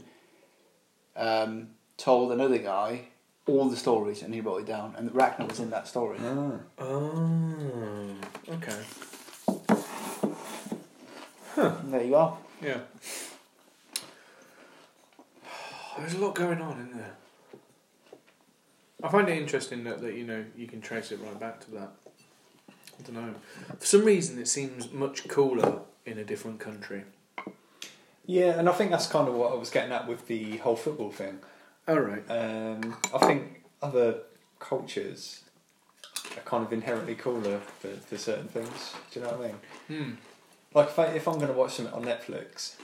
S3: um, told another guy all the stories, and he wrote it down. And Ragnar was in that story.
S1: Ah.
S2: Oh, okay.
S3: And there you go.
S2: Yeah. There's a lot going on in there. I find it interesting that, that you know you can trace it right back to that. I don't know. For some reason, it seems much cooler in a different country.
S1: Yeah, and I think that's kind of what I was getting at with the whole football thing.
S2: All Oh, right.
S1: Um, I think other cultures are kind of inherently cooler for, for certain things. Do you know what I mean?
S2: Hmm.
S1: Like if, I, if I'm going to watch something on Netflix,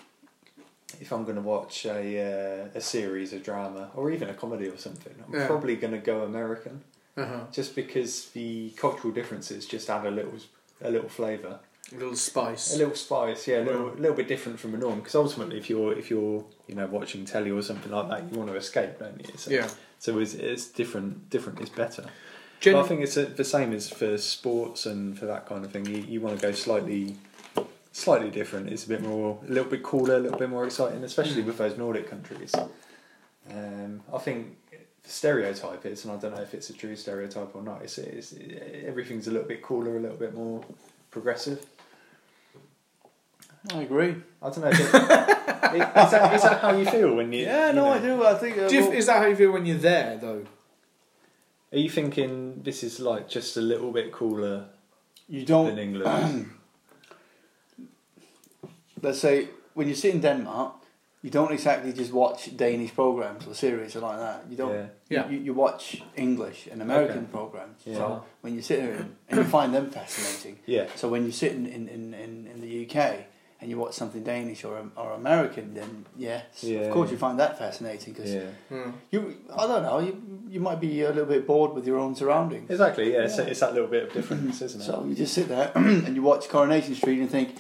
S1: if I'm going to watch a uh, a series, a drama, or even a comedy or something, I'm
S2: Yeah.
S1: probably going to go American,
S2: Uh huh.
S1: just because the cultural differences just add a little a little flavour.
S2: A little
S1: A
S2: spice.
S1: little spice, yeah, a little, little bit different from the norm. Because ultimately, if you're if you're you know watching telly or something like that, you want to escape, don't you? So,
S2: Yeah.
S1: So it's, it's different. Different is better.
S2: Gen-
S1: But I think it's uh the same as for sports and for that kind of thing. You, you want to go slightly slightly different. It's a bit more, a little bit cooler, a little bit more exciting,
S3: Hmm.
S1: especially with those Nordic countries. Um, I think the stereotype is, and I don't know if it's a true stereotype or not. It's, it's everything's a little bit cooler, a little bit more progressive.
S3: I agree.
S1: I don't know. Is, that, is that how you feel when you?
S3: Yeah, no, I do. I think. Uh,
S2: Do you,
S3: well-
S2: is that how you feel when you're there, though?
S1: Are you thinking this is like just a little bit cooler
S3: You
S1: than
S3: don't.
S1: England?
S3: Let's say when you sit in Denmark, you don't exactly just watch Danish programs or series or like that. You don't.
S1: Yeah.
S2: Yeah.
S3: You, you watch English and American
S1: Okay.
S3: programs.
S1: Yeah.
S3: So when you sit there and, and you find them fascinating.
S1: Yeah.
S3: So when you sit in, in, in, in, in the UK and you watch something Danish or um, or American, then yes,
S1: Yeah.
S3: of course you find that fascinating because
S1: Yeah.
S2: Hmm.
S3: you I don't know you you might be a little bit bored with your own surroundings.
S1: Exactly. Yeah. It's, it's that little bit of difference, isn't it?
S3: So you just sit there and you watch Coronation Street and think,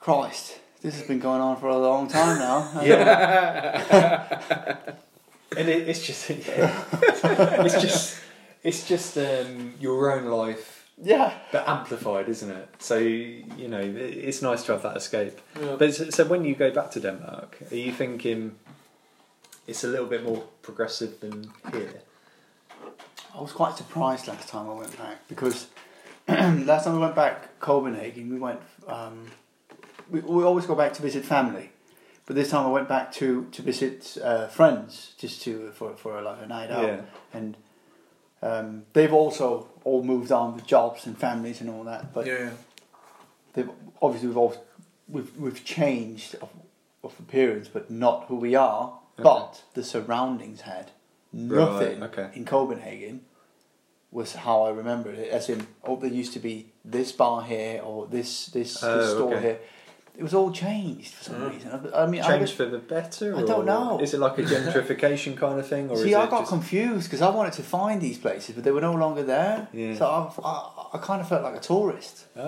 S3: Christ, this has been going on for a long time now.
S1: yeah. and it, it's just yeah. it's just it's just um, your own life,
S3: yeah.
S1: but amplified, isn't it? So you know, it- it's nice to have that escape.
S2: Yeah.
S1: But so, so when you go back to Denmark, are you thinking it's a little bit more progressive than here?
S3: I was quite surprised last time I went back because last time we went back Copenhagen, we went. Um, we, we always go back to visit family, but this time I went back to to visit uh, friends just to for for like a night out,
S1: Yeah.
S3: and um, they've also all moved on with jobs and families and all that. But
S2: yeah,
S3: they've obviously we've all we've we've changed of, of appearance, but not who we are. But the surroundings had nothing
S1: okay.
S3: in Copenhagen was how I remembered it. As in, oh, there used to be this bar here or this this, this
S1: Oh,
S3: store
S1: okay. Mm.
S3: here. It was all changed for some reason. I, I mean, I
S1: Change
S3: was,
S1: for the better?
S3: I don't
S1: or
S3: know.
S1: Is it like a gentrification kind of thing, or
S3: see,
S1: is it
S3: I got
S1: just,
S3: confused because I wanted to find these places, but they were no longer there.
S1: Yeah.
S3: So I've, I, I kind of felt like a tourist.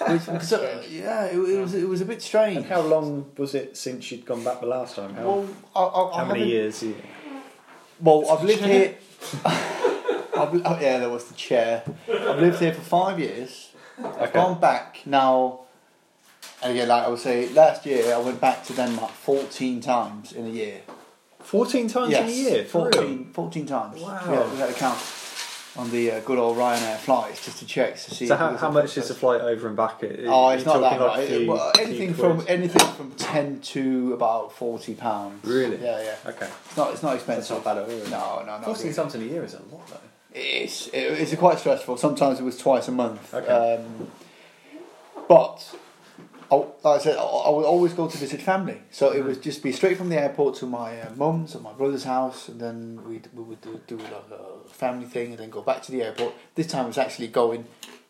S1: Oh.
S3: Which, so, yeah, it, it was it was a bit strange.
S1: And how long was it since you'd gone back the last time? How,
S3: Well, I, I, I
S1: how many
S3: haven't-
S1: years? Yeah.
S3: Well, I've lived here. I've, oh, yeah, there was the chair. I've lived here for five years. I've gone back now. And again, like I would say, last year I went back to Denmark 14 times in a year.
S1: Fourteen times in a year. For real?
S3: 14, 14 times.
S1: Wow.
S3: Yeah, we had a count on the uh, good old Ryanair flights just to check to see.
S1: So
S3: if it
S1: how,
S3: was
S1: how
S3: up
S1: much
S3: to-
S1: is the flight over and back? It,
S3: Oh, it's
S1: you're
S3: not that
S1: talking like
S3: much.
S1: few-
S3: well,
S1: few
S3: anything from
S1: quid.
S3: anything from 10 to about 40 pounds.
S1: Really?
S3: Yeah, yeah.
S1: Okay.
S3: It's not. It's not expensive.
S1: not bad at all, is it?
S3: No, no, no.
S1: Fourteen times in a year is a lot, though.
S3: It's it, it's quite stressful. Sometimes it was twice a month.
S1: Okay.
S3: Um, but I, like I said, I, I would always go to visit family. So
S1: Mm-hmm.
S3: it would just be straight from the airport to my uh, mum's or my brother's house, and then we'd, we would do, do like a family thing, and then go back to the airport. This time it was actually going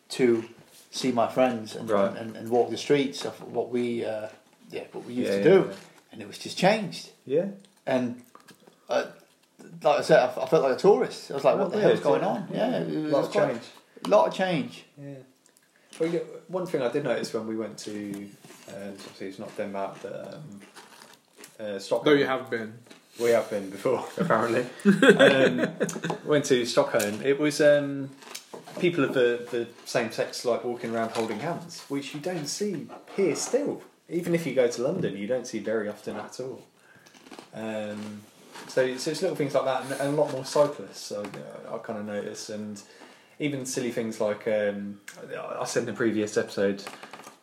S3: to see my friends and
S1: Right.
S3: and, and, walk the streets of what we uh, yeah what we used
S1: Yeah,
S3: to
S1: yeah,
S3: do,
S1: yeah.
S3: and it was just changed
S1: Yeah.
S3: and uh, like I said, I, f- I felt like a tourist. I was like,
S1: Oh,
S3: "What the
S1: weird,
S3: hell's going
S1: yeah.
S3: on?" Yeah, it was
S1: Lot of
S3: quite-
S1: change.
S3: lot of change.
S1: Yeah. Well, you know, one thing I did notice when we went to, uh, obviously it's not Denmark, but um, uh,
S2: though
S1: Stockholm.
S2: you have been.
S1: We have been before, apparently. um, went to Stockholm. It was um, people of the, the same sex like walking around holding hands, which you don't see here still. Even if you go to London, you don't see very often at all. Um, so, so it's little things like that, and, and a lot more cyclists. I, I kind of notice, and even silly things like um, I I said in the previous episode.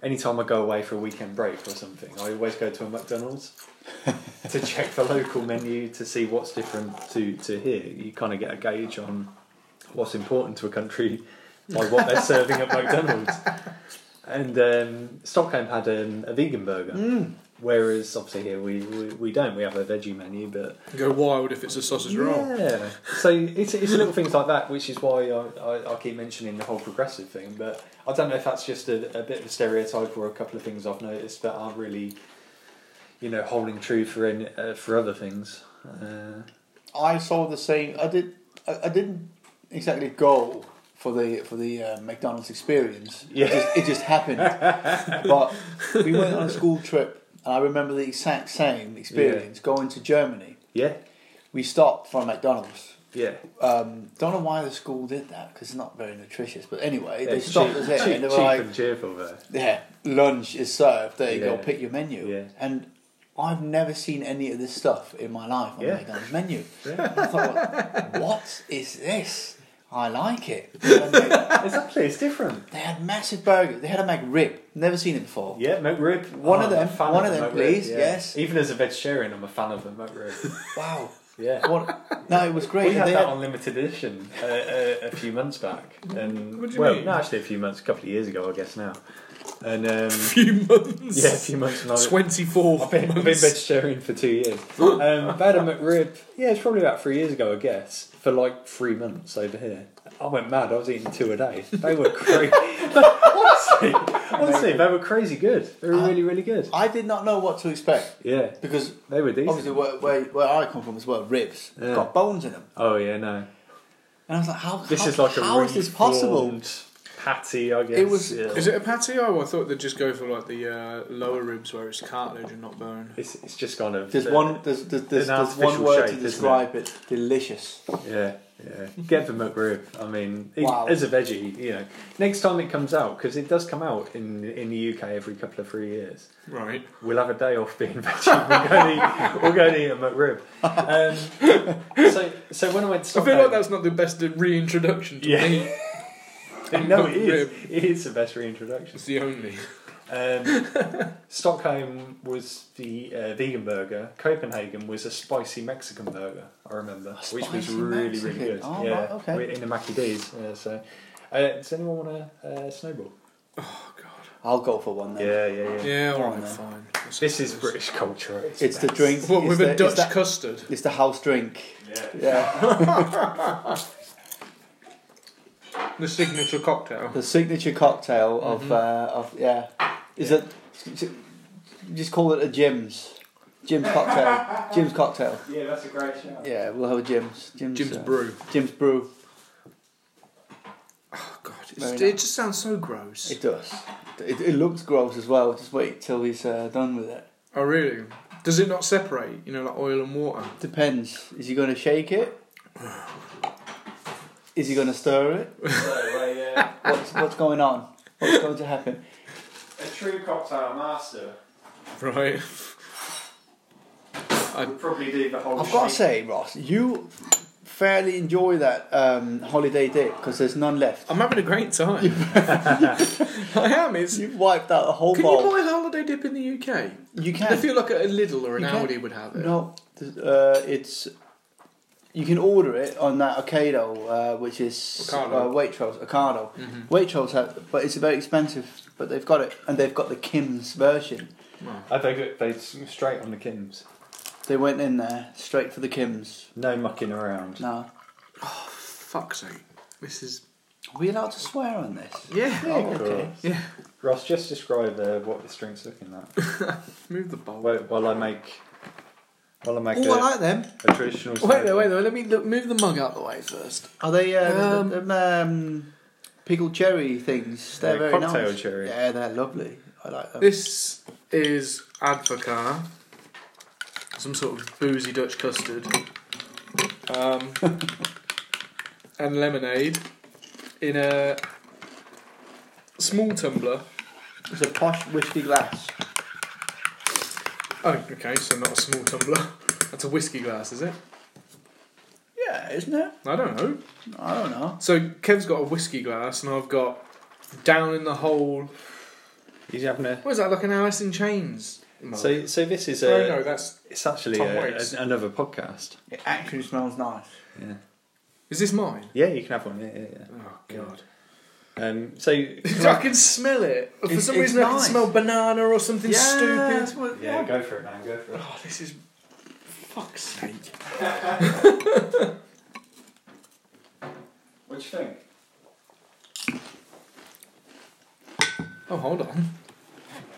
S1: Anytime I go away for a weekend break or something, I always go to a McDonald's to check the local menu to see what's different to, to here. You kind of get a gauge on what's important to a country by what they're serving at McDonald's. And um, Stockholm had um, a vegan burger, whereas obviously here we, we, we don't. We have a veggie menu, but
S2: Go wild if it's a sausage roll.
S1: yeah. So it's, it's little things like that, which is why I, I, I keep mentioning the whole progressive thing. But I don't know if that's just a, a bit of a stereotype or a couple of things I've noticed that aren't really, you know, holding true for any, uh, for other things. Uh,
S3: I saw the same. I did. I, I didn't exactly go for the for the uh, McDonald's experience.
S1: Yeah.
S3: It just, it just happened. but we went on a school trip, and I remember the exact same experience going to Germany.
S1: yeah,
S3: We stopped for McDonald's.
S1: yeah.
S3: Um, don't know why the school did that because it's not very nutritious. But anyway, they
S1: It's
S3: stopped
S1: cheap,
S3: us there
S1: cheap,
S3: and they were
S1: cheap
S3: like,
S1: and cheerful there.
S3: yeah, lunch is served. There you go,
S1: Yeah.
S3: pick your menu.
S1: Yeah.
S3: And I've never seen any of this stuff in my life on
S1: Yeah.
S3: McDonald's menu. I thought, what is this? I like it. And they-
S1: exactly, it's different.
S3: they had massive burgers. They had a McRib. Never seen it before.
S1: Yeah, McRib.
S3: One of
S1: Oh, I'm a
S3: them,
S1: fan
S3: one
S1: a
S3: of them,
S1: McRib,
S3: please,
S1: yeah.
S3: yes.
S1: Even as a vegetarian, I'm a fan of a McRib.
S3: Wow.
S1: Yeah.
S3: What? No, it was great.
S1: We had
S3: They
S1: that
S3: had-
S1: on limited edition uh, a, a few months back, and
S2: What do you
S1: well,
S2: mean?
S1: no, actually a few months, a couple of years ago, I guess now. And um,
S2: Few months.
S1: yeah, a few months. And I-
S2: Twenty-four.
S1: I've been, I've been
S2: months.
S1: vegetarian for two years. Um, I've had a McRib. Yeah, it's probably about three years ago, I guess. For like three months over here, I went mad. I was eating two a day. They were crazy. honestly, honestly, they were crazy good. They were really, really good.
S3: I did not know what to expect
S1: Yeah,
S3: because
S1: they were decent.
S3: obviously where, where, where I come from as well, ribs
S1: Yeah.
S3: got bones in them,
S1: Oh yeah, no.
S3: and I was like, how?
S1: This
S3: how,
S1: is like a
S3: how is this possible?
S1: reformed patty, I guess.
S3: It was-
S1: yeah.
S2: Is it a patty? Oh, I thought they'd just go for like the uh, lower ribs where it's cartilage and not bone.
S1: It's, it's just kind of.
S3: There's
S1: uh,
S3: one. There's there's, there's,
S1: an
S3: there's one
S1: artificial
S3: word
S1: shape,
S3: to
S1: isn't it?
S3: describe it. Delicious.
S1: Yeah, yeah. Get the McRib. I mean, e-
S3: Wow.
S1: as a veggie, you know. Next time it comes out, because it does come out in in the UK every couple of three years,
S2: Right.
S1: we'll have a day off being veggie. we'll, go and eat, we'll go and eat a McRib. Um, so, so when I went to
S2: I feel like
S1: Stockholm,
S2: that's not the best reintroduction to
S1: Yeah.
S2: me.
S1: no, it is. It is the best reintroduction.
S2: It's the only.
S1: Um, Stockholm was the uh, vegan burger. Copenhagen was a spicy Mexican burger. I remember, which was
S3: spicy
S1: really
S3: Mexican.
S1: really good.
S3: Oh,
S1: yeah,
S3: right, okay.
S1: we- in the Mackie D's. Yeah, so, uh, does anyone want to uh, snowball?
S2: Oh god.
S3: I'll go for one then.
S1: Yeah, yeah, yeah.
S2: Yeah.
S3: Go
S2: All
S3: on
S2: right.
S3: then.
S2: Fine. Let's
S1: This
S2: do
S1: is British culture.
S3: It's the drink.
S2: What
S3: it's
S2: with a
S3: the, it's
S2: Dutch
S3: the-
S2: custard?
S3: It's the house drink. Yeah.
S2: The signature cocktail.
S3: the signature cocktail of
S2: Mhm.
S3: uh, of yeah. Is it? Just call it a Jim's. Jim's cocktail. Jim's cocktail.
S6: Yeah, that's a great shout.
S3: Yeah, we'll have a Jim's. Jim's,
S2: Jim's
S3: uh,
S2: brew.
S3: Jim's brew.
S2: Oh god.
S3: Very
S2: It's,
S3: nice.
S2: it just sounds so gross.
S3: It does. It, it looks gross as well. Just wait till he's uh, done with it.
S2: oh really? Does it not separate? You know, like oil and water.
S3: Depends. Is he going to shake it? Is he going to stir it?
S1: uh,
S6: yeah.
S3: What's, what's going on? What's going to happen?
S1: A true cocktail master
S2: Right.
S1: would probably do the whole.
S3: I've got to say, Ross, you fairly enjoy that um, holiday dip because there's none left.
S2: I'm having a great time. I am. It's.
S3: You've wiped out the whole
S2: Can you
S3: bowl.
S2: buy holiday dip in the UK?
S3: You
S2: I
S3: can.
S2: feel like a Lidl or an
S3: You can-
S2: Aldi would have it.
S3: No, th- uh, it's. You can order it on that Ocado, uh, which is
S2: Ocado.
S3: Uh, Waitrose. Ocado.
S2: Mhm.
S3: Waitrose have, but it's very expensive. But they've got it, and they've got the Kim's version.
S2: Well,
S1: I think it- they s- straight on the Kims.
S3: They went in there straight for the Kim's.
S1: No mucking around.
S3: No,
S2: oh, fuck's sake. This is.
S3: are we allowed to swear on this?
S2: Yeah.
S1: Oh, of
S3: okay.
S1: course.
S2: Yeah.
S1: Ross, just describe uh, what this drink's looking like
S2: Move the bowl.
S1: while, while I make while I make
S3: Oh,
S1: a,
S3: I like them.
S1: a traditional.
S2: Wait there,
S1: snowball.
S2: wait there. Let me look, move the mug out the way first.
S3: Are they uh, the-
S2: Um,
S3: the- them, um, pickled cherry things? They're
S1: Like
S3: very
S1: cocktail
S3: nice.
S1: cherry.
S3: Yeah, they're lovely. I like them.
S2: This is Advocar, some sort of boozy Dutch custard, um, and lemonade in a small tumbler.
S3: It's a posh whiskey glass.
S2: Oh, okay, so not a small tumbler. That's a whiskey glass, is it?
S3: Yeah, isn't it?
S2: I don't know.
S3: I don't know.
S2: So Kev's got a whiskey glass, and I've got down in the hole.
S1: He's having a.
S2: What is that? Like an Alice in Chains. mug?
S1: So so this is
S2: oh
S3: uh,
S1: a.
S2: no, that's
S1: It's actually
S2: Tom
S1: a,
S2: Waits.
S1: a- another podcast.
S3: It actually smells nice.
S1: Yeah.
S2: is this mine?
S1: Yeah, you can have one. Yeah, yeah,
S2: Oh god.
S1: yeah. Um, so
S2: I can smell it. For
S3: It's-
S2: some
S3: it's
S2: reason, I can
S3: nice.
S2: smell banana or something
S3: Yeah.
S2: stupid. What-
S1: yeah,
S2: what-
S1: go for it, man. Go for it.
S2: Oh, this is fuck's sake.
S1: What do you think?
S2: Oh, hold on.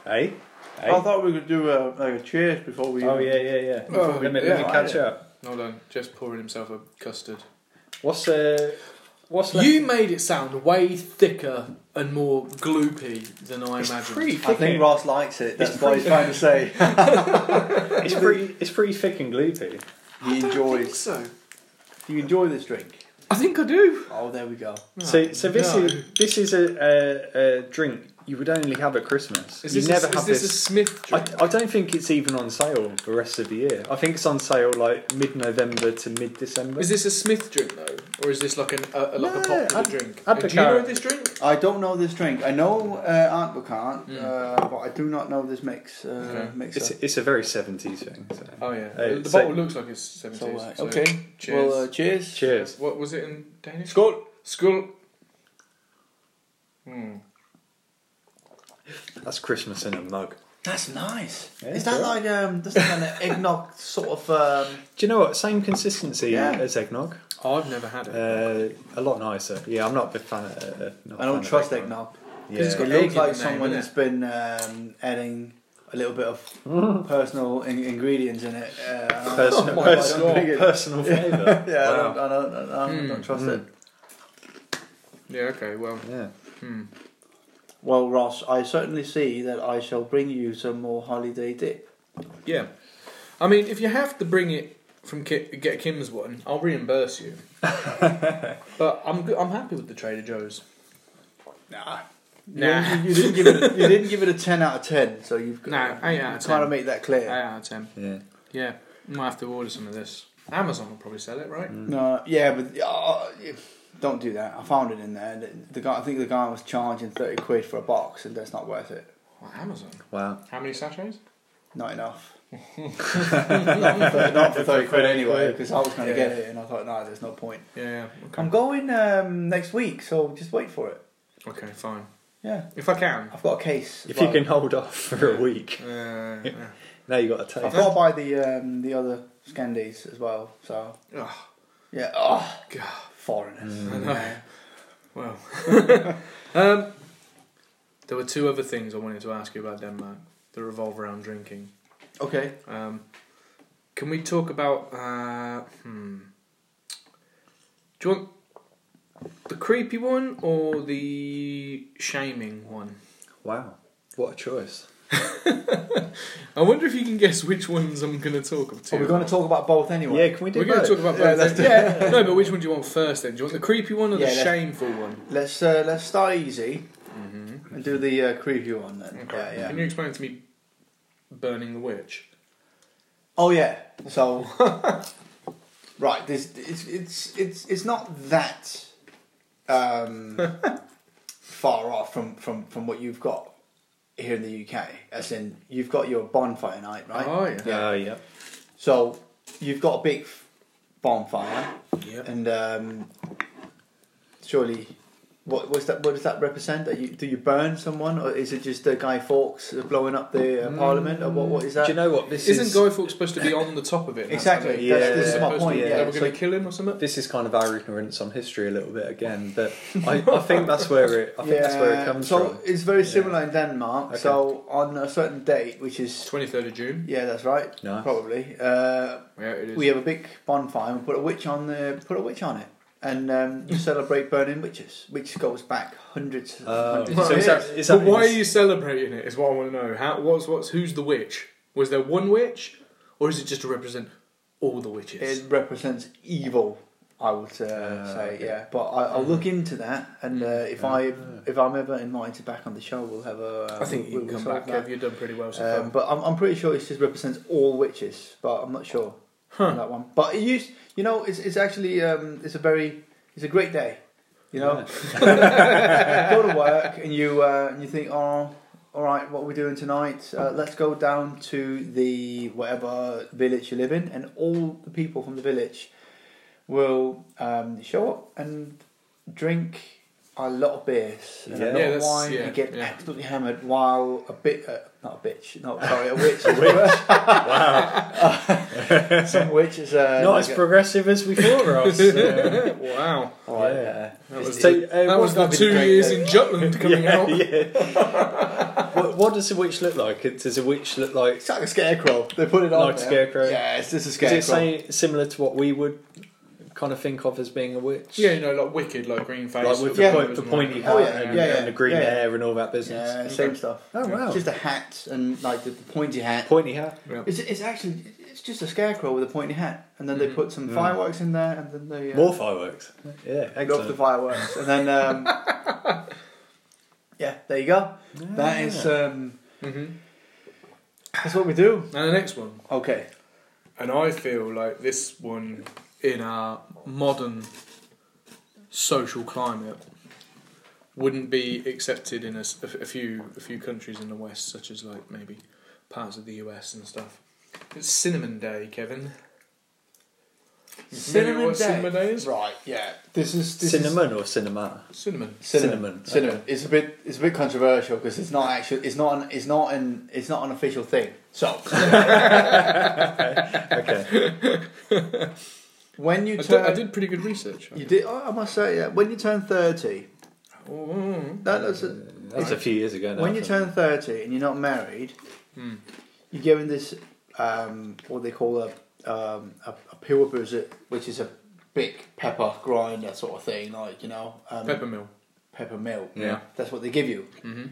S1: Hey. Hey.
S3: I thought we could do a, like a cheers before we. um,
S1: Oh yeah, yeah, yeah.
S2: Oh,
S1: let me,
S2: yeah.
S1: let me catch up.
S2: Hold on. Jeff's pouring himself a custard.
S1: What's uh, what's left?
S2: You made it sound way thicker and more gloopy than I
S1: It's
S2: imagined.
S1: pretty
S3: I
S1: thick.
S3: think
S1: and-
S3: Ross likes it. That's what he's trying to say.
S1: it's pretty. It's pretty thick and gloopy.
S3: He
S2: I don't think
S3: enjoys.
S2: so.
S3: You enjoy this drink.
S2: I think I do.
S3: Oh, there we go.
S1: So, so this
S2: No.
S1: is this is a, a, a drink you would only have at Christmas.
S2: Is
S1: you
S2: this,
S1: never
S2: a,
S1: have
S2: is this, a
S1: this.
S2: Smith
S1: I
S2: drink?
S1: I, I don't think it's even on sale the rest of the year. I think it's on sale like mid-November to mid-December.
S2: is this a Smith drink though, or is this like an, a, a- like a
S1: No,
S2: popular
S1: I'd-
S2: drink?
S1: I'd
S2: do
S1: pick
S2: you know
S1: out-
S2: this drink?
S3: I don't know this drink. I know uh, Aunt Bacant, uh, but I do not know this mix. Uh,
S2: Okay.
S3: mixer.
S1: It's, it's a very seventies thing. So.
S2: Oh yeah,
S1: Uh,
S2: the
S1: so-
S2: bottle looks like it's
S3: so,
S2: seventies.
S3: uh, okay.
S2: cheers.
S3: Well, uh, cheers.
S1: Cheers.
S2: What was it in Danish?
S3: Skål.
S2: Skull. Hmm.
S1: That's Christmas in a mug.
S3: That's nice.
S1: Yeah,
S3: is that
S1: sure.
S3: like um, that's like an eggnog sort of? Um,
S1: Do you know what? Same consistency
S3: Yeah.
S1: as eggnog.
S2: I've never had it.
S1: Uh, a lot nicer. Yeah, I'm not a big fan. Of, uh, not a
S3: I
S1: fan
S3: don't
S1: of
S3: trust eggnog.
S1: Yeah.
S3: It
S2: got egg in
S3: looks like
S2: the name,
S3: someone
S2: innit?
S3: has been um, adding a little bit of personal in- ingredients in it. Uh,
S1: Personal,
S3: I don't-
S1: personal,
S3: I don't think it-
S1: personal flavour.
S3: yeah, I
S1: Wow.
S3: don't, I don't, I don't, I don't
S2: Mm.
S3: trust it.
S2: yeah. Okay. Well,
S1: Yeah.
S2: Hmm.
S3: Well, Ross, I certainly see that I shall bring you some more holiday dip.
S2: Yeah, I mean, if you have to bring it from Ki- get Kim's one, I'll reimburse you. but I'm go- I'm happy with the Trader Joe's.
S1: Nah.
S2: Nah,
S3: You, you didn't give it. You didn't give it a ten out of ten, so you've got,
S2: Nah, eight out of
S3: you've got to
S2: 10.
S3: make that
S2: eight
S3: clear.
S2: out of ten.
S1: Yeah.
S2: Yeah, might have to order some of this. Amazon will probably sell it, right?
S3: No, yeah, but uh, don't do that. I found it in there. The- The guy, I think the guy was charging thirty quid for a box, and that's not worth it.
S2: Well, Amazon.
S1: Wow.
S2: How many sachets?
S3: Not enough. not, for, not for thirty quid anyway, because I was going to
S2: Yeah.
S3: get it, and I thought, no, there's no point.
S2: Yeah. Okay.
S3: I'm going um, next week, so just wait for it.
S2: okay. Fine.
S3: Yeah,
S2: If I can.
S3: I've got a case.
S1: If
S3: as
S1: you
S3: well.
S1: can hold off for a week,
S2: Uh, yeah.
S1: now you got to take.
S3: I've got to buy the um, the other Scandies as well. So
S2: Ugh,
S3: yeah, oh,
S2: God.
S3: foreigners.
S1: Mm.
S2: I know. Well, um, there were two other things I wanted to ask you about Denmark that revolve around drinking.
S3: Okay,
S2: Um, can we talk about? Uh, hmm. Do you want the creepy one or the shaming one?
S1: Wow. What a choice.
S2: I wonder if you can guess which ones I'm going to talk of.
S3: are we going to talk about both anyway?
S1: Yeah, can we do
S2: We're going to
S1: both?
S2: talk about
S3: Yeah,
S2: both.
S3: let's do-
S2: Yeah, no, but which one do you want first? Then do you want the creepy one or
S3: Yeah,
S2: the
S3: let's-
S2: shameful one?
S3: Let's uh, let's start easy
S2: Mm-hmm.
S3: and do the uh, creepy one then.
S2: Okay.
S3: Yeah,
S2: Can
S3: yeah.
S2: you explain to me burning the witch?
S3: Oh yeah. So right, this it's it's it's it's not that um, far off from from from what you've got here in the UK. As in, you've got your bonfire night, right?
S2: Oh yeah.
S1: Oh, yeah.
S3: So you've got a big bonfire.
S2: Yep.
S3: And um, surely, what was that? What does that represent? That you, do you burn someone, or is it just uh, Guy Fawkes blowing up the
S2: Mm.
S3: uh, Parliament, or what? What is that?
S1: Do you know what? This
S2: Isn't
S1: is
S2: Guy Fawkes supposed to be on the top of it?
S3: exactly.
S1: Yeah.
S3: That's, this is my
S2: Supposed to-
S3: point.
S2: they
S3: Yeah.
S2: were
S3: So-
S2: going to kill him or something.
S1: this is kind of our ignorance on history a little bit again, but I, I think that's where it I think that's where it
S3: yeah,
S1: comes
S3: so
S1: from.
S3: it's very similar in Denmark.
S1: Okay.
S3: So on a certain date, which is
S2: Twenty third of June.
S3: yeah, that's right,
S1: Nice.
S3: probably. Uh,
S2: Yeah, it is.
S3: we have a big bonfire and put a witch on the put a witch on it, and um, you celebrate burning witches, which goes back hundreds.
S1: Oh,
S3: hundreds
S1: so
S3: of
S1: is
S3: years.
S1: that, is that
S2: but why are you celebrating it? Is what I want to know. How? What's? What's? Who's the witch? Was there one witch, or is it just to represent all the witches?
S3: it represents evil. I would uh,
S1: Ah,
S3: say,
S1: okay. Hmm.
S3: yeah, but I, I'll look into that, and uh, if I
S1: Ah.
S3: if I'm ever invited back on the show, we'll have a. Uh,
S2: I think you
S3: we'll
S2: can come
S3: sort
S2: back. Kev,
S3: that.
S2: you've done pretty well so far.
S3: Um, but I'm, I'm pretty sure it just represents all witches, but I'm not sure on
S2: huh.
S3: that one. But it used, you know, it's it's actually um, it's a very it's a great day, you know. you go to work and you uh, and you think, oh, all right, what are we doing tonight? Uh, let's go down to the whatever village you live in, and all the people from the village will um, show up and drink a lot of beers and
S1: Yeah.
S3: a lot
S2: Yeah,
S3: of
S2: that's-
S3: wine
S2: yeah,
S3: and get
S2: yeah.
S3: absolutely hammered while a bit uh, not a bitch not sorry a witch some witch is uh,
S1: not as
S3: like a-
S1: progressive as we thought, Ross? Yeah.
S2: wow.
S3: all right, yeah.
S2: That was,
S1: So, uh,
S2: that
S1: what-
S2: was the
S3: that'd be
S2: two
S3: great,
S2: years
S3: though.
S2: in Jutland coming out.
S1: yeah. what, what does a witch look like? Does a witch look like?
S3: It's like a scarecrow. They put it on
S1: Like a
S3: there.
S1: scarecrow.
S3: Yeah, it's just a
S1: Is
S3: scarecrow.
S1: it say, similar to what we would kind of think of as being a witch?
S2: Yeah, you know, like wicked, like green face.
S1: Like with the,
S3: Yeah.
S1: point, the pointy hat
S3: Oh, yeah,
S1: and,
S3: yeah, yeah.
S1: and the green
S3: Yeah, yeah.
S1: hair and all that business.
S3: yeah, same stuff.
S1: Oh wow,
S3: Just a hat and like the, the pointy hat.
S1: pointy hat.
S3: It's, it's actually it's just a scarecrow with a pointy hat, and then they
S2: Mhm.
S3: put some
S1: Mm.
S3: fireworks in there, and then they uh,
S1: More fireworks. Yeah,
S3: they go off the
S1: excellent.
S3: fireworks, and then um, yeah, there you go. That is um,
S2: hmm
S3: that's what we do.
S2: And the next one.
S3: Okay,
S2: And I feel like this one in our modern social climate wouldn't be accepted in a, s- a few a few countries in the West, such as like maybe parts of the US and stuff. It's Cinnamon Day, Kevin. You familiar
S3: Cinnamon
S2: with what
S3: Day.
S2: Cinnamon Day is?
S3: right, yeah. This is this Is,
S1: cinnamon or cinema?
S2: Cinnamon.
S1: Cinnamon.
S3: Cinnamon. Cinnamon. It's a bit. It's a bit controversial because it's not actually. It's not. An, it's not an. It's not an official thing. So
S1: Okay.
S3: when you
S2: I did,
S3: turn,
S2: I did pretty good research.
S3: you did. oh, I must say, yeah. When you turn thirty,
S2: Oh,
S3: that, that's a,
S1: That's a few years ago now.
S3: when you
S1: so-
S3: turn 30 and you're not married,
S2: Hmm.
S3: you're given this, um, what they call a, um, a, a pilbers, which is a big pepper grinder sort of thing, like, you know. Um,
S2: peppermill.
S3: pepper mill.
S7: Yeah.
S3: That's what they give you
S2: hmm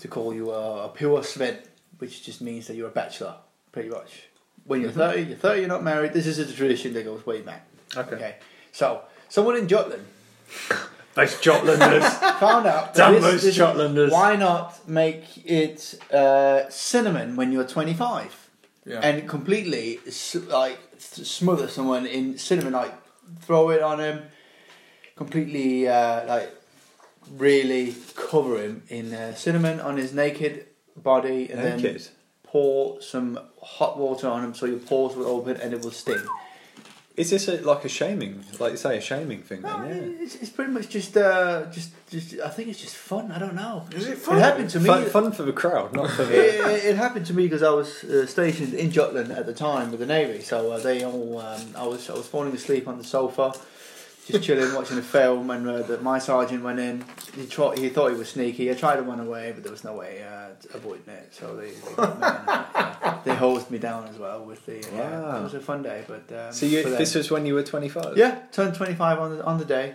S3: to call you a, a pure Sven, which just means that you're a bachelor, pretty much. When you're 30, you're 30, you're not married. This is a tradition that goes way back.
S1: Okay.
S3: Okay. So, someone in Jutland
S1: Those Jotlanders.
S3: found out that
S1: Damn
S3: this-
S1: those
S3: this-
S1: Jotlanders.
S3: why not make it uh, cinnamon when you're 25
S2: Yeah.
S3: and completely s- like s- smother someone in cinnamon, like throw it on him, completely uh, like really cover him in uh, cinnamon on his naked body and then
S1: Naked.
S3: pour some hot water on him so your pores will open and it will sting.
S1: Is this a, like a shaming, like you say, a shaming thing
S3: No,
S1: then?
S3: it's, it's pretty much just, uh, just, just. I think it's just fun. I don't know.
S7: Is it
S3: It happened to
S1: Yeah.
S3: me.
S1: Fun, fun for the crowd, not for the.
S3: it, it happened to me because I was uh, stationed in Jutland at the time with the Navy, so uh, they all. Um, I was I was falling asleep on the sofa, just chilling, watching a film, and uh, the, my sergeant went in. He tried, he thought he was sneaky. I tried to run away, but there was no way uh, to avoiding it. So they they, got me and, uh, yeah, they hosed me down as well with the. Uh,
S1: Wow.
S3: It was a fun day, but um,
S1: So you,
S3: for them-
S1: this was when you were 25?
S3: yeah, turned twenty five on the on the day.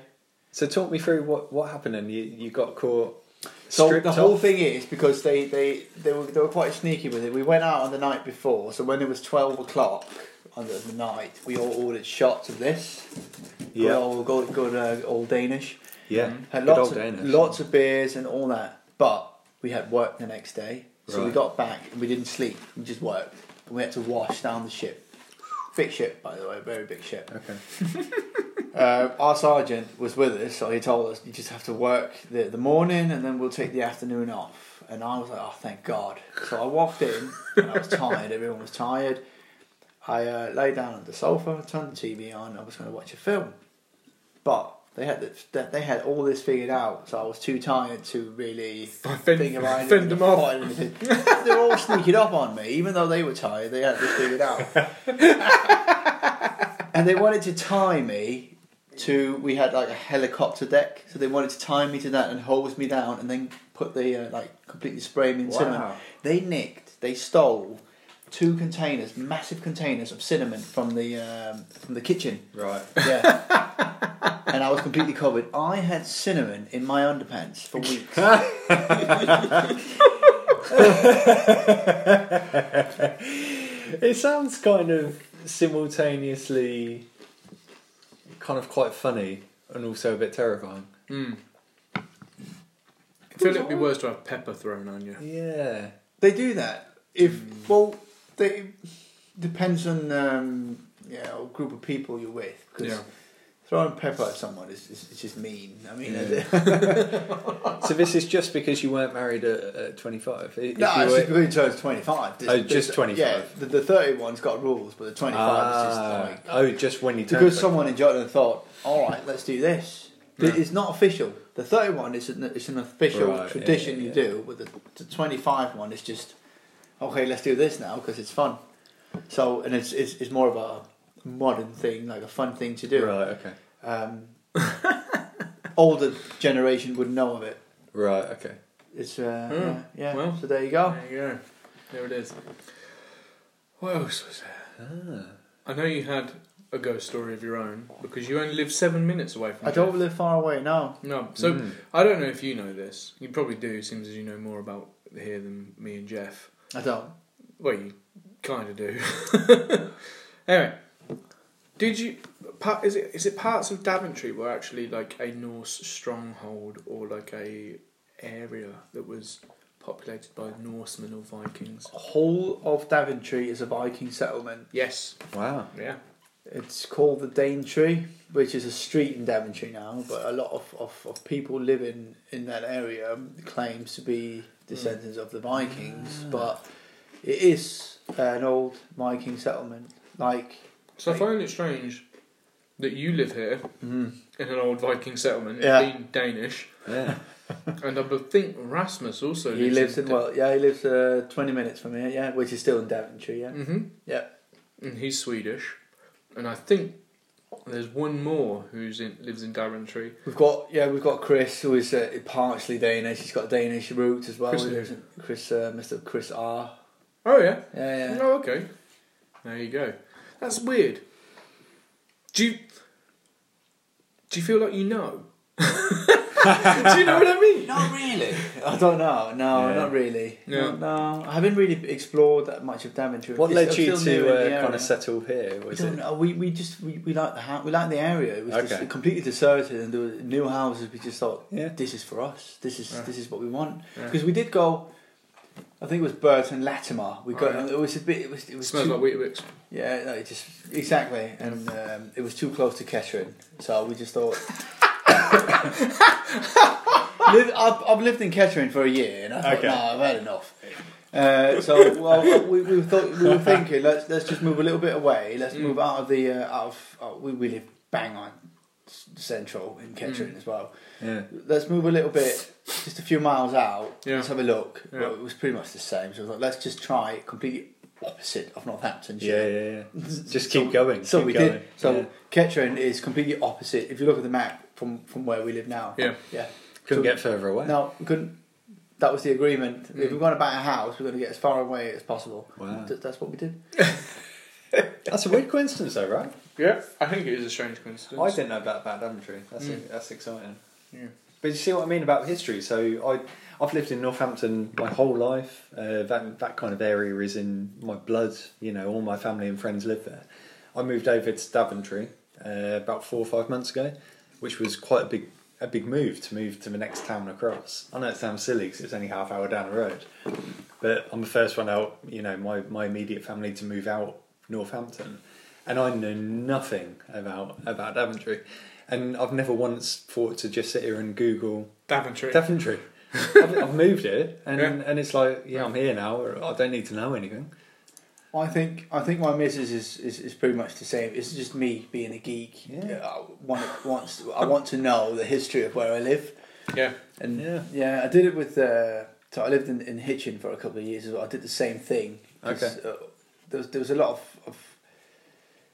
S1: So talk me through what, what happened and you, you got caught
S3: So
S1: stripped
S3: the whole
S1: off?
S3: thing is because they, they, they, were, they were quite sneaky with it. We went out on the night before, so when it was 12 o'clock on the, the night, we all ordered shots of this. Good
S1: Yeah.
S3: old, good, good uh, old Danish.
S1: Yeah. Good
S3: Had lots,
S1: old
S3: of,
S1: Danish.
S3: lots of beers and all that. But we had work the next day, so we
S1: Right.
S3: got back and we didn't sleep, we just worked. And we had to wash down the ship. Big ship, by the way, very big ship.
S1: Okay.
S3: Uh, our sergeant was with us, so he told us you just have to work the, the morning and then we'll take the afternoon off. And I was like, oh, thank God. So I walked in and I was tired, everyone was tired. I uh, lay down on the sofa, turned the TV on, I was going to watch a film. But they had the, they had all this figured out, so I was too tired to really
S2: Fend-
S3: think about it.
S2: fend them off.
S3: they were all sneaking up on me, even though they were tired, they had this figured out and they wanted to tie me to we had like a helicopter deck so they wanted to tie me to that and hose me down and then put the uh, like completely spray me in cinnamon they nicked they stole two containers massive containers of cinnamon from the um, from the kitchen
S1: Right.
S3: yeah and i was completely covered i had cinnamon in my underpants for weeks
S1: It sounds kind of simultaneously kind of quite funny and also a bit terrifying.
S2: Mm. I feel it'd be worse to have pepper thrown on you.
S1: Yeah.
S3: They do that
S1: Hmm.
S3: if well, they depends on um, yeah what group of people you're with because
S2: Yeah.
S3: throwing pepper at someone is, is, is just mean. I mean,
S1: So this is just because you weren't married at, at 25? If
S3: no,
S1: you
S3: it's
S1: were-
S3: just because it's twenty five.
S1: Oh, just 25.
S3: Yeah, the, the thirty one's got rules, but the twenty five
S1: Ah.
S3: is just like
S1: oh, just when you turn 25.
S3: because someone in Jutland thought, all right, let's do this. Th- It's not official. The thirty one is an, it's an official
S1: Right, yeah,
S3: tradition
S1: yeah,
S3: you do, but the, the twenty five one is just okay. Let's do this now because it's fun. So and it's, it's it's more of a modern thing, like a fun thing to do.
S1: Right, okay.
S3: Um, older generation would know of it.
S1: Right, okay.
S3: It's uh,
S2: Hmm.
S3: yeah, yeah.
S2: Well.
S3: So there you go.
S2: There you go. There it is. What else was there?
S3: Ah.
S2: I know you had a ghost story of your own because you only live seven minutes away from.
S3: I
S2: death.
S3: don't Hmm. live far away now.
S2: No, so
S1: Mm.
S2: I don't know if you know this. You probably do, seems as you know more about here than me and Jeff.
S3: I don't.
S2: Well, you kind of do. anyway, did you? pa- Is it is it parts of Daventry were actually like a Norse stronghold or like a area that was populated by Norsemen or Vikings?
S3: Hall of Daventry is a Viking settlement.
S2: Yes.
S1: Wow.
S2: Yeah.
S3: It's called the Daintree, which is a street in Daventry now, but a lot of, of, of people living in that area claims to be descendants of the Vikings,
S2: Ah.
S3: but it is an old Viking settlement. Like,
S2: So I find it strange that you live here in an old Viking settlement,
S3: Yeah.
S2: being Danish,
S1: Yeah.
S2: and I would think Rasmus also
S3: he lives in,
S2: Da-
S3: well, yeah, he lives uh, 20 minutes from here, yeah, which is still in Daventry, yeah.
S2: Mm-hmm.
S3: Yeah.
S2: And he's Swedish, and I think there's one more who's in lives in Daventry.
S3: We've got, yeah, we've got Chris, who is uh, partially Danish, he's got Danish roots as well.
S2: Chris
S3: He
S2: who?
S3: lives in- Chris, uh, Mr. Chris R.
S2: Oh yeah.
S3: Yeah, yeah.
S2: Oh okay. There you go. That's weird. Do you do you feel like you know? Do you know what I mean?
S3: Not really. I don't know. No,
S1: Yeah.
S3: not really.
S2: Yeah.
S3: No, I haven't really explored that much of damage.
S1: What
S3: It's-
S1: led
S3: I'm
S1: you
S3: still new in the
S1: to uh,
S3: area.
S1: kind of settle here? Was
S3: I
S1: it
S3: don't know. We, we just we, we like the ha- we like the area. It was
S1: Okay.
S3: just completely deserted, and there were new houses. We just thought,
S1: Yeah.
S3: this is for us. This is
S2: Yeah.
S3: this is what we want.
S2: Yeah.
S3: Because we did go. I think it was Burton Latimer. We got
S2: Oh, yeah.
S3: it was a bit. It was it
S2: It
S3: was
S2: smells
S3: too,
S2: like Weetabix.
S3: yeah. No, it just exactly, and um, it was too close to Kettering, so we just thought. Live, I've, I've lived in Kettering for a year, and I thought,
S1: Okay.
S3: no, I've had enough. Uh, so well, we, we thought we were thinking let's let's just move a little bit away. Let's
S2: Mm.
S3: move out of the uh, out of oh, we we live bang on s- central in Kettering as well.
S1: yeah.
S3: Let's move a little bit, just a few miles out.
S2: Yeah.
S3: Let's have a look.
S2: Yeah.
S3: Well, it was pretty much the same. So I was like, let's just try completely opposite of Northamptonshire.
S1: yeah, yeah, yeah. Just keep going.
S3: So
S1: keep
S3: we
S1: going.
S3: did. So
S1: Yeah.
S3: Kettering is completely opposite. If you look at the map from from where we live now.
S2: Yeah.
S3: Yeah.
S1: couldn't
S3: so-
S1: get further away.
S3: No, we couldn't. That was the agreement.
S2: Mm.
S3: If we're going to buy a house, we're going to get as far away as possible.
S1: Wow.
S3: Th- that's what we did.
S1: That's a weird coincidence, though, right?
S2: Yeah, I think it is a strange coincidence.
S1: I didn't know about bad Daventry. That's e, that's exciting.
S2: Yeah.
S1: But you see what I mean about history. So I I've lived in Northampton my whole life. Uh, that that kind of area is in my blood. You know, all my family and friends live there. I moved over to Daventry uh, about four or five months ago, which was quite a big a big move to move to the next town across. I know it sounds silly because it's only half hour down the road, but I'm the first one out. You know, my my immediate family to move out Northampton, and I know nothing about about Daventry. And I've never once thought to just sit here and Google
S2: Daventry.
S1: Daventry. I've, I've moved it, and,
S2: Yeah.
S1: and it's like, yeah, I'm here now. I don't need to know anything.
S3: I think I think my missus is, is, is pretty much the same. It's just me being a geek.
S1: Yeah.
S3: I want wants I want to know the history of where I live.
S2: yeah.
S3: And
S1: Yeah.
S3: yeah, I did it with. Uh, so I lived in, in Hitchin for a couple of years as well. I did the same thing. 'Cause,
S1: Okay.
S3: Uh, there was there was a lot of, of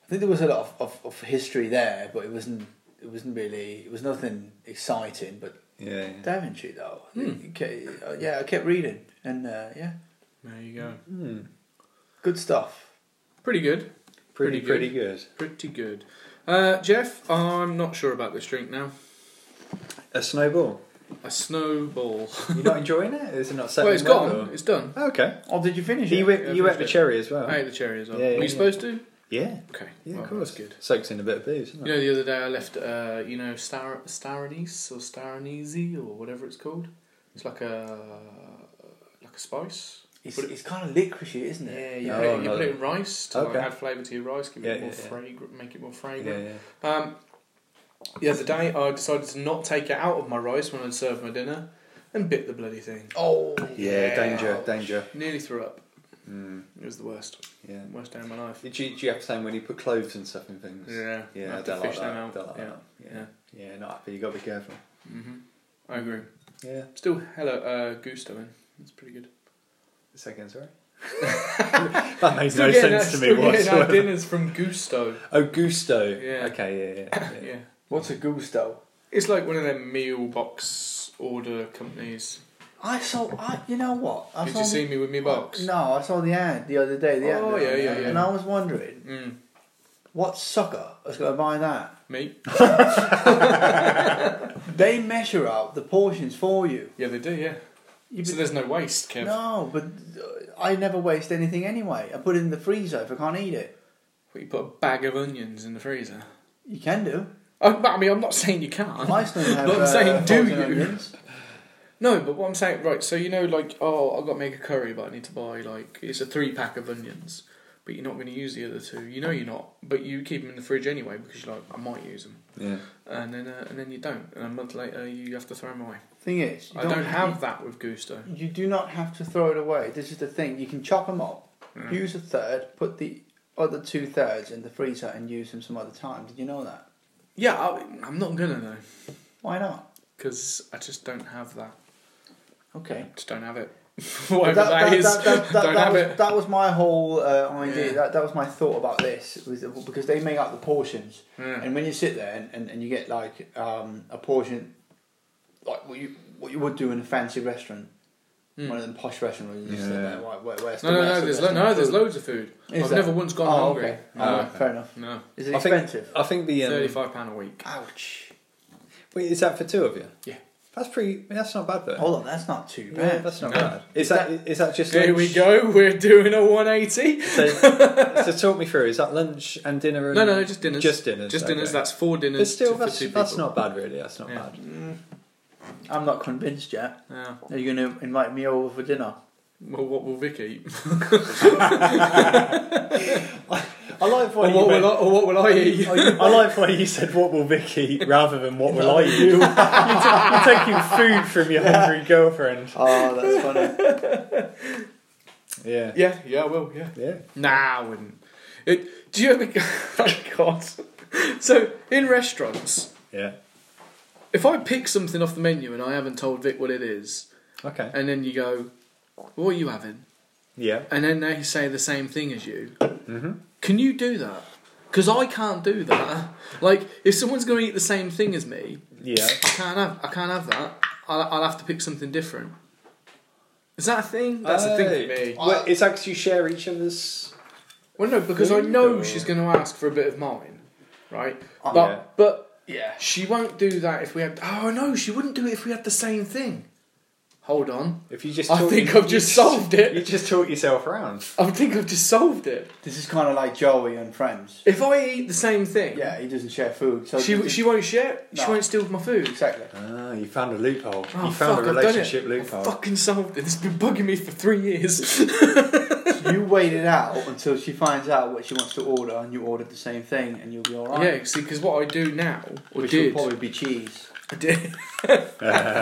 S3: I think there was a lot of, of, of history there, but it wasn't it wasn't really it was nothing exciting. But
S1: Yeah,
S3: Daventry though,
S2: Hmm.
S3: okay, uh, yeah, I kept reading and uh, yeah,
S2: There you go.
S1: Hmm.
S3: good stuff.
S2: Pretty good.
S1: pretty
S2: Pretty
S1: pretty,
S2: good.
S1: good.
S2: Pretty good. Uh, Jeff, I'm not sure about this drink now.
S1: A snowball.
S2: A snowball.
S1: You're not enjoying it? Is it not
S2: well,
S1: settling
S2: it's
S1: well,
S2: gone.
S1: or-
S2: It's done.
S1: Okay.
S3: Oh, did you finish
S1: You
S3: it?
S1: ate,
S2: yeah,
S1: you ate
S2: finished
S1: the
S2: it.
S1: cherry as well.
S2: I ate the cherry as well.
S1: Yeah,
S2: Were you
S1: yeah,
S2: supposed to?
S1: Yeah.
S2: Okay.
S1: Yeah,
S2: well,
S1: of course.
S2: Oh, That's good.
S1: Soaks in a bit of booze. Isn't
S2: You
S1: it?
S2: know, the other day I left, uh, you know, Star Staranese or Staranese or whatever it's called. It's like a like a spice.
S3: It's, it's kind of licoricey, isn't it?
S2: Yeah, you,
S1: Oh,
S2: put, it, you put
S1: no.
S2: it in rice to
S1: Okay.
S2: like, add flavour to your rice, give
S1: Yeah,
S2: it more
S1: yeah, yeah.
S2: fragrant, make it more
S1: Yeah,
S2: fragrant.
S1: yeah.
S2: Um, the other day I decided to not take it out of my rice when I'd served my dinner, and bit the bloody thing.
S3: Oh,
S1: Yeah, danger, danger.
S2: Nearly threw up.
S1: Mm,
S2: It was the worst,
S1: yeah.
S2: worst day of my life.
S1: Do you, do you have the same when you put clothes and stuff in things?
S2: Yeah, I
S1: Yeah, I
S2: had to
S1: don't like
S2: fish them
S1: that.
S2: out.
S1: Don't like
S2: yeah,
S1: that. Yeah. Yeah, not happy. you got to be careful.
S2: hmm I agree.
S1: Yeah.
S2: Still, hello, uh, gusto in. That's pretty good.
S1: Second, sorry. that makes
S2: Still
S1: no
S2: getting
S1: sense
S2: our-
S1: to
S2: still
S1: me
S2: getting Our
S1: whatsoever.
S2: dinners from Gusto.
S1: Oh, Gusto.
S2: Yeah.
S1: Okay, yeah, yeah. yeah.
S2: Yeah,
S3: What's a gusto?
S2: it's like one of them meal box order companies.
S3: I saw. I, you know what? I
S2: Did
S3: saw
S2: you
S3: the-
S2: see me with me box?
S3: No, I saw the ad the other day. The ad
S2: Oh,
S3: that
S2: yeah,
S3: I-
S2: yeah, yeah.
S3: And I was wondering,
S2: Mm,
S3: what sucker was going to buy that?
S2: me?
S3: They measure out the portions for you.
S2: Yeah, they do. Yeah.
S3: You
S2: so
S3: be-
S2: there's no waste, Kev.
S3: no, but uh, I never waste anything anyway. I put it in the freezer if I can't eat it.
S2: Well, You put a bag of onions in the freezer.
S3: You can do.
S2: I, but I mean, I'm not saying you can't.
S3: I still have.
S2: Not
S3: uh,
S2: saying do
S3: frozen
S2: you.
S3: onions.
S2: No, but what I'm saying, right? So you know, like, oh, I've got to make a curry, but I need to buy like it's a three pack of onions, but you're not going to use the other two. You know you're not, but you keep them in the fridge anyway because you're like, I might use them,
S1: yeah.
S2: and then uh, and then you don't, and a month later you have to throw them away.
S3: Thing is, you
S2: I don't have that with Gusto.
S3: You do not have to throw it away. This is the thing. You can chop them up,
S2: Mm.
S3: use a third, put the other two thirds in the freezer, and use them some other time. Did you know that?
S2: Yeah, I, I'm not gonna though,
S3: Why not?
S2: because I just don't have that.
S3: Okay.
S2: Just don't have it. Whatever that is,
S3: that- that-
S2: don't
S3: that
S2: have
S3: was,
S2: it.
S3: that was my whole uh, idea.
S2: Yeah.
S3: That, that was my thought about this was that- because they make out the portions,
S2: Yeah.
S3: and when you sit there and, and, and you get like um, a portion, like what you what you would do in a fancy restaurant,
S2: Mm.
S3: one of them posh restaurants. You just
S1: Yeah.
S3: sit there, right, where, where's
S2: No,
S3: the
S2: no,
S3: rest
S2: no.
S3: of
S2: There's
S3: the
S2: lo-
S3: restaurant
S2: no, there's
S3: food?
S2: loads of food.
S3: Is
S2: I've
S3: there?
S2: never once gone
S3: oh,
S2: hungry.
S3: Okay.
S2: No,
S3: Alright, fair enough.
S2: no.
S3: Is it
S1: I think,
S3: expensive?
S1: I think the. Um,
S2: Thirty-five pound a week.
S3: Ouch.
S1: Wait, is that for two of you?
S2: Yeah.
S1: That's pretty. That's not bad though.
S3: Hold on, that's not too
S1: yeah,
S3: bad.
S1: that's not
S2: No.
S1: bad. Is that is that just?
S2: Here
S1: lunch?
S2: we go. We're doing a 180.
S1: So, so talk me through. Is that lunch and dinner? And
S2: No, no, just dinners.
S1: Just dinners.
S2: Just dinners.
S1: okay.
S2: That's four dinners.
S1: But still,
S2: to-
S1: that's,
S2: for two
S1: that's
S2: people.
S1: not bad, really. That's not
S2: Yeah.
S1: bad.
S3: I'm not convinced yet.
S2: Yeah.
S3: Are you going to invite me over for dinner?
S2: Well, what will Vic eat?
S1: I like
S2: Or
S1: what
S2: what will I, or what will I eat?
S1: I like why Oh, you said what will Vic eat rather than what will I eat. You're, ta- you're taking food from your hungry girlfriend.
S3: Ah,
S8: Oh, that's funny.
S1: Yeah.
S2: Yeah, yeah, I will. Yeah.
S1: Yeah.
S2: Nah, I wouldn't. It, do you ever? oh God. So in restaurants,
S1: Yeah.
S2: if I pick something off the menu and I haven't told Vic what it is,
S1: Okay.
S2: and then you go, "What are you having?"
S1: Yeah.
S2: and then they say the same thing as you,
S1: Mhm.
S2: can you do that? Because I can't do that. Like, if someone's going to eat the same thing as me,
S1: Yeah.
S2: I can't have. I can't have that. I'll, I'll have to pick something different. Is that a thing? That's a thing for me.
S1: Well, it's actually you share each other's.
S2: Well, no, because I
S1: Food
S2: know
S1: or-
S2: she's going to ask for a bit of mine, right? But
S1: Yeah.
S2: but yeah, she won't do that if we had. Oh no, she wouldn't do it if we had the same thing. Hold on,
S1: If you just.
S2: I
S1: talk-
S2: think
S1: you
S2: I've just solved it.
S1: You just talk yourself around.
S2: I think I've just solved it.
S3: This is kind of like Joey and Friends.
S2: If I eat the same thing,
S3: Yeah, he doesn't share food. So
S2: she she won't share. She
S3: No.
S2: won't steal my food.
S3: exactly.
S1: Ah, you found a loophole.
S2: Oh,
S1: you found
S2: fuck,
S1: a
S2: I've done it. Oh,
S1: relationship loophole.
S2: Fucking solved it. It's been bugging me for three years.
S3: you wait it out until she finds out what she wants to order, and you ordered the same thing, and you'll be all right.
S2: yeah, see, because what I do now, or
S3: which
S2: did,
S3: will probably be cheese.
S2: I did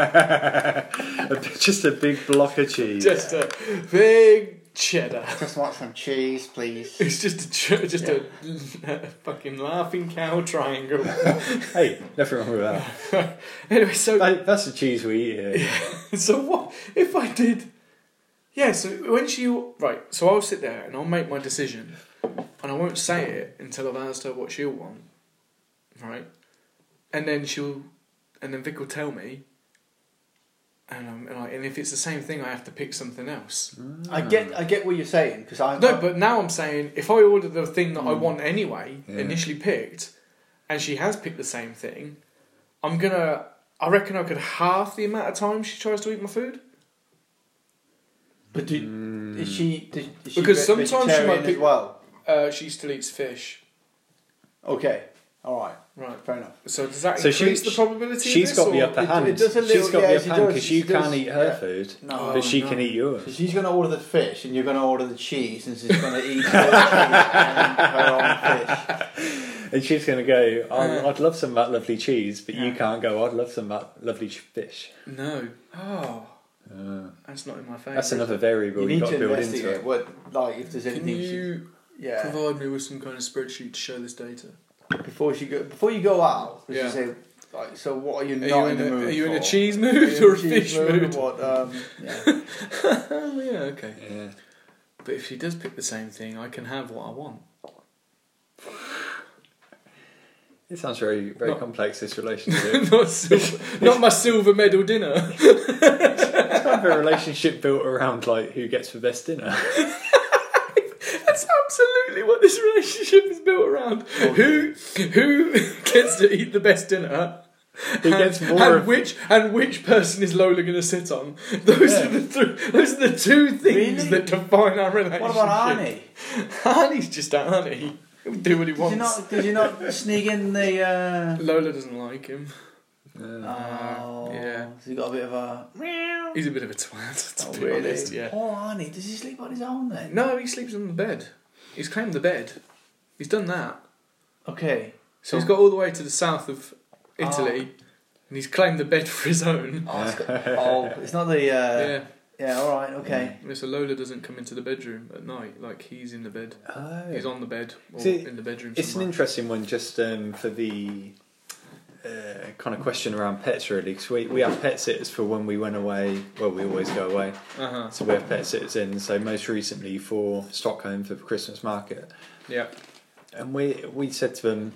S1: A bit- just a big block of cheese.
S2: just a big cheddar.
S3: Just want some cheese, please.
S2: It's just a ch- just a, fucking laughing cow triangle.
S1: Hey, nothing wrong with that.
S2: anyway, so
S1: That- That's the cheese we eat here.
S2: so what if I did? Yeah, so when she right, so I'll sit there and I'll make my decision, and I won't say it until I've asked her what she'll want, right? And then she'll, and then Vic will tell me. And, um, and, I, and if it's the same thing, I have to pick something else.
S3: I get, I get what you're saying because I
S2: No, but now I'm saying if I order the thing that I want anyway,
S1: Mm. Yeah.
S2: initially picked, and she has picked the same thing, I'm gonna. I reckon I could half the amount of time she tries to eat my food
S3: but do,
S1: Hmm.
S3: is she, does- is she
S2: Because
S3: ve-
S2: sometimes she might
S3: vegetarian
S2: be-
S3: as well.
S2: Uh, she still eats fish.
S3: Okay, all right,
S2: Right.
S3: fair enough.
S2: So does that
S1: So she-
S2: increase the probability? of
S1: She's
S2: this,
S1: got the
S2: or-
S1: upper
S3: it-
S1: hand.
S3: it does a
S1: she's
S3: little-
S1: got
S3: yeah,
S1: the
S3: she
S1: upper hand
S3: does,
S1: because
S3: she
S1: you
S3: does,
S1: can't eat her
S3: yeah.
S1: food,
S3: No,
S1: Oh, but she
S2: no.
S1: can eat
S3: So
S1: yours.
S3: she's going to order the fish, and you're going to order the cheese, and she's going to eat her cheese and her own fish.
S1: And she's going to go, oh, I'd love some of that lovely cheese, but you can't go, I'd love some of that lovely ch- fish.
S2: No. Oh, that's not in my favour.
S1: That's another variable
S3: You
S1: you've
S3: need
S1: got to
S3: to
S1: build into
S3: investigate
S1: it.
S3: what, like, if there's
S2: Can
S3: anything. she,
S2: you
S3: yeah.
S2: provide me with some kind of spreadsheet to show this data?
S3: before she go before you go out, does
S2: Yeah.
S3: she say like, so what are you
S2: Are
S3: not
S2: you in,
S3: in, the
S2: a,
S3: mood?
S2: are you in a
S3: for?
S2: cheese
S3: Are you
S2: mood
S3: in
S2: or a
S3: cheese
S2: fish mood?
S3: What? Um, yeah.
S2: Oh yeah, okay.
S1: Yeah.
S2: But if she does pick the same thing, I can have what I want.
S1: It sounds very, very
S2: Not-
S1: complex, this relationship.
S2: not silver, not my silver medal dinner.
S1: it's kind of a relationship built around like who gets the best dinner.
S2: That's absolutely what this relationship is built around. Who who gets to eat the best dinner?
S1: Who gets
S2: and,
S1: more
S2: and
S1: of-
S2: which and which person is Lola going to sit on? Those are the three, those are the two things
S3: Really?
S2: that define our relationship.
S3: What about Arnie?
S2: Arnie's just Arnie. He'll do what he
S3: Did
S2: wants.
S3: you not? Did you not sneak in the? Uh,
S2: Lola doesn't like him.
S1: Yeah.
S3: oh,
S2: yeah.
S3: So you got a bit of a.
S2: He's a bit of a twat. To
S3: Oh,
S2: be
S3: really?
S2: honest, yeah.
S3: Poor Arnie. Does he sleep on his own then?
S2: No, he sleeps on the bed. He's claimed the bed. He's done that.
S3: Okay.
S2: So he's got all the way to the south of Italy, and he's claimed the bed for his own.
S3: Oh, it's, got, oh, it's not the. Uh, yeah.
S2: yeah.
S3: All right. Okay.
S2: Mr. Lola doesn't come into the bedroom at night. Like he's in the bed.
S1: Oh.
S2: He's on the bed or
S1: See,
S2: in the bedroom.
S1: It's an
S2: somewhere.
S1: interesting one, just um, for the uh, kind of question around pets, really, because we, we have pet sitters for when we went away. Well, we always go away,
S2: uh-huh.
S1: so we have pet sitters in. So most recently for Stockholm for the Christmas market,
S2: Yeah.
S1: and we we said to them,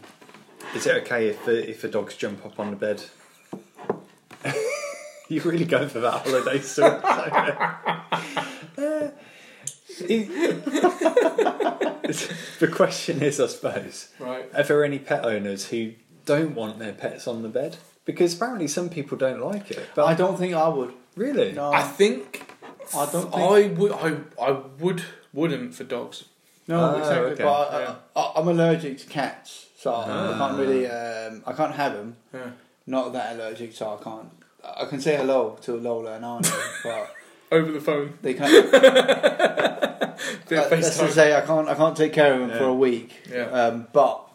S1: "Is it okay if the, if the dogs jump up on the bed?" you really go for that holiday sort. Uh, it- the question is, I suppose.
S2: Right.
S1: Are there any pet owners who don't want their pets on the bed? Because apparently some people don't like it. But
S3: But I don't think I would.
S1: really,
S3: No,
S2: I
S3: I,
S2: think
S3: don't. Think,
S2: I would. I, I would wouldn't for dogs.
S3: no,
S1: Oh,
S3: exactly.
S1: okay.
S3: But I,
S2: Yeah.
S3: I, I'm allergic to cats, so I can't really. Um, I can't have them.
S2: Yeah.
S3: Not that allergic, so I can't. I can say hello to Lola and Arnie, but
S2: Over the phone.
S3: they can't.
S2: Bit of
S3: Uh, let's
S2: FaceTime.
S3: just say I can't. I can't take care of them for
S1: Yeah.
S3: a week.
S2: Yeah.
S3: Um, but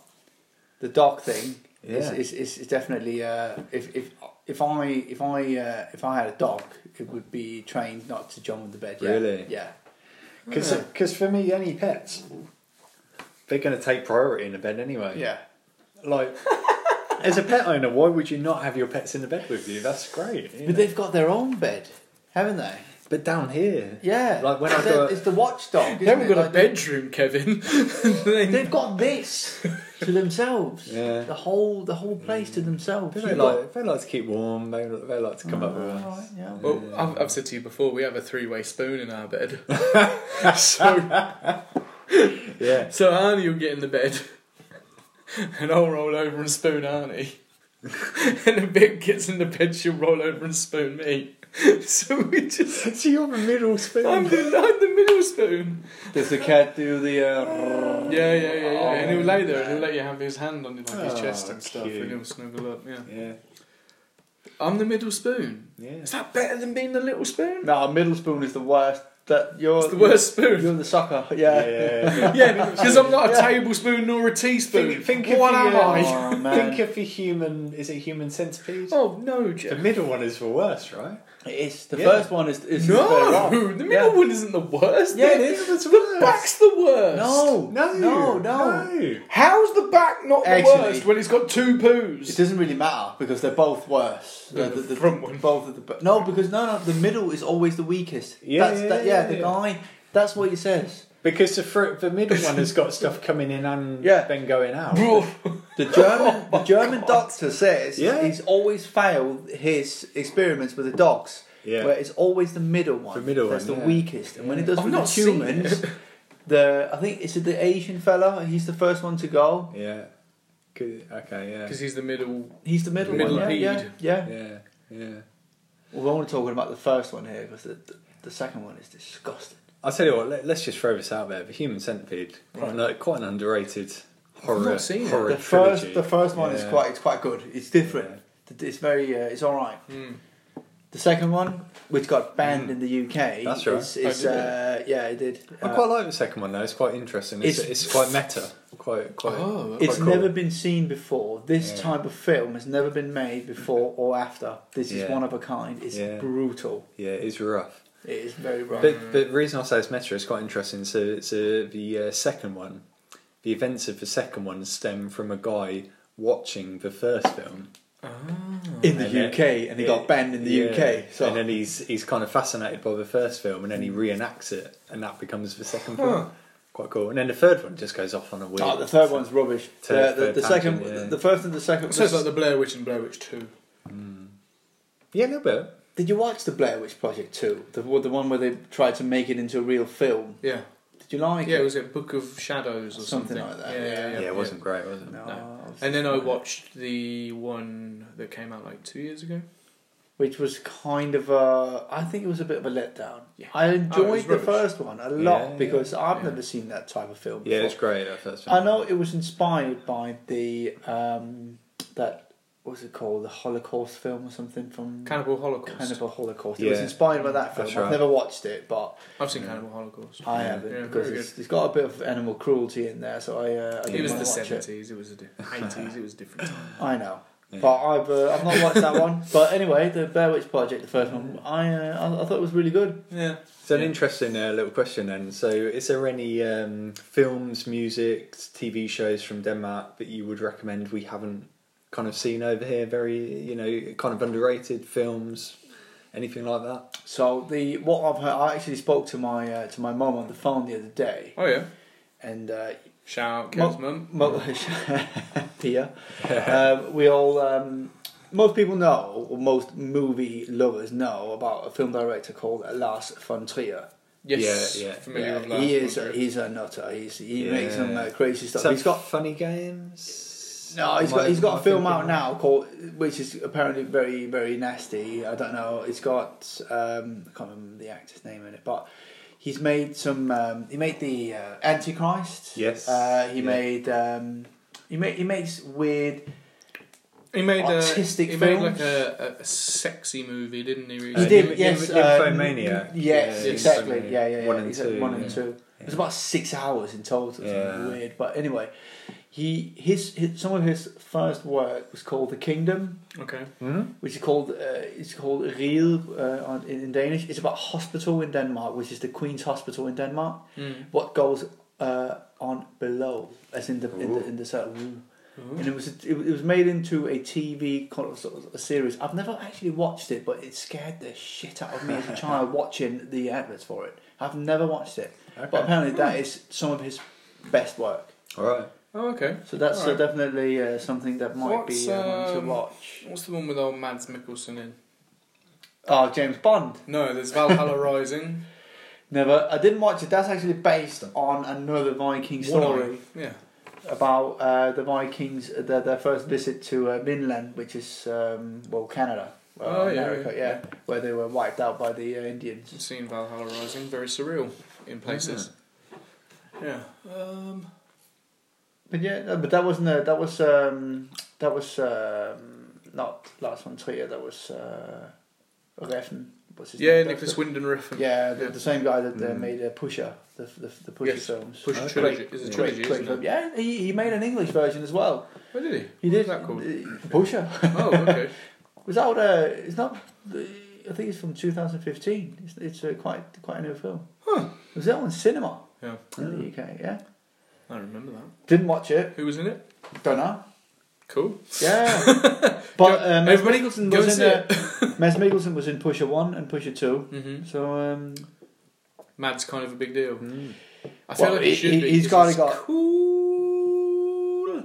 S3: the dog thing
S1: Yeah.
S3: is, is, is, is definitely uh, if if if I if I uh, if I had a dog, it would be trained not to jump on the bed. Yeah.
S1: Really?
S3: Yeah.
S1: because
S3: Yeah.
S1: for me, any pets, they're going to take priority in the bed anyway.
S3: Yeah.
S1: Like, as a pet owner, why would you not have your pets in the bed with you? That's great. you
S3: But
S1: know.
S3: they've got their own bed, haven't they?
S1: But down here,
S3: Yeah.
S1: Like when I
S3: It's the-
S1: go-
S3: it's the watchdog.
S2: They
S3: isn't
S2: haven't
S3: it?
S2: got a
S3: Like,
S2: bedroom, Kevin. They-
S3: They've got this to themselves.
S1: Yeah.
S3: The whole the whole place to themselves.
S1: they like they like to keep warm. They they like to come up with
S3: Alright,
S1: us.
S3: yeah.
S2: well, Oh, I've, I've said to you before, we have a three-way spoon in our bed. so,
S1: Yeah,
S2: so Arnie will get in the bed, and I'll roll over and spoon Arnie. and if Vic gets in the bed, she'll roll over and spoon me. So we just.
S1: so you're the middle spoon.
S2: I'm the, I'm the middle spoon.
S3: Does the cat do the? Uh,
S2: Yeah, yeah, yeah, yeah. and he'll lay there and he'll let you have his hand on like, his
S1: Oh,
S2: chest and stuff,
S1: cute.
S2: and he'll snuggle up. Yeah.
S1: yeah,
S2: I'm the middle spoon.
S1: yeah.
S2: Is that better than being the little spoon?
S3: no, middle spoon is the worst. That you're
S2: It's the worst
S3: You're,
S2: spoon.
S3: the sucker. Yeah.
S2: Yeah, because I'm not a
S3: Yeah.
S2: tablespoon nor a teaspoon.
S1: Think, think
S2: what
S1: of uh,
S2: am
S1: your,
S2: I?
S3: Oh, man.
S1: Think of your human. Is it human centipede?
S2: Oh no,
S1: The
S2: Jeff.
S1: middle one is the worst, right?
S3: It's the
S1: Yeah.
S3: first one is is the
S2: No,
S3: third
S2: the
S3: one.
S2: middle
S3: Yeah.
S2: one isn't the worst.
S3: Yeah, it
S2: The-
S3: is.
S1: It's
S2: The back's the worst.
S3: No,
S1: No,
S3: no, no.
S1: no.
S2: How's the back not the
S3: Actually-
S2: worst when it's got two
S3: It
S2: poos?
S3: doesn't really matter because they're both worse.
S2: No, the front one.
S3: Both of the bu- no, because no, no, the middle is always the weakest.
S1: Yeah,
S3: that's,
S1: yeah,
S3: that,
S1: yeah,
S3: yeah, the
S1: yeah.
S3: guy. That's what he says.
S1: Because the fr- the middle one has got stuff coming in and
S3: Yeah.
S1: then going out.
S2: Bro,
S3: The German, the German doctor says
S1: Oh Yeah.
S3: he's always failed his experiments with the dogs.
S1: Yeah.
S3: Where it's always the middle one.
S1: The middle
S3: that's
S1: one,
S3: the
S1: yeah.
S3: weakest. And when it does
S2: I've
S3: with
S2: not
S3: the
S2: seen
S3: humans, the I think it's the Asian fella. He's the first one to go.
S1: Yeah. Good. Okay. Yeah.
S2: because he's the middle.
S3: He's the middle,
S1: Middle
S3: one. Yeah, yeah,
S2: peed.
S3: yeah.
S1: Yeah. Yeah.
S3: Well, we're only talking about the first one here because the, the, the second one is disgusting.
S1: I'll tell you what. Let, us just throw this out there. The Human Centipede. Quite, an, quite an underrated horror.
S2: not seen it.
S1: horror
S3: The first,
S1: trilogy.
S3: the first one is
S1: Yeah.
S3: quite, it's quite good. It's different. It's very, uh, it's all right.
S2: Hmm.
S3: The second one, which got banned in the UK,
S1: Hmm. That's right.
S3: Is, is,
S2: Oh, did it?
S3: uh, yeah, it did.
S1: I
S3: Uh,
S1: quite like the second one though. It's quite interesting. It's,
S3: It's-
S1: it's, quite meta. Quite quite.
S2: Oh,
S3: Uh, it's
S1: cool.
S3: never been seen before. This
S1: Yeah.
S3: type of film has never been made before or after. This is
S1: Yeah.
S3: one of a kind. It's
S1: Yeah.
S3: brutal.
S1: Yeah, it's rough.
S3: It is very wrong.
S1: But but the reason I say it's meta is quite interesting. So it's uh, the uh, second one. The events of the second one stem from a guy watching the first film
S3: in the
S1: And then-
S3: UK, and it got banned in the
S1: Yeah.
S3: UK. So
S1: and then he's he's kind of fascinated by the first film, and then he reenacts it, and that becomes the second film. Quite cool. And then the third one just goes off on a weird.
S3: Oh, the third one's rubbish.
S1: Third-
S3: The, the,
S1: third
S3: the second,
S1: tangent, yeah.
S3: the first and the second.
S2: It sounds like the Blair Witch and Blair Witch 2.
S1: Yeah, a little bit.
S3: Did you watch the Blair Witch Project too? The one- the one where they tried to make it into a real film.
S2: Yeah.
S3: Did you like
S2: Yeah,
S3: it?
S2: was it Book of Shadows or
S3: Something
S2: something,
S3: like that,
S2: Yeah, yeah,
S3: yeah.
S1: Yeah,
S2: yeah,
S1: it wasn't great, was it?
S3: No.
S2: And then I watched the one that came out like two years ago.
S3: which was kind of a. I think it was a bit of a letdown.
S2: Yeah.
S3: I
S2: Oh, it was
S3: enjoyed the
S2: rubbish.
S3: first one a lot
S1: yeah,
S3: because I've
S2: yeah.
S3: never seen that type of film.
S1: Yeah, it's
S3: before.
S1: great. That first film.
S3: I know it was inspired by the um, that what was it called the Holocaust film or something from
S2: Cannibal Holocaust.
S3: Cannibal Holocaust. It
S1: Yeah.
S3: was inspired by that film.
S1: That's
S3: I've
S1: right.
S3: never watched it, but
S2: I've seen Cannibal Holocaust.
S3: I haven't
S2: Yeah,
S3: because
S2: very
S3: it's, it's got a bit of animal cruelty in there, so I. Uh,
S2: It
S3: I didn't
S2: was
S3: wanna
S2: the
S3: watch
S2: seventies. It was the eighties. It was a different. Time.
S3: I know,
S1: Yeah.
S3: but I've uh, I've not watched that one. But anyway, the Bear Witch Project, the first one, I uh, I, I thought it was really good.
S2: Yeah.
S1: It's an interesting uh, little question then. So, is there any um, films, music, TV shows from Denmark that you would recommend we haven't kind of seen over here? Very, you know, kind of underrated films, anything like that?
S3: So the what I've heard, I actually spoke to my uh, to my mum on the phone the other day,
S2: Oh yeah.
S3: and uh,
S2: Shout out
S3: Mo-
S2: Kev's mum.
S3: mo- Pia, um, we all. Um, most people know, or most movie lovers know, about a film director called Lars von Trier.
S2: Yes.
S1: Yeah, yeah.
S2: Familiar
S3: Yeah,
S2: with last
S3: he is.
S2: one,
S3: A, he's a nutter. He's, he
S1: Yeah.
S3: makes some uh, crazy stuff.
S1: So
S3: He's got
S1: funny games. It's
S3: No, he's
S1: my-
S3: got he's got
S1: my
S3: a film
S1: thinking.
S3: out now called, which is apparently very very nasty. I don't know. It's got um, I can't remember the actor's name in it, but he's made some. Um, he made the uh, Antichrist.
S1: Yes.
S3: Uh, he
S1: Yeah.
S3: made um, he made he makes weird.
S2: He made a,
S3: Artistic
S2: he made like
S3: films?
S2: a, a, a sexy movie, didn't he?
S3: He
S1: Uh,
S2: Recently?
S3: did.
S1: Inf- Inf-
S3: yes. uh,
S1: Infomaniac.
S3: yes.
S2: Yeah,
S3: exactly.
S1: Infomaniac.
S3: Yeah. Yeah. yeah.
S1: One and
S3: He said
S1: two,
S3: One and
S1: yeah.
S3: two. It was about six hours in total. It was
S1: Yeah.
S3: Weird, but anyway, he his, his some of his first work was called The Kingdom.
S2: Okay.
S1: Hmm?
S3: which is called uh, it's called Riel uh, on, in, in Danish. It's about hospital in Denmark, which is the Queen's Hospital in Denmark.
S2: Mm.
S3: What goes uh, on below, as in the in the,
S1: Ooh.
S3: in the sort of room. And it was it, was- it was made into a TV kind of, sort of a series. I've never actually watched it, but it scared the shit out of me as a child watching the adverts for it. I've never watched it, but apparently that is some of his best work.
S1: All right.
S2: Oh, okay.
S3: So that's uh,
S2: Alright.
S3: definitely uh, something that might
S2: What's,
S3: be uh, one
S2: um,
S3: to watch.
S2: What's the one with old Mads Mikkelsen in?
S3: Oh, James Bond.
S2: No, there's Valhalla Rising.
S3: Never. I didn't watch it. That's actually based on another Viking story
S2: Yeah.
S3: about uh, the Vikings their, their first visit to uh, Vinland, which is um, well Canada, well,
S2: Oh, yeah,
S3: America,
S2: yeah.
S3: where they were wiped out by the uh, Indians.
S2: I've seen Valhalla Rising. Very surreal in places. Yeah. Um,
S3: But yeah, no, but that wasn't a, that was um, that was um, not Lars von Trier. That was uh, Refn. What's his
S2: yeah,
S3: name?
S2: Nicholas
S3: The-
S2: Winding Refn.
S3: Yeah, the, the same guy that uh,
S1: Mm.
S3: made uh, Pusher, the the, the Pusher
S2: Yes,
S3: films.
S2: Push
S1: Okay.
S2: trilogy. It's a trilogy,
S3: Great, great
S2: isn't
S3: film.
S2: it?
S3: Yeah, he, he made an English version as well.
S2: Oh, did he?
S3: He
S2: What's
S3: did.
S2: that called?
S3: Uh, Pusher.
S2: oh, okay.
S3: Was that uh, it's not. I think it's from 2015. It's, it's uh, quite quite a new film.
S2: Huh.
S3: It Was that on cinema
S2: Yeah.
S3: in the UK? Yeah.
S2: I remember that.
S3: Didn't watch it.
S2: Who was in it?
S3: Don't know.
S2: Cool.
S3: Yeah. but uh, Mads
S2: Everybody
S3: Mikkelsen
S2: go
S3: was
S2: see
S3: in. Uh, Mads Mikkelsen was in Pusher One and Pusher Two.
S2: Mm-hmm.
S3: So um,
S2: Mad's kind of a big deal.
S1: Mm.
S2: I feel
S3: Well,
S2: like it
S3: he-
S2: should
S3: he-
S2: be.
S3: he's
S2: 'cause
S3: gotta
S2: it's
S3: go-
S2: cool.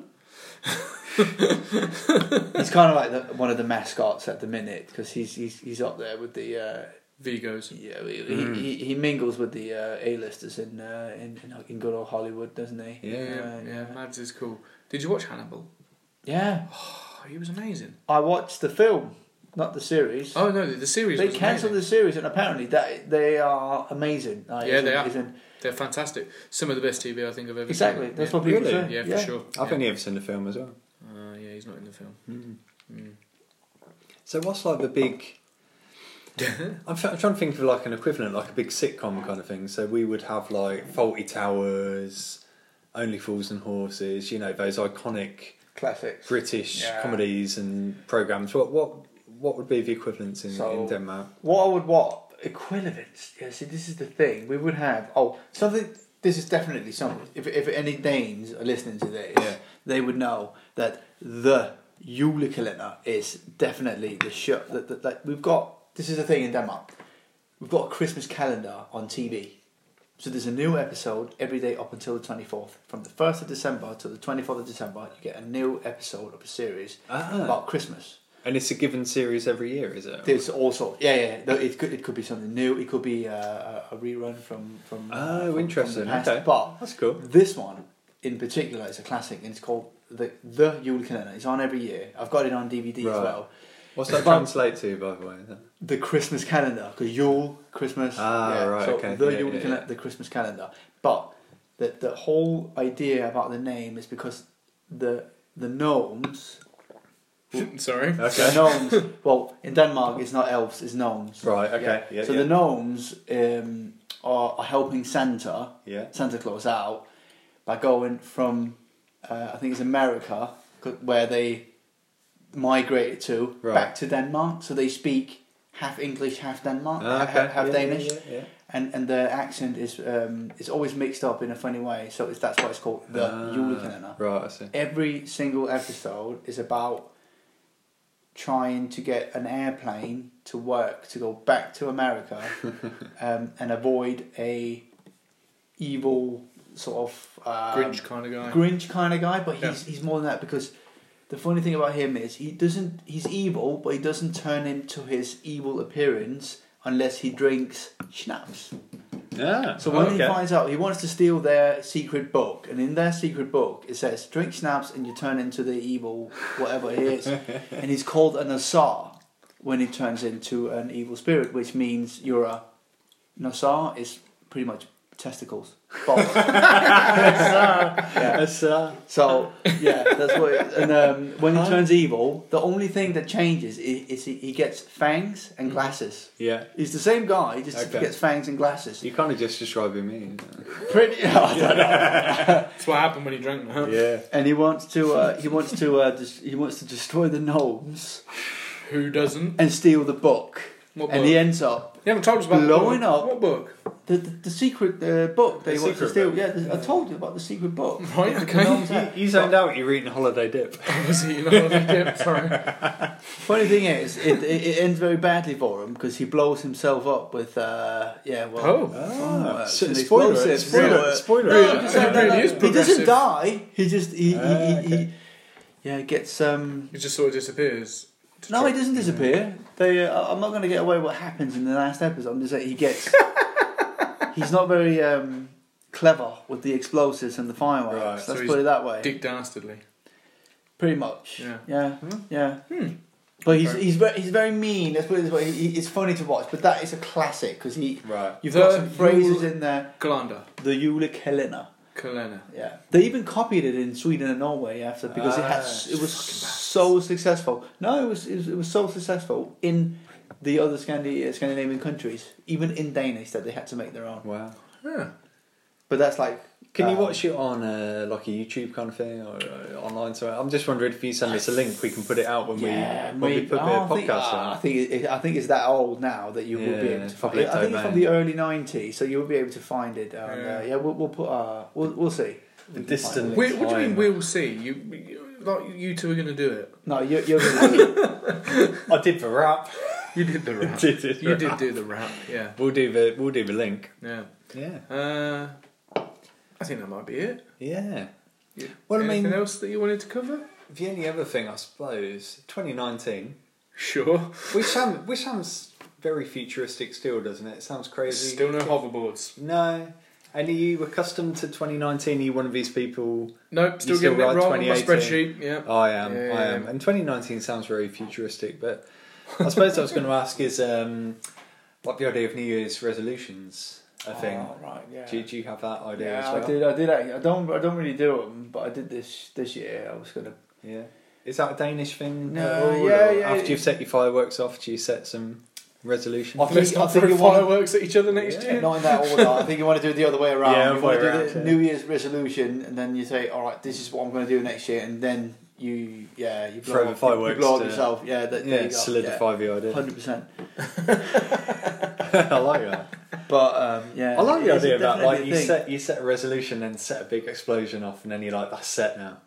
S3: he's kind of like the, one of the mascots at the minute because he's he's he's up there with the. Uh,
S2: Vigos.
S3: yeah, he,
S2: Hmm.
S3: he, he, he mingles with the uh, A-listers in, uh, in in in good old Hollywood, doesn't he? Uh,
S1: Yeah.
S2: yeah, yeah.
S3: yeah.
S2: Mads is cool. Did you watch Hannibal?
S3: Yeah.
S2: Oh, he was amazing.
S3: I watched the film, not the series.
S2: Oh no, the, the series.
S3: they
S2: was
S3: cancelled
S2: amazing.
S3: the series, and apparently that they are amazing. Like,
S2: Yeah,
S3: it's-
S2: they are.
S3: it's in-
S2: They're fantastic. Some of the best TV I think I've ever
S3: Exactly.
S2: seen.
S3: That's
S2: yeah.
S3: what people
S1: Really?
S3: say.
S2: Yeah, for sure.
S1: I've
S2: yeah.
S1: only ever seen the film as well.
S2: Uh, yeah, he's not in the film. Mm.
S1: So what's like the big? I'm, try- I'm trying to think of like an equivalent, like a big sitcom kind of thing. So we would have like Faulty Towers, Only Fools and Horses. You know those iconic
S3: Classics.
S1: British
S3: Yeah.
S1: comedies and programs. What what what would be the equivalents in, in
S3: So-
S1: Denmark?
S3: What I would want equivalents. Yeah, see, this is the thing. We would have oh something. This is definitely something. If if any Danes are listening to this,
S1: Yeah.
S3: they would know that the julekalender is definitely the show that, that, that we've got. This is the thing in Denmark. We've got a Christmas calendar on TV. So there's a new episode every day up until the 24th. From the 1st of December to the 24th of December, you get a new episode of a series
S1: Ah.
S3: about Christmas.
S1: And it's a given series every year, is it?
S3: There's also yeah yeah. No, it could it could be something new. It could be uh, a, a rerun from from. uh, from-
S1: oh,
S3: from
S1: interesting.
S3: the past.
S1: Okay,
S3: But
S1: that's cool.
S3: this one in particular is a classic, and it's called the the Julekalender. It's on every year. I've got it on DVD
S1: Right.
S3: as well.
S1: What's that
S3: But-
S1: translate to, by the way?
S3: The Christmas calendar because Yule Christmas.
S1: Ah, right,
S3: So
S1: okay.
S3: the
S1: Yeah,
S3: Yule
S1: yeah,
S3: Calendar,
S1: yeah.
S3: the Christmas calendar. But the the whole idea about the name is because the the gnomes.
S2: Sorry.
S3: The
S1: Okay.
S3: gnomes. well, in Denmark, it's not elves, it's gnomes.
S1: Right. Okay. Yeah.
S3: so
S1: yeah.
S3: the gnomes um, are, are helping Santa,
S1: yeah.
S3: Santa Claus out by going from, uh, I think it's America, co- where they migrated to,
S1: Right.
S3: back to Denmark. So they speak half English, half Denmark,
S1: Ah,
S3: ha- ha- half
S1: yeah, yeah,
S3: Danish,
S1: yeah, yeah.
S3: and and their accent is um, it's always mixed up in a funny way. So it's, that's why it's called the
S1: Ah,
S3: Julekalender.
S1: Right. I see.
S3: Every single episode is about trying to get an airplane to work to go back to America um, and avoid a evil sort of um,
S2: Grinch kind of guy.
S3: Grinch kind of guy. But he's he's more than that because the funny thing about him is he doesn't he's evil, but he doesn't turn into his evil appearance unless he drinks schnapps.
S1: Yeah.
S3: So when he
S1: okay.
S3: finds out, he wants to steal their secret book, and in their secret book, it says, "Drink schnapps and you turn into the evil whatever it is." and he's called an asar when he turns into an evil spirit, which means you're a. An asar is pretty much testicles. Balls. Yeah.
S1: That's, uh,
S3: So yeah, that's what. It, and um, when he turns evil, the only thing that changes is, is he, he gets fangs and glasses.
S1: yeah.
S3: He's the same guy, he just
S1: Mm. Okay.
S3: gets fangs and glasses.
S1: You kind of just describing me.
S3: Pretty. I don't know.
S2: That's what happened when he drank
S3: Uh-huh.
S2: them.
S1: Yeah.
S3: and he wants to uh, he wants to uh, dis- he wants to destroy the gnomes
S2: Who doesn't?
S3: and steal the book
S2: What
S3: and
S2: book?
S3: he ends up
S2: You haven't told us about the
S3: Blowing
S2: book.
S3: up.
S2: What book?
S3: the the, the secret uh, book they
S1: The
S3: want to
S1: secret
S3: steal
S1: book.
S3: yeah, the- I told you about the secret book
S2: Right,
S3: The
S2: okay.
S3: gnomes had-
S1: You zoned out. You're eating holiday dip.
S2: I was eating all the dip, sorry.
S3: funny thing is it, it, it ends very badly for him because he blows himself up with uh, yeah well
S2: Oh.
S3: fireworks
S1: So-
S3: and
S1: spoiler,
S3: explosives.
S1: spoiler,
S3: Yeah.
S1: spoiler.
S3: No,
S2: Yeah.
S3: I'm just saying,
S2: It
S3: no, no,
S2: really is
S3: he doesn't
S2: progressive.
S3: die he just he, he,
S1: Ah,
S3: he, he yeah gets um
S2: It just sort of disappears.
S3: No, he doesn't disappear. They, uh, I'm not going to get away what happens in the last episode. I'm just saying he gets. he's not very um, clever with the explosives and the fireworks.
S1: Right,
S3: Let's
S2: so he's
S3: put it that way.
S2: Dick Dastardly.
S3: Pretty much.
S2: Yeah.
S3: Yeah.
S1: Hmm.
S3: yeah. But he's
S2: Fair.
S3: he's very, he's very mean. Let's put it this way. He, he- it's funny to watch, but that is a classic because he
S1: Right.
S3: you've
S2: The
S3: got some phrases
S2: Yule-
S3: in there.
S2: Glanda.
S3: The Ulick Helena.
S2: Kalena.
S3: Yeah, they even copied it in Sweden and Norway after because it had
S1: Ah,
S3: it was so successful. No, it was, it was it was so successful in the other Scandi- uh, Scandinavian countries, even in Danish, that they had to make their own.
S1: Wow.
S2: Yeah.
S3: But that's like
S1: Can you
S3: um,
S1: watch it on uh, like a YouTube kind of thing or uh, online? So I'm just wondering if you send us a link, we can put it out when
S3: Yeah,
S1: we when we
S3: maybe-
S1: put the
S3: oh, I
S1: podcast
S3: think, ah, I
S1: on.
S3: think it, I think it's that old now that you will be
S1: Yeah,
S3: able to find
S1: public
S3: it. I think it's from
S1: domain.
S3: the early '90s, so you will be able to find it. On, yeah,
S2: Yeah.
S3: uh, yeah we'll, we'll put uh, we'll we'll
S1: The
S3: see. We can find
S1: distant-
S3: it.
S2: We, what do you
S1: Time.
S2: mean we'll see? You, you- like you two are going to do it.
S3: No, you're, you're gonna do it.
S1: I did the rap.
S2: You did the rap.
S1: Did it
S2: you did
S1: right.
S2: do the rap. Yeah.
S1: We'll do the we'll do the link.
S2: Yeah.
S1: Yeah.
S2: Uh, I think that might be it.
S1: Yeah.
S2: You-
S1: Well, I
S2: anything
S1: mean-
S2: else that you wanted to cover?
S1: The only other thing I suppose 2019,
S2: Sure.
S1: which sounds which sounds very futuristic still, doesn't it? It sounds crazy.
S2: Still no hoverboards.
S1: No. And are you accustomed to 2019? Are you one of these people?
S2: Nope. Still
S1: You still
S2: getting it
S1: write
S2: wrong on my
S1: 2018.
S2: spreadsheet. Yeah.
S1: I am.
S2: Yeah.
S1: I am. And 2019 sounds very futuristic, but I suppose I was going to ask is um, like the idea of New Year's resolutions a thing.
S3: Oh, right, yeah.
S1: do, do you have that idea
S3: Yeah,
S1: as well?
S3: I did. I did. act- I don't. I don't really do them, but I did this this year. I was gonna.
S1: Yeah. Is that a Danish thing?
S3: No,
S1: at all,
S3: yeah,
S1: or
S3: yeah,
S1: After
S3: it-
S1: you've set your fireworks off, do you set some resolutions?
S3: I
S2: Let's
S3: think, I
S2: not
S3: think
S2: throw
S3: you want.
S2: fireworks at each other next
S1: Yeah.
S2: year.
S3: Not in that order. I think you want to do it the other way around.
S1: Yeah,
S3: you
S1: other
S3: want
S1: way
S3: to do the
S1: around, yeah.
S3: New Year's resolution, and then you say, "All right, this is what I'm going to do next year," and then you, yeah, you blow
S1: Throw
S3: up,
S1: the
S3: you-
S1: fireworks
S3: you blow up
S1: to-
S3: yourself. Yeah, that, there
S1: yeah,
S3: you go.
S1: solidify the idea.
S3: Hundred percent,
S1: I like that.
S3: but um, yeah,
S1: I like the
S3: it's
S1: idea of that.
S3: definitely
S1: Like
S3: a
S1: you
S3: thing.
S1: set you set a resolution and set a big explosion off, and then you're like, that's set now. That-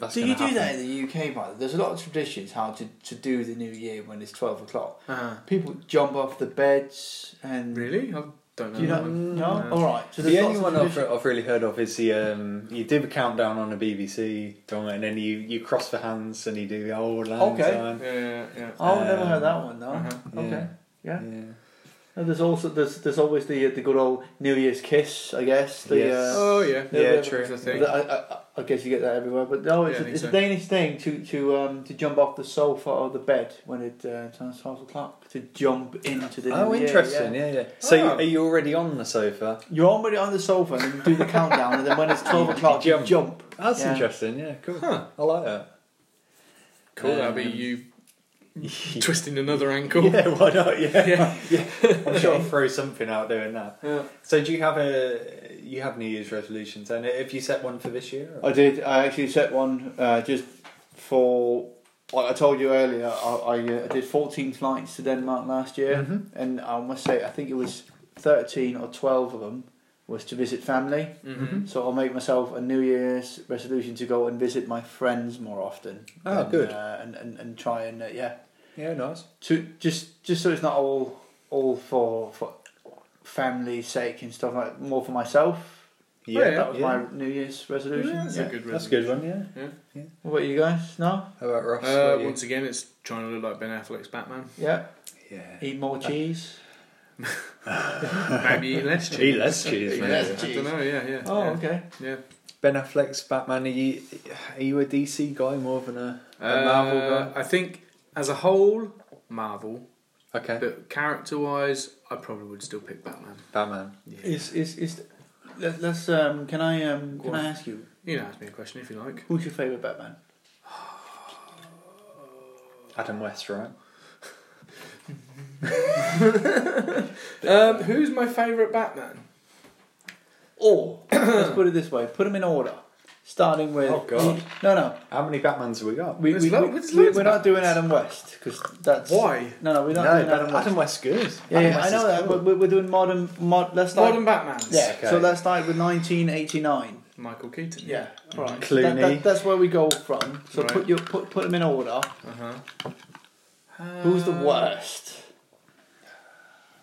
S1: that's
S3: Do
S1: gonna
S3: you do that
S1: happen.
S3: in the UK, by the way? There's a lot of traditions how to, to do the New Year when it's twelve o'clock.
S2: Uh,
S3: People jump off the beds and
S2: really? I don't know.
S3: Do you
S2: that
S3: know?
S2: one.
S3: No. All right. So
S1: Mm. the
S3: there's
S1: only
S3: lots
S1: one
S3: of
S1: I've,
S3: tradition-
S1: I've really heard of is the um, you do the countdown on the BBC, don't it? and then you, you cross the hands and you do the old lands.
S3: Okay.
S1: on.
S2: Yeah, yeah, yeah.
S3: Oh, I've never
S1: Um,
S3: heard that one though.
S2: Uh-huh.
S1: Yeah.
S3: Okay. Yeah.
S1: yeah.
S3: No, there's also there's there's always the the good old New Year's kiss, I guess. The,
S1: Yes.
S3: uh,
S2: Oh, yeah.
S3: Yeah, yeah,
S2: true. That's a thing.
S3: the- I, I, I guess you get that everywhere, but no,
S2: Yeah,
S3: it's,
S2: I
S3: a,
S2: think
S3: it's a
S2: so.
S3: Danish thing to to um to jump off the sofa or the bed when it uh, turns twelve o'clock to jump into the.
S1: Oh,
S3: New Year,
S1: interesting.
S3: yeah.
S1: Yeah, yeah. So
S2: Oh.
S1: are you already on the sofa?
S3: You're already on the sofa and you do the countdown, and then when it's twelve o'clock, you
S1: jump.
S3: jump.
S1: That's
S3: Yeah.
S1: interesting. Yeah, cool.
S2: Huh.
S1: I like that.
S2: Cool. That'll be
S1: Um,
S2: you twisting another ankle.
S1: Yeah, why not? Yeah,
S2: Yeah.
S1: I'm sure I'll throw something out doing that.
S2: Yeah.
S1: So do you have a you have New Year's resolutions? And if you set one for this year, or-
S3: I did. I actually set one uh, just for. Like I told you earlier, I, I, uh, did 14 flights to Denmark last year,
S1: Mhm.
S3: and I must say, I think it was 13 or 12 of them was to visit family.
S2: Mm-hmm.
S3: So I'll make myself a New Year's resolution to go and visit my friends more often.
S1: Oh,
S3: and,
S1: good.
S3: Uh, and, and and try and uh, yeah,
S1: yeah, nice.
S3: to just just so it's not all all for for family's sake and stuff like more for myself.
S2: Yeah,
S3: That was my New Year's resolution.
S2: that's
S3: yeah.
S2: a good
S1: That's a
S2: resolution.
S1: good one. Yeah.
S3: What about you guys? No.
S1: How about Ross?
S2: Uh,
S1: What you-
S2: once again, it's trying to look like Ben Affleck's Batman.
S3: Yeah.
S1: yeah.
S3: Eat more cheese.
S2: Maybe eat less cheese.
S1: Eat less cheese,
S2: Eat
S1: mate.
S2: less
S1: Yeah.
S2: cheese. I don't know. Yeah, yeah.
S9: Oh,
S2: yeah.
S9: okay.
S2: Yeah.
S1: Ben Affleck's Batman. Are you, are you a DC guy more than a, a
S2: Uh,
S1: Marvel guy?
S2: I think as a whole, Marvel.
S1: Okay,
S2: But character-wise, I probably would still pick Batman.
S1: Batman.
S2: Yeah.
S3: Is is is let, let's um can I um
S2: Go
S3: can
S2: on.
S3: I ask you
S2: You can ask me a question if you like.
S3: who's your favorite Batman?
S1: Adam West, right?
S2: Um, who's my favourite Batman?
S3: Or let's put it this way, put them in order, starting with
S1: Oh, God.
S3: no no
S1: How many Batmans have we got?
S3: we,
S2: There's
S3: we,
S2: lo-
S3: we,
S2: there's
S3: we
S2: loads
S3: are
S2: of
S3: not doing Adam West because that's
S2: Why?
S3: no no we're
S1: No,
S3: not doing Adam
S1: Adam,
S3: West.
S1: Adam West's good.
S3: Yeah,
S1: Adam
S3: yeah,
S1: West
S3: I
S1: is
S3: know that,
S1: cool.
S3: but we're, we're doing modern mod. Let's start.
S2: Modern Batman.
S3: yeah,
S1: Okay.
S3: so let's start with 1989.
S2: Michael Keaton.
S3: All right.
S1: Clooney.
S3: That, that, that's where we go from. So
S2: Right.
S3: put your put put them in order.
S2: Uh-huh. Uh,
S3: Who's the worst?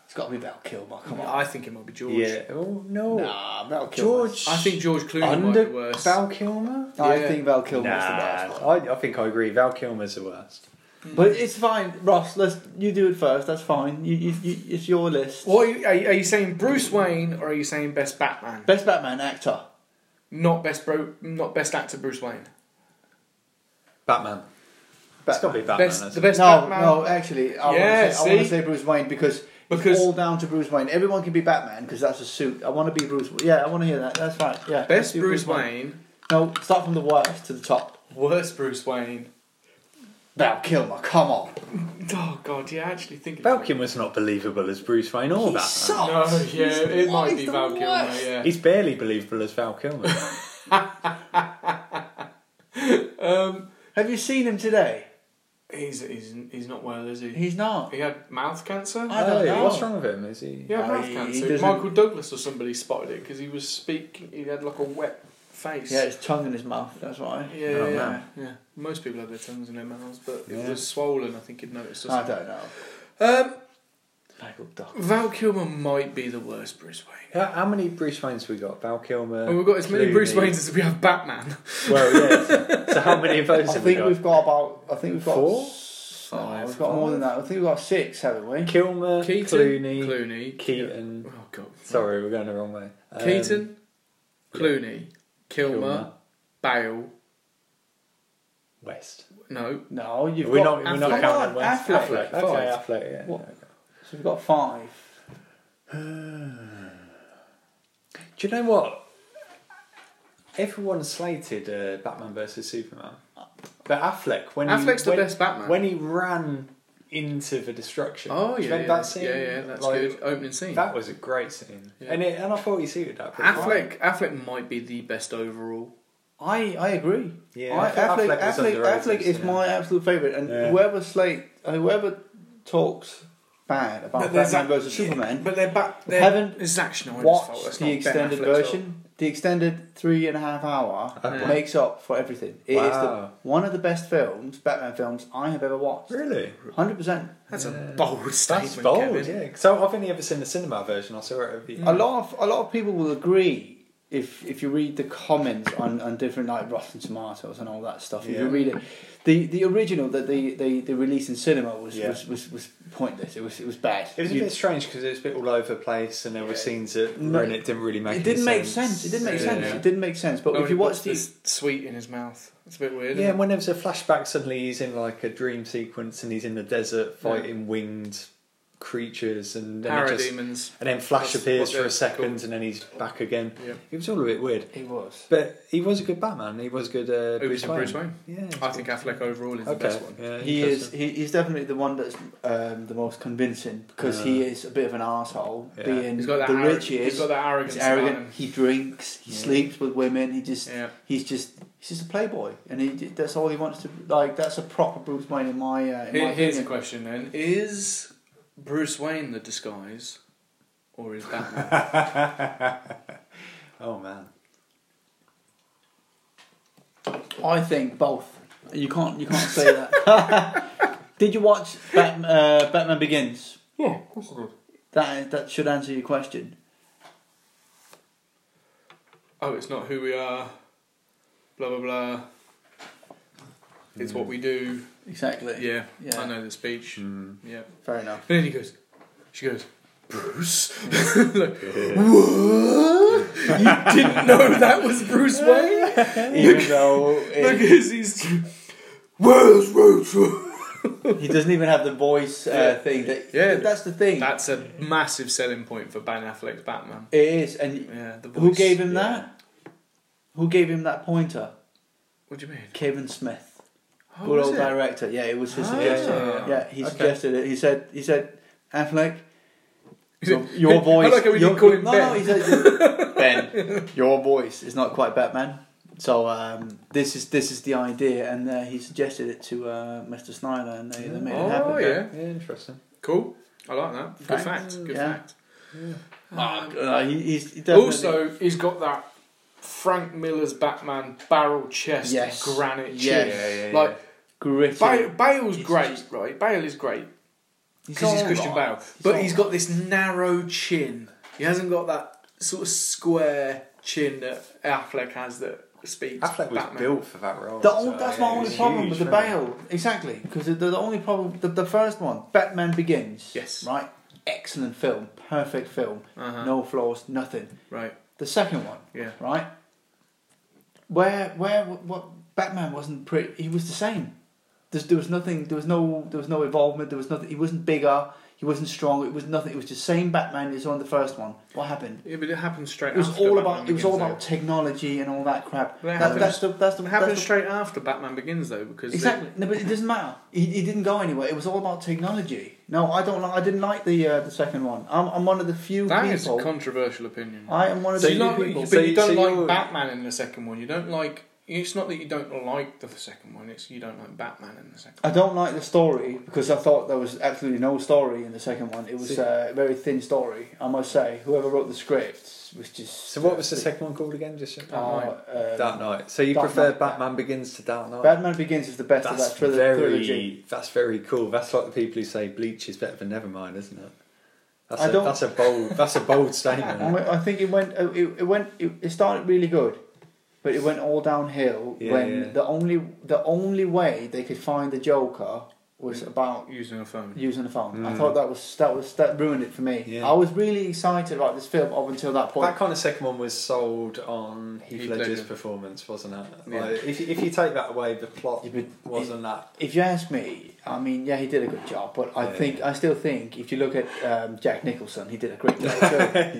S3: It's got to be Val Kilmer. Come on.
S2: I think it might be George.
S1: Yeah. Oh no.
S3: Nah, Val Kilmer.
S1: George.
S2: I think George Clooney might be
S1: under
S2: worse.
S1: Val Kilmer.
S3: I
S2: Yeah.
S3: think Val Kilmer's the worst.
S1: Nah,
S3: One.
S1: I, I think I agree. Val Kilmer's the worst.
S3: But it's fine, Ross. Let's you do it first. That's fine. You, you, you it's your list.
S2: What are you, are, you, are you saying Bruce Wayne or are you saying best Batman?
S3: Best Batman actor.
S2: Not best bro, not best actor Bruce Wayne.
S1: Batman. It's got to be Batman.
S2: Best, the
S1: hasn't
S2: best
S3: no,
S2: Batman.
S3: no. Actually, I
S2: Yeah,
S3: want to say, I wanna
S2: see?
S3: say Bruce Wayne because
S2: Because-
S3: it's all down to Bruce Wayne. Everyone can be Batman because that's a suit. I want to be Bruce. Yeah, I want to hear that. That's right. Yeah. let's
S2: Best
S3: do
S2: Bruce Wayne.
S3: No, start from the worst to the top.
S2: Worst Bruce Wayne.
S3: Val Kilmer. Come on.
S2: Oh god, yeah, I actually think
S1: it?
S2: it's-
S1: Val Kilmer's not believable as Bruce Wayne or Batman.
S3: sucks.
S2: No, yeah, it might
S3: he's
S2: be
S3: the
S2: Val Kilmer.
S3: worst.
S2: Yeah.
S1: He's barely believable as Val Kilmer.
S2: Um,
S3: Have you seen him today?
S2: he's he's he's not well, is he?
S3: He's not.
S2: He had mouth cancer.
S3: I don't
S1: Hey,
S3: know.
S1: What's wrong with him? Is he?
S2: Yeah,
S3: Oh,
S2: mouth
S3: he- he
S2: cancer.
S3: doesn't-
S2: Michael Douglas or somebody spotted it because he was speaking. He had like a wet face.
S3: Yeah, his tongue in his mouth. That's why.
S2: Yeah,
S1: Oh,
S2: yeah, yeah.
S1: man.
S2: yeah. Most people have their tongues in their mouths, but if
S1: Yeah.
S2: they're swollen, I think you'd notice. or
S3: I
S2: something.
S3: don't know.
S2: Um,
S3: Michael Douglas.
S2: Val Kilmer might be the worst Bruce Wayne.
S1: How, how many Bruce Waynes we got? Val Kilmer.
S2: Well, we've got as many
S1: Uh, Clooney.
S2: Bruce Waynes as we have Batman.
S1: Well, yeah. So, so how many of those
S3: I
S1: have we
S3: think
S1: got?
S3: we've got about. I think we've got
S1: Four?
S3: s-
S2: Five.
S3: No, we've got more than that. I think we've got six, haven't we?
S1: Kilmer,
S2: Keaton,
S1: Clooney,
S2: Clooney,
S1: Keaton.
S2: Oh god.
S1: Sorry, we're going the wrong way. Um,
S2: Keaton, Clooney, Kilmer,
S1: Kilmer.
S2: Bale.
S1: West.
S2: No,
S3: No, you've
S1: We're
S3: got.
S1: not, we're not counting
S2: Affleck.
S3: Come on,
S1: West.
S3: Affleck.
S1: Okay,
S2: Five.
S1: Affleck, yeah.
S3: What? So we've got five.
S1: Do you know what? Everyone slated uh, Batman versus Superman, but Affleck when
S2: Affleck's
S1: he,
S2: the
S1: when,
S2: best Batman.
S1: when he ran into the destruction.
S2: oh
S1: do you
S2: yeah, yeah,
S1: remember that scene?
S2: yeah, yeah, that's
S1: Like,
S2: good. Opening scene.
S1: That was a great scene,
S2: Yeah.
S1: and it, and I thought he suited that. pretty well.
S2: Affleck, Affleck might be the best overall.
S3: I I agree.
S1: Yeah,
S3: I,
S1: I think
S3: Affleck,
S1: Affleck was
S3: Affleck, Affleck,
S1: underrated,
S3: is
S1: yeah.
S3: my absolute favourite, and
S1: Yeah.
S3: whoever slate, uh, whoever talks bad about Batman versus Superman,
S2: But they're back. They're,
S3: Haven't
S2: it's Zack Snyder's fault.
S3: watch
S2: That's
S3: the
S2: not Ben
S3: extended
S2: Affleck's
S3: version.
S2: fault.
S3: The extended three and a half hour
S1: Okay.
S3: makes up for everything. It is
S1: Wow.
S3: the, one of the best films, Batman films, I have ever watched.
S1: Really,
S3: Hundred percent.
S2: That's a bold statement,
S1: that's bold.
S2: Kevin. Mm.
S1: Yeah, so I've only ever seen the cinema version. I saw it. At
S2: Hmm.
S1: the,
S3: A lot of a lot of people will agree if if you read the comments on, on different like Rotten Tomatoes and all that stuff. If you
S1: Yeah.
S3: read it, the the original that they, they, they released in cinema was,
S1: Yeah.
S3: was, was was pointless. It was it was bad.
S1: It was a
S3: You-
S1: bit strange because it was a bit all over the place, and there were scenes that
S3: No.
S1: were in it didn't really make.
S3: it didn't
S1: any
S3: make sense. It didn't make
S1: Yeah.
S3: sense. It didn't make sense. But
S2: Well,
S3: if
S2: he
S3: you
S2: puts
S3: watch the
S2: this sweet in his mouth, it's a bit weird.
S1: Yeah,
S2: Yeah,
S1: and when there's a flashback, suddenly he's in like a dream sequence and he's in the desert fighting winged creatures and then, it just, and
S2: parademons.
S1: then Flash
S2: That's
S1: appears
S2: what
S1: for
S2: they're
S1: a second
S2: called.
S1: and then he's back again.
S2: Yeah.
S1: It was all a bit weird.
S3: he was.
S1: But he was a good Batman. He was a good uh,
S2: Bruce,
S1: Bruce, Wayne.
S2: Bruce Wayne.
S1: Yeah, he's
S2: I
S1: good.
S2: think Affleck overall is
S1: okay.
S2: the best one.
S1: Yeah,
S3: He is.
S1: interesting.
S3: He, he's definitely the one that's um, the most convincing because he is a bit of an asshole.
S1: Yeah.
S3: Being
S2: He's got that
S3: the
S2: arro-
S3: rich he is.
S2: He's got that arrogance.
S3: He's
S2: about
S3: arrogant. He drinks. He
S1: Yeah.
S3: sleeps with women. He just.
S2: him. Yeah.
S3: He's just. He's just a playboy, and he, that's all he wants to. Like that's a proper Bruce Wayne in my. Uh, in my
S2: Here- here's a
S3: opinion.
S2: question then: Is Bruce Wayne the disguise, or is Batman?
S1: Oh man.
S3: I think both. You can't. You can't say that. Did you watch Bat, uh, Batman Begins?
S2: yeah, of course I did.
S3: That that should answer your question.
S2: Oh, it's not who we are. Blah blah blah. It's what we do.
S3: Exactly.
S2: Yeah,
S3: Yeah.
S2: I know the speech.
S1: Mm.
S2: Yeah.
S3: Fair enough.
S2: And then he goes. She goes. Bruce. like, what? You didn't know that was Bruce Wayne?
S3: even though
S2: Like,
S3: it,
S2: as he's. Where's Rachel?
S3: he doesn't even have the voice uh, thing. That,
S2: Yeah.
S3: that's the thing.
S2: That's a massive selling point for Ben Affleck's Batman.
S3: it is, and
S2: Yeah, the voice.
S3: who gave him
S2: Yeah.
S3: that? Who gave him that pointer?
S2: What do you mean?
S3: Kevin Smith.
S2: Oh,
S3: good
S2: was
S3: old
S2: it?
S3: director. Yeah, it was his
S2: Ah.
S3: suggestion. Yeah, he
S4: Okay.
S3: suggested it. He said, he said, Affleck,
S2: He said,
S3: your, your voice.
S2: I like how he
S3: your,
S2: didn't call him
S3: no,
S2: Ben.
S3: no, he said, Ben, your voice is not quite Batman. So um, this is this is the idea, and uh, he suggested it to uh, Mr. Snyder, and they, they made it happen.
S2: Oh, yeah.
S1: Interesting.
S2: Cool. I like that. Good fact. Good
S3: Yeah.
S2: fact.
S3: Ah, uh, he, he's he definitely-
S2: Also, he's got that Frank Miller's Batman barrel chest
S3: Yes.
S2: granite
S3: Yeah,
S2: chin.
S3: yeah, yeah,
S2: like
S3: gritty.
S2: Bale, Bale's
S3: He's
S2: great,
S3: just-
S2: right? Bale is great because he's
S3: all
S2: Christian
S3: right.
S2: Bale, but
S3: all
S2: he's got this narrow chin. He hasn't got that sort of square chin that Affleck has that speaks
S1: Affleck was
S2: Batman.
S1: built for that role.
S3: The
S1: so,
S3: on- that's
S1: yeah,
S3: my
S1: it
S3: only
S1: was
S3: problem
S1: huge,
S3: with the
S1: wasn't it?
S3: Bale. Exactly, because the, the only problem, the, the first one, Batman Begins.
S2: Yes.
S3: Right? Excellent film, perfect film,
S2: Uh-huh.
S3: no flaws, nothing.
S2: Right.
S3: The second one,
S2: Yeah.
S3: right? Where, where, what? Batman wasn't pretty. He was the same. There's, there was nothing. There was no. There was no involvement. There was nothing. He wasn't bigger. He wasn't strong. It was nothing. It was just same Batman as on the first one. What happened?
S2: Yeah, but it happened straight.
S3: It was
S2: after
S3: all
S2: Batman
S3: about. It was
S2: Begins,
S3: all
S2: though.
S3: about technology and all that crap.
S2: But it
S3: That-
S2: happens-
S3: that's the. That's
S2: It
S3: the. that's
S2: happened
S3: the
S2: straight after Batman Begins, though, because they-
S3: Exactly. No, but it doesn't matter. He, he didn't go anywhere. It was all about technology. No, I don't. li- I didn't like the uh, the second one. I'm, I'm one of the few
S2: that is
S3: people.
S2: a controversial opinion.
S3: I am one of
S1: So
S3: the
S1: you
S3: few
S1: like-
S3: people.
S2: but
S1: So
S2: you
S1: you-
S2: don't
S1: so
S2: like
S1: you're-
S2: Batman in the second one. You don't like. It's not that you don't like the second one. It's you don't like Batman in the second.
S3: I don't like the story because I thought there was absolutely no story in the second one. It was
S1: See-
S3: uh, a very thin story, I must say. Whoever wrote the script was just.
S1: So what was the second one called again? Just
S3: Uh, uh,
S1: Dark Knight. So you
S3: Dark
S1: prefer
S3: Knight.
S1: Batman Begins to Dark Knight?
S3: Batman Begins is the best
S1: that's
S3: of that trilo-
S1: very
S3: trilogy.
S1: that's very cool. That's like the people who say Bleach is better than Nevermind, isn't it? That's,
S3: I
S1: a
S3: don't-
S1: that's a bold that's a bold
S3: I
S1: statement.
S3: went- I think it went. uh, It, it went. It, it started really good, but it went all downhill
S1: Yeah,
S3: when
S1: yeah.
S3: the only the only way they could find the Joker was about
S2: one. Using a phone.
S3: using the phone. I
S1: Mm.
S3: thought that was that was that ruined it for me.
S1: Yeah.
S3: I was really excited about this film up until that point.
S1: That kind of second one was sold on Heath,
S2: Heath
S1: Ledger's
S2: Ledger.
S1: performance, wasn't it?
S2: Yeah.
S1: Like, if, you- if you take that away, the plot
S3: Yeah, but
S1: wasn't that.
S3: If you ask me, I mean, yeah, he did a good job, but I
S1: Yeah.
S3: think I still think if you look at um, Jack Nicholson, he did a great job too.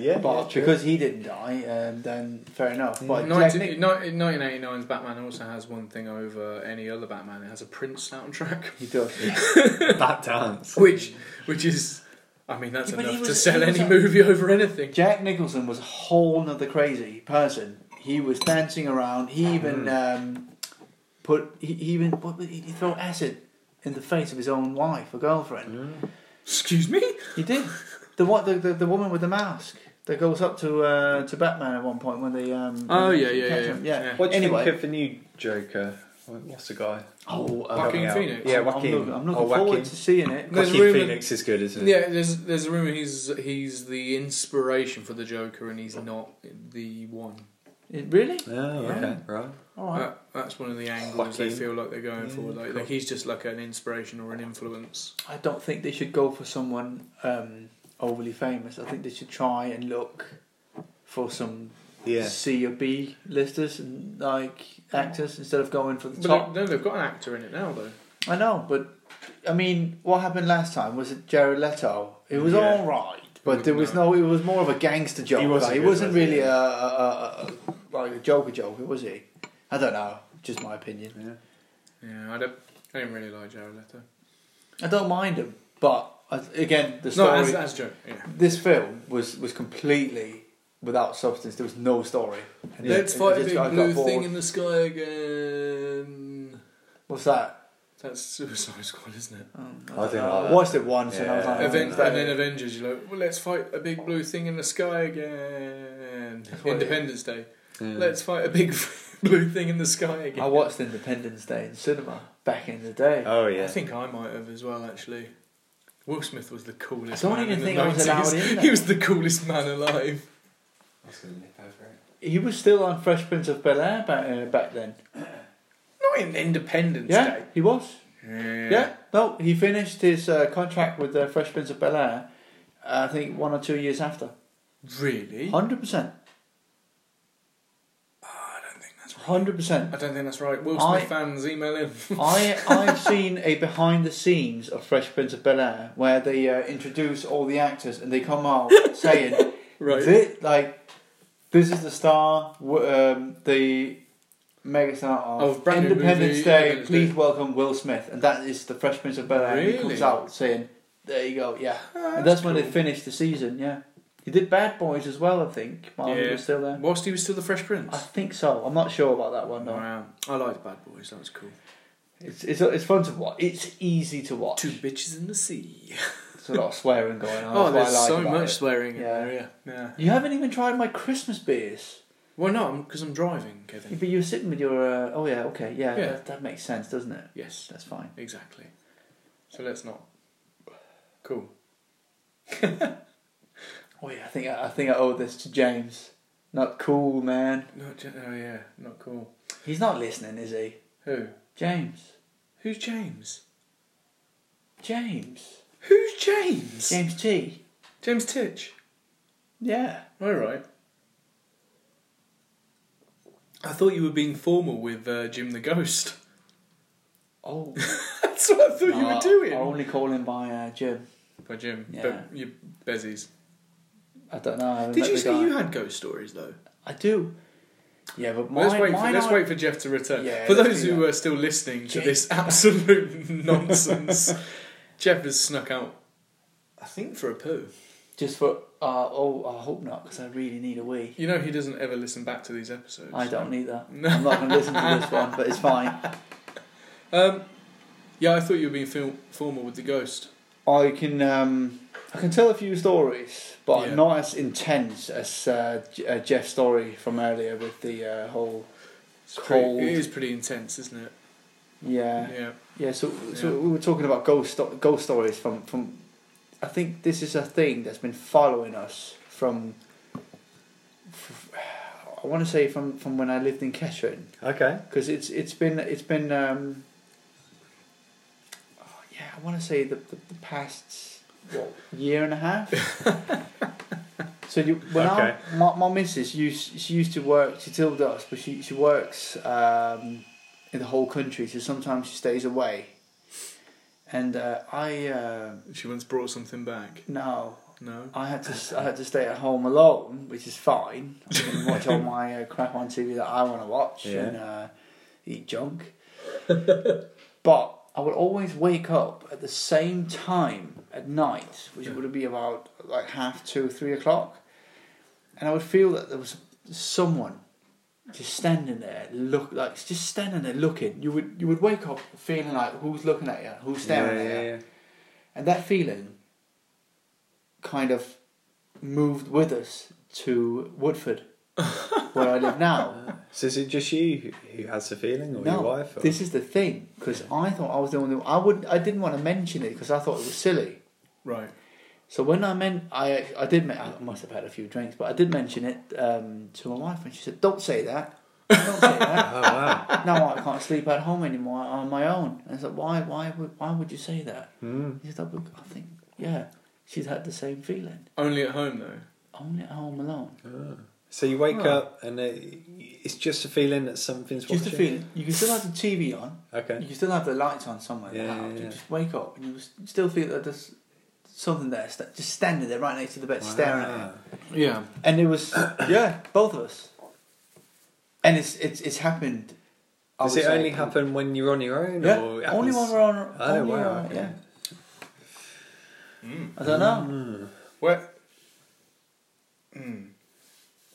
S1: yeah, yeah,
S3: but
S1: true. Mm.
S3: because he didn't die, um, then fair enough. But Jack
S2: 19,
S3: Nic-
S2: ni- 1989's Batman also has one thing over any other Batman. It has a Prince soundtrack,
S3: he does.
S1: that dance.
S2: which which is, I mean, that's
S3: Yeah, but he
S2: enough to
S3: was-
S2: sell
S3: he was
S2: any
S3: a-
S2: movie over anything.
S3: Jack Nicholson was a whole nother crazy person. He was dancing around. He even
S2: Hmm.
S3: um, put he, he even what, was- he throw acid in the face of his own wife or girlfriend.
S2: Excuse me.
S3: He did the what the, the the woman with the mask that goes up to uh, to Batman at one point when they um
S2: Oh
S3: when
S2: yeah,
S3: they
S2: yeah,
S3: catch
S2: yeah,
S3: him.
S2: yeah.
S1: What do you
S3: Anyway.
S1: think of the new Joker? What's the guy?
S3: Oh, uh,
S2: Joaquin
S1: Coming out.
S2: Phoenix.
S1: Yeah,
S3: I'm, I'm
S1: Joaquin.
S3: looking, I'm looking
S1: Oh,
S3: forward
S1: Joaquin.
S3: to seeing it.
S2: There's
S1: Joaquin
S2: rumour-
S1: Phoenix is good, isn't he?
S2: Yeah, there's there's a rumor he's he's the inspiration for the Joker, and he's not the one.
S3: It- really?
S1: Oh, okay, right.
S3: All right. Mm,
S2: That, that's one of the angles they
S1: Joaquin.
S2: feel like they're going
S1: Yeah,
S2: for. Like, like he's just like an inspiration or an influence.
S3: I don't think they should go for someone um, overly famous. I think they should try and look for some
S1: Yeah.
S3: C or B listers and like actors instead of going for the
S2: But
S3: top.
S2: they, no, they've got an actor in it now though.
S3: I know, but I mean, what happened last time was it Jared Leto? It was
S1: Yeah.
S3: all right, but there was no. It was more of a gangster joke.
S1: He
S3: He,
S1: wasn't
S3: wasn't,
S1: good, was he?
S3: really a, a, a, a, like a Joker Joker, was he? I don't know. Just my opinion.
S1: Yeah.
S2: Yeah, I don't. I didn't really like Jared Leto.
S3: I don't mind him, but I, again, the
S2: No,
S3: story.
S2: as as Joker. Yeah.
S3: this film was was completely without substance. There was no story. And it-
S2: Let's
S3: it
S2: fight a
S3: just-
S2: big
S3: I got
S2: blue
S3: bored.
S2: thing in the sky again.
S3: What's that?
S2: That's Suicide Squad, isn't it?
S3: Um,
S1: I didn't
S3: know.
S1: like
S3: I
S1: that.
S3: watched it once and I was
S1: Yeah.
S3: like,
S2: Aven-
S3: oh,
S2: and then Avengers, you're like, well, let's fight a big blue thing in the sky again.
S3: what-
S2: Independence Day.
S1: Yeah.
S2: Let's fight a big blue thing in the sky again.
S3: I watched Independence Day in cinema back in the day.
S1: Oh
S2: I
S1: yeah.
S2: think I might have as well, actually. Will Smith was the coolest.
S3: I don't
S2: man
S3: even
S2: in
S3: think
S2: the
S3: I
S2: 90s.
S3: was allowed in there.
S2: He was the coolest man alive.
S3: He was still on Fresh Prince of Bel Air back, uh, back then.
S2: Not in Independence
S3: Yeah,
S2: Day.
S3: he was.
S2: Yeah.
S3: Yeah. No, he finished his uh, contract with uh, Fresh Prince of Bel Air. I think one or two years after.
S2: Really? I
S3: 100%.
S2: Ah, don't think that's.
S3: 100%.
S2: I don't think that's right. Will
S3: I-
S2: Smith fans email him.
S3: I I've seen a behind the scenes of Fresh Prince of Bel Air where they uh, introduce all the actors and they come out saying,
S2: Right.
S3: "Thi- like, this is the star, w- um, the megastar
S2: Of
S3: of,
S2: brand new
S3: Independence
S2: movie,
S3: Day.
S2: Independence
S3: Please
S2: Day."
S3: welcome Will Smith." And that is the Fresh Prince of Bel Air. And he comes
S2: Really?
S3: out saying, "There you go, yeah."
S2: Ah,
S3: and that's when they
S2: cool.
S3: finished the season. Yeah, he did Bad Boys as well, I think. While he
S2: Yeah.
S3: was still there,
S2: Whilst he was still the Fresh
S3: I
S2: Prince.
S3: think so. I'm not sure about that one though.
S2: Wow. I liked Bad Boys. That was cool.
S3: It's, it's it's fun to watch. It's easy to watch.
S2: Two bitches in the sea.
S3: There's a lot of swearing going on.
S2: Oh,
S3: That's
S2: there's
S3: what I like
S2: so
S3: about
S2: much
S3: it.
S2: swearing in
S3: Yeah.
S2: there. Yeah. Yeah.
S3: You haven't even tried my Christmas beers.
S2: Well, no, because I'm driving,
S3: Yeah,
S2: Kevin.
S3: But you're sitting with your. Uh, oh yeah, okay, yeah,
S2: Yeah.
S3: That, that makes sense, doesn't it?
S2: Yes,
S3: That's fine.
S2: exactly. So let's not. Cool.
S3: Oh yeah, I think I, I think I owe this to James. Not cool, man.
S2: Not. J- Oh yeah. Not cool.
S3: He's not listening, is he?
S2: Who?
S3: James.
S2: Who's James?
S3: James.
S2: Who's James?
S3: James T.
S2: James Titch.
S3: Yeah.
S2: All right. I thought you were being formal with uh, Jim the Ghost.
S3: Oh.
S2: That's what I thought you
S3: No,
S2: were doing.
S3: I only call him by uh, Jim.
S2: By Jim,
S3: Yeah.
S2: but you bezies.
S3: I don't know. I haven't
S2: Did
S3: met
S2: you
S3: the
S2: say
S3: guy.
S2: you had ghost stories though?
S3: I do. Yeah, but my,
S2: Well, let's wait.
S3: mine
S2: For, let's
S3: aren't-
S2: wait for Jeff to return.
S3: Yeah,
S2: for
S3: let's
S2: those
S3: do
S2: who
S3: that.
S2: are still listening to
S3: Jeff.
S2: this absolute nonsense, Jeff has snuck out. I think for a poo.
S3: Just for. Uh, oh, I hope not, because I really need a wee.
S2: You know he doesn't ever listen back to these episodes.
S3: I don't either.
S2: No.
S3: I'm not going to listen to this one, but it's fine. e-
S2: Um, yeah, I thought you were being fil- formal with the ghost.
S3: I can um, I can tell a few stories, but
S2: Yeah.
S3: not as intense as uh, J- uh, Jeff's story from earlier with the uh, whole
S2: It's pretty-
S3: Cold.
S2: it is pretty intense, isn't it?
S3: yeah
S2: Yeah.
S3: yeah. So so
S2: Yeah.
S3: we were talking about ghost sto- ghost stories from from. I think this is a thing that's been following us from. f- I want to say from, from when I lived in Kettering.
S1: Okay.
S3: because it's it's been it's been um, oh, yeah I want to say the, the, the past what year and a half. so you when
S1: Okay.
S3: I, my my missus used she used to work she still does but she she works um, in the whole country so sometimes she stays away. And uh, I uh,
S2: She once brought something back.
S3: no
S2: No.
S3: I had to I had to stay at home alone, which is fine. I can watch all my uh, crap on TV that I want to watch
S1: Yeah.
S3: and uh, eat junk. but I would always wake up at the same time at night, which would be about like half two, three o'clock, and I would feel that there was someone just standing there, look like just standing there looking. You would you would wake up feeling like who's looking at you, who's staring at you. And that feeling kind of moved with us to Woodford, where I live now.
S1: So is it just you who has the feeling, or Oh, your wife? Or?
S3: this is the thing because I thought I was the only. I would. I didn't want to mention it because I thought it was silly.
S2: Right.
S3: So when I meant I, I did. Men- I must have had a few drinks, but I did mention it um, to my wife, and she said, "Don't say that. Don't say that.
S1: Oh wow.
S3: now I can't sleep at home anymore on my own." And I said, "Why? Why would? Why would you say that?"
S1: Mm.
S3: She said, "I would- I think, yeah, she's had the same feeling."
S2: Only at home though.
S3: Only at home alone.
S1: So you wake
S2: Oh.
S1: up and it, it's just a feeling that something's
S3: Just a
S1: watching.
S3: feeling. You can still have the TV on. You
S1: Okay.
S3: can still have the lights on somewhere. in the
S1: Yeah,
S3: house.
S1: yeah,
S3: You
S1: yeah.
S3: just wake up and you s- still feel that there's something there, sta- just standing there right next to the bed, staring at
S1: Wow.
S3: it.
S2: Yeah.
S3: And it was yeah, both of us. And it's it's it's happened. I
S1: Does
S3: would
S1: it
S3: say,
S1: only happen when you're on your own?
S3: Yeah,
S1: Or it
S3: only
S1: happens-
S3: when we're on.
S1: Oh,
S3: only
S1: wow,
S3: on-
S1: okay.
S3: yeah.
S2: Mm.
S3: I don't know.
S1: Hmm.
S2: Where? Mm.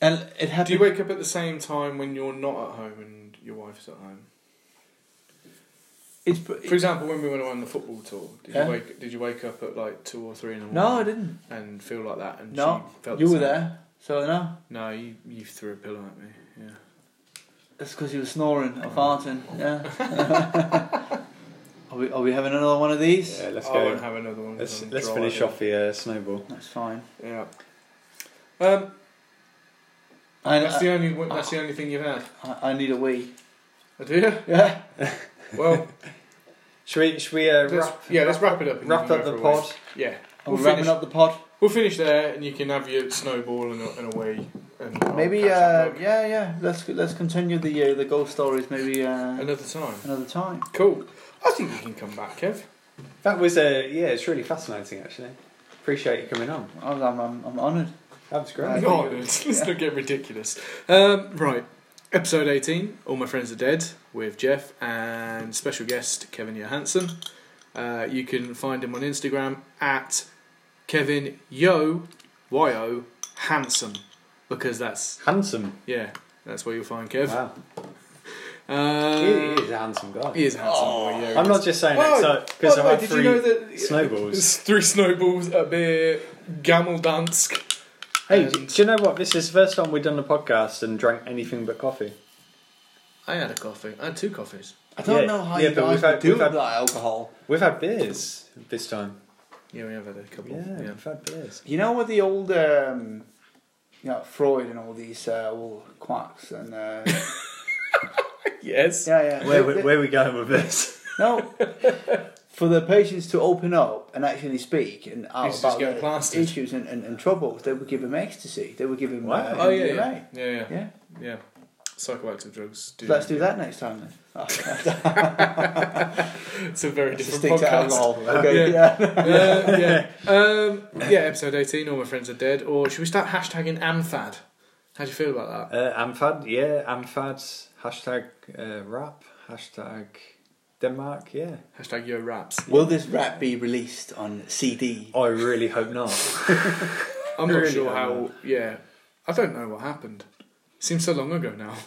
S3: And it happened.
S2: Do you wake up at the same time when you're not at home and your wife's at home?
S3: It's, pr-
S2: For example, when we went on the football tour, did
S3: Yeah.
S2: you wake did you wake up at like two or three in the morning?
S3: no, I didn't.
S2: And feel like that, and
S3: No,
S2: she felt
S3: you
S2: the
S3: were
S2: same?
S3: there, so no.
S2: No, you you threw a pillow at me. Yeah.
S3: That's because you were snoring or farting. Yeah. are we are we having another one of these?
S1: Yeah, let's
S2: I
S1: go.
S2: won't have another one. 'cause
S1: Let's,
S2: I'm
S1: let's
S2: driving.
S1: finish off the uh, snowball.
S3: That's fine.
S2: Yeah. Um,
S3: And
S2: that's
S3: I, uh,
S2: the only one- that's the only thing you've had.
S3: I, I need a wee.
S2: I do. you?
S3: Yeah.
S2: Well,
S1: Should we, should we uh,
S2: let's,
S1: wrap,
S2: yeah, let's wrap it up. and
S1: wrap
S2: you can
S1: up
S2: go
S1: the
S2: for a
S1: pod?
S2: walk. Yeah.
S3: We're
S2: We'll
S3: wrapping
S2: finish-
S3: up the pod.
S2: We'll finish there, and you can have your snowball and, a- and away. And I'll
S3: Maybe,
S2: catch
S3: uh,
S2: that mug
S3: yeah, yeah. Let's let's continue the uh, the ghost stories. Maybe uh,
S2: another time.
S3: another time.
S2: Cool. I think you can come back, Kev.
S1: That was uh, yeah, it's really fascinating actually. Appreciate you coming on.
S3: I'm I'm, I'm honoured.
S1: That was
S3: I
S1: great.
S3: think
S2: Not,
S3: it-
S2: let's let's not get ridiculous. Um, right, episode 18 All My Friends Are Dead with Jeff and special guest Kevin Johansson. Uh, you can find him on Instagram at Kevin Yo, Y-O, Handsome, because that's,
S1: Handsome.
S2: yeah, that's where you'll find Kev.
S1: Wow. he
S2: Uh,
S1: is a handsome guy.
S2: he is a handsome. boy, yeah, he
S1: I'm
S2: is.
S1: not just saying
S2: Whoa,
S1: that because I've
S2: by the way,
S1: had
S2: did
S1: three
S2: you know that
S1: snowballs.
S2: It's three snowballs, a beer, Gamel Dansk.
S1: Hey,
S2: and-
S3: Um,
S1: d- do you know what? This is the first time we've done the podcast and drank anything but coffee.
S2: I had a coffee. I had two coffees.
S3: I don't
S1: Yeah,
S3: know how
S1: yeah,
S3: you
S1: but
S3: guys
S1: we've had-
S3: would do
S1: we've
S3: it
S1: had-
S3: without alcohol.
S1: We've had beers this time.
S2: Yeah, we have had a couple.
S1: Yeah,
S2: yeah.
S1: we've had beers.
S3: You know with the old, um, you know, Freud and all these uh, all quacks and uh,
S2: Yes.
S3: yeah, yeah.
S1: Where,
S3: They-
S1: we-
S3: they-
S1: where are we going with this?
S3: No, for the patients to open up and actually speak and out
S2: He's just
S3: about
S2: getting
S3: their
S2: plastered.
S3: issues and, and, and troubles, they would give him ecstasy. They would give him.
S1: Wow.
S3: Uh,
S2: Oh yeah, yeah,
S3: MDMA.
S2: yeah, yeah,
S3: Yeah.
S2: yeah. Psychoactive drugs. Do
S3: Let's do that next time then. Oh,
S2: It's a very
S3: just
S2: different
S3: stick to
S2: podcast.
S3: alcohol. Okay, yeah.
S2: yeah, yeah. Um, yeah, episode eighteen. All my friends are dead. Or should we start hashtagging Amfad? How do you feel about that?
S1: Uh, Amfad, yeah, Amfad, hashtag uh, rap, hashtag Denmark, yeah.
S2: Hashtag Yo Raps.
S3: Will this rap be released on CD?
S1: I really hope not.
S2: I'm not
S1: Really
S2: sure
S1: don't
S2: how. Yeah, I don't know what happened. Seems so long ago now.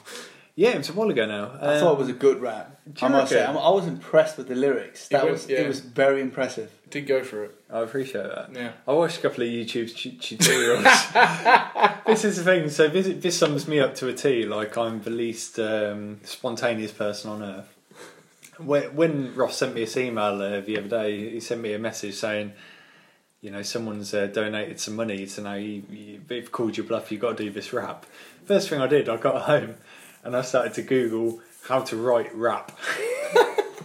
S1: Yeah, it was a while ago now. Um,
S3: I thought
S2: Um,
S3: it was a good rap.
S1: do
S3: I
S1: you
S3: must say,
S1: reckon?
S3: I'm- I was impressed with the lyrics. That
S2: went-
S3: was
S2: yeah.
S3: it was very impressive.
S2: Did go for it.
S1: I appreciate that.
S2: Yeah.
S1: I watched a couple of YouTube tu- tutorials. this is the thing. So this, this sums me up to a T. Like I'm the least um, spontaneous person on earth. When, when Ross sent me this email uh, the other day, he sent me a message saying, "You know, someone's uh, donated some money, so now you, you, they've called your bluff. You've got to do this rap." First thing I did, I got home and I started to Google how to write rap.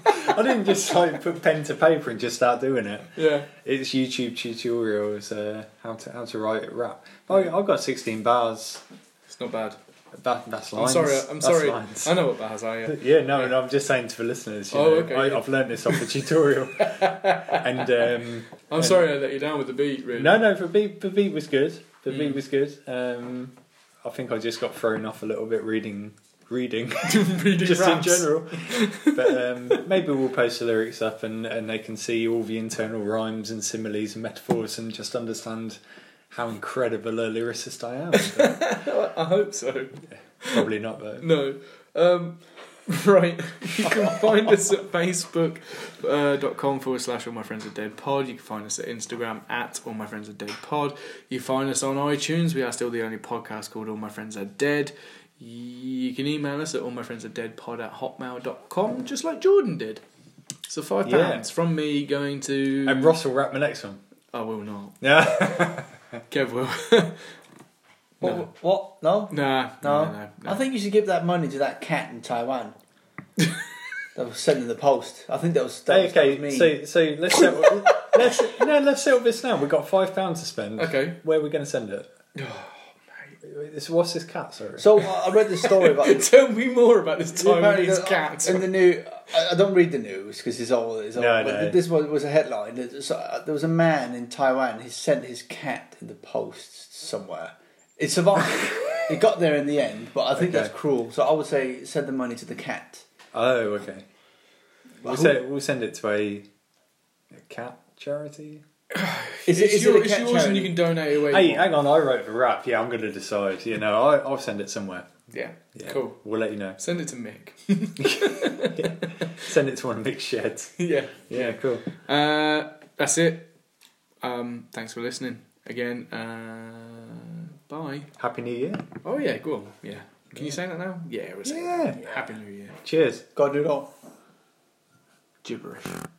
S1: I didn't just like put pen to paper and just start doing it.
S2: Yeah.
S1: It's YouTube tutorials, uh, how to how to write a rap. I, I've got 16 bars.
S2: It's not bad.
S1: That, that's
S2: I'm
S1: lines.
S2: sorry. I'm
S1: That's
S2: sorry.
S1: lines.
S2: I know what bars are. Yeah.
S1: Yeah, no, no, I'm just saying to the listeners. You
S2: Oh,
S1: know,
S2: okay,
S1: I,
S2: yeah.
S1: I've learned this off a tutorial, and um,
S2: I'm sorry I let you down with the beat. Really.
S1: no, no, the beat, the beat was good. The
S2: Mm.
S1: beat was good. Um, I think I just got thrown off a little bit reading, reading,
S2: Reading
S1: just
S2: raps.
S1: in general. But um, maybe we'll post the lyrics up, and, and they can see all the internal rhymes and similes and metaphors, and just understand how incredible a lyricist I am. But
S2: I hope so.
S1: probably not, though.
S2: No. Um, right. You can find us at facebook.com uh, dot com forward slash all my friends are dead pod. You can find us at Instagram at all my friends are dead pod. You find us on iTunes. We are still the only podcast called All My Friends Are Dead. You can email us at all my friends are dead pod at hotmail.com, just like Jordan did. So five
S1: Yeah.
S2: pounds from me going to.
S1: And Ross will rap my next one.
S2: I will not.
S1: Yeah.
S2: Kev will.
S3: What?
S2: No.
S3: What? No.
S2: nah. No.
S3: No.
S2: No. no.
S3: I think you should give that money to that cat in Taiwan. that was sending the post. I think that was that was- that
S1: okay,
S3: was
S1: so
S3: me.
S1: so let's settle. let's no, let's settle this now. We've got five pounds to spend.
S2: Okay.
S1: Where are we going to send it? It's, what's this cat? Sorry.
S3: Oh, So I I read the story about the
S2: Tell me more about this
S3: Apparently
S2: Taiwanese
S3: the-
S2: cat.
S3: In the new, I, I don't read the news because it's all. It's all
S1: No,
S3: but
S1: no.
S3: This was was a headline. It- so, uh, There was a man in Taiwan. He sent his cat in the post somewhere. It survived. it got there in the end, but I think
S1: Okay.
S3: that's cruel. So I would say send the money to the cat.
S1: Oh, okay. We'll,
S3: Who-
S1: se- we'll send it to a, a cat charity.
S3: Is it,
S2: it's
S3: is
S2: your-
S3: it a
S2: it's
S3: cat
S2: yours and
S3: charity?
S2: you can donate away.
S1: Hey, hang on, I wrote the rap. Yeah, I'm going to decide. You know, I, I'll send it somewhere.
S2: yeah.
S1: Yeah.
S2: cool.
S1: We'll let you know.
S2: Send it to Mick.
S1: Send it to one of Mick's sheds.
S2: yeah.
S1: Yeah, cool.
S2: Uh, that's it. Um, thanks for listening again. Uh, bye.
S1: Happy New Year.
S2: Oh yeah, go on. Yeah. Can you say that now? Yeah. We'll say
S1: Yeah.
S2: that. Happy New Year.
S1: Cheers.
S3: God do it all.
S2: Gibberish.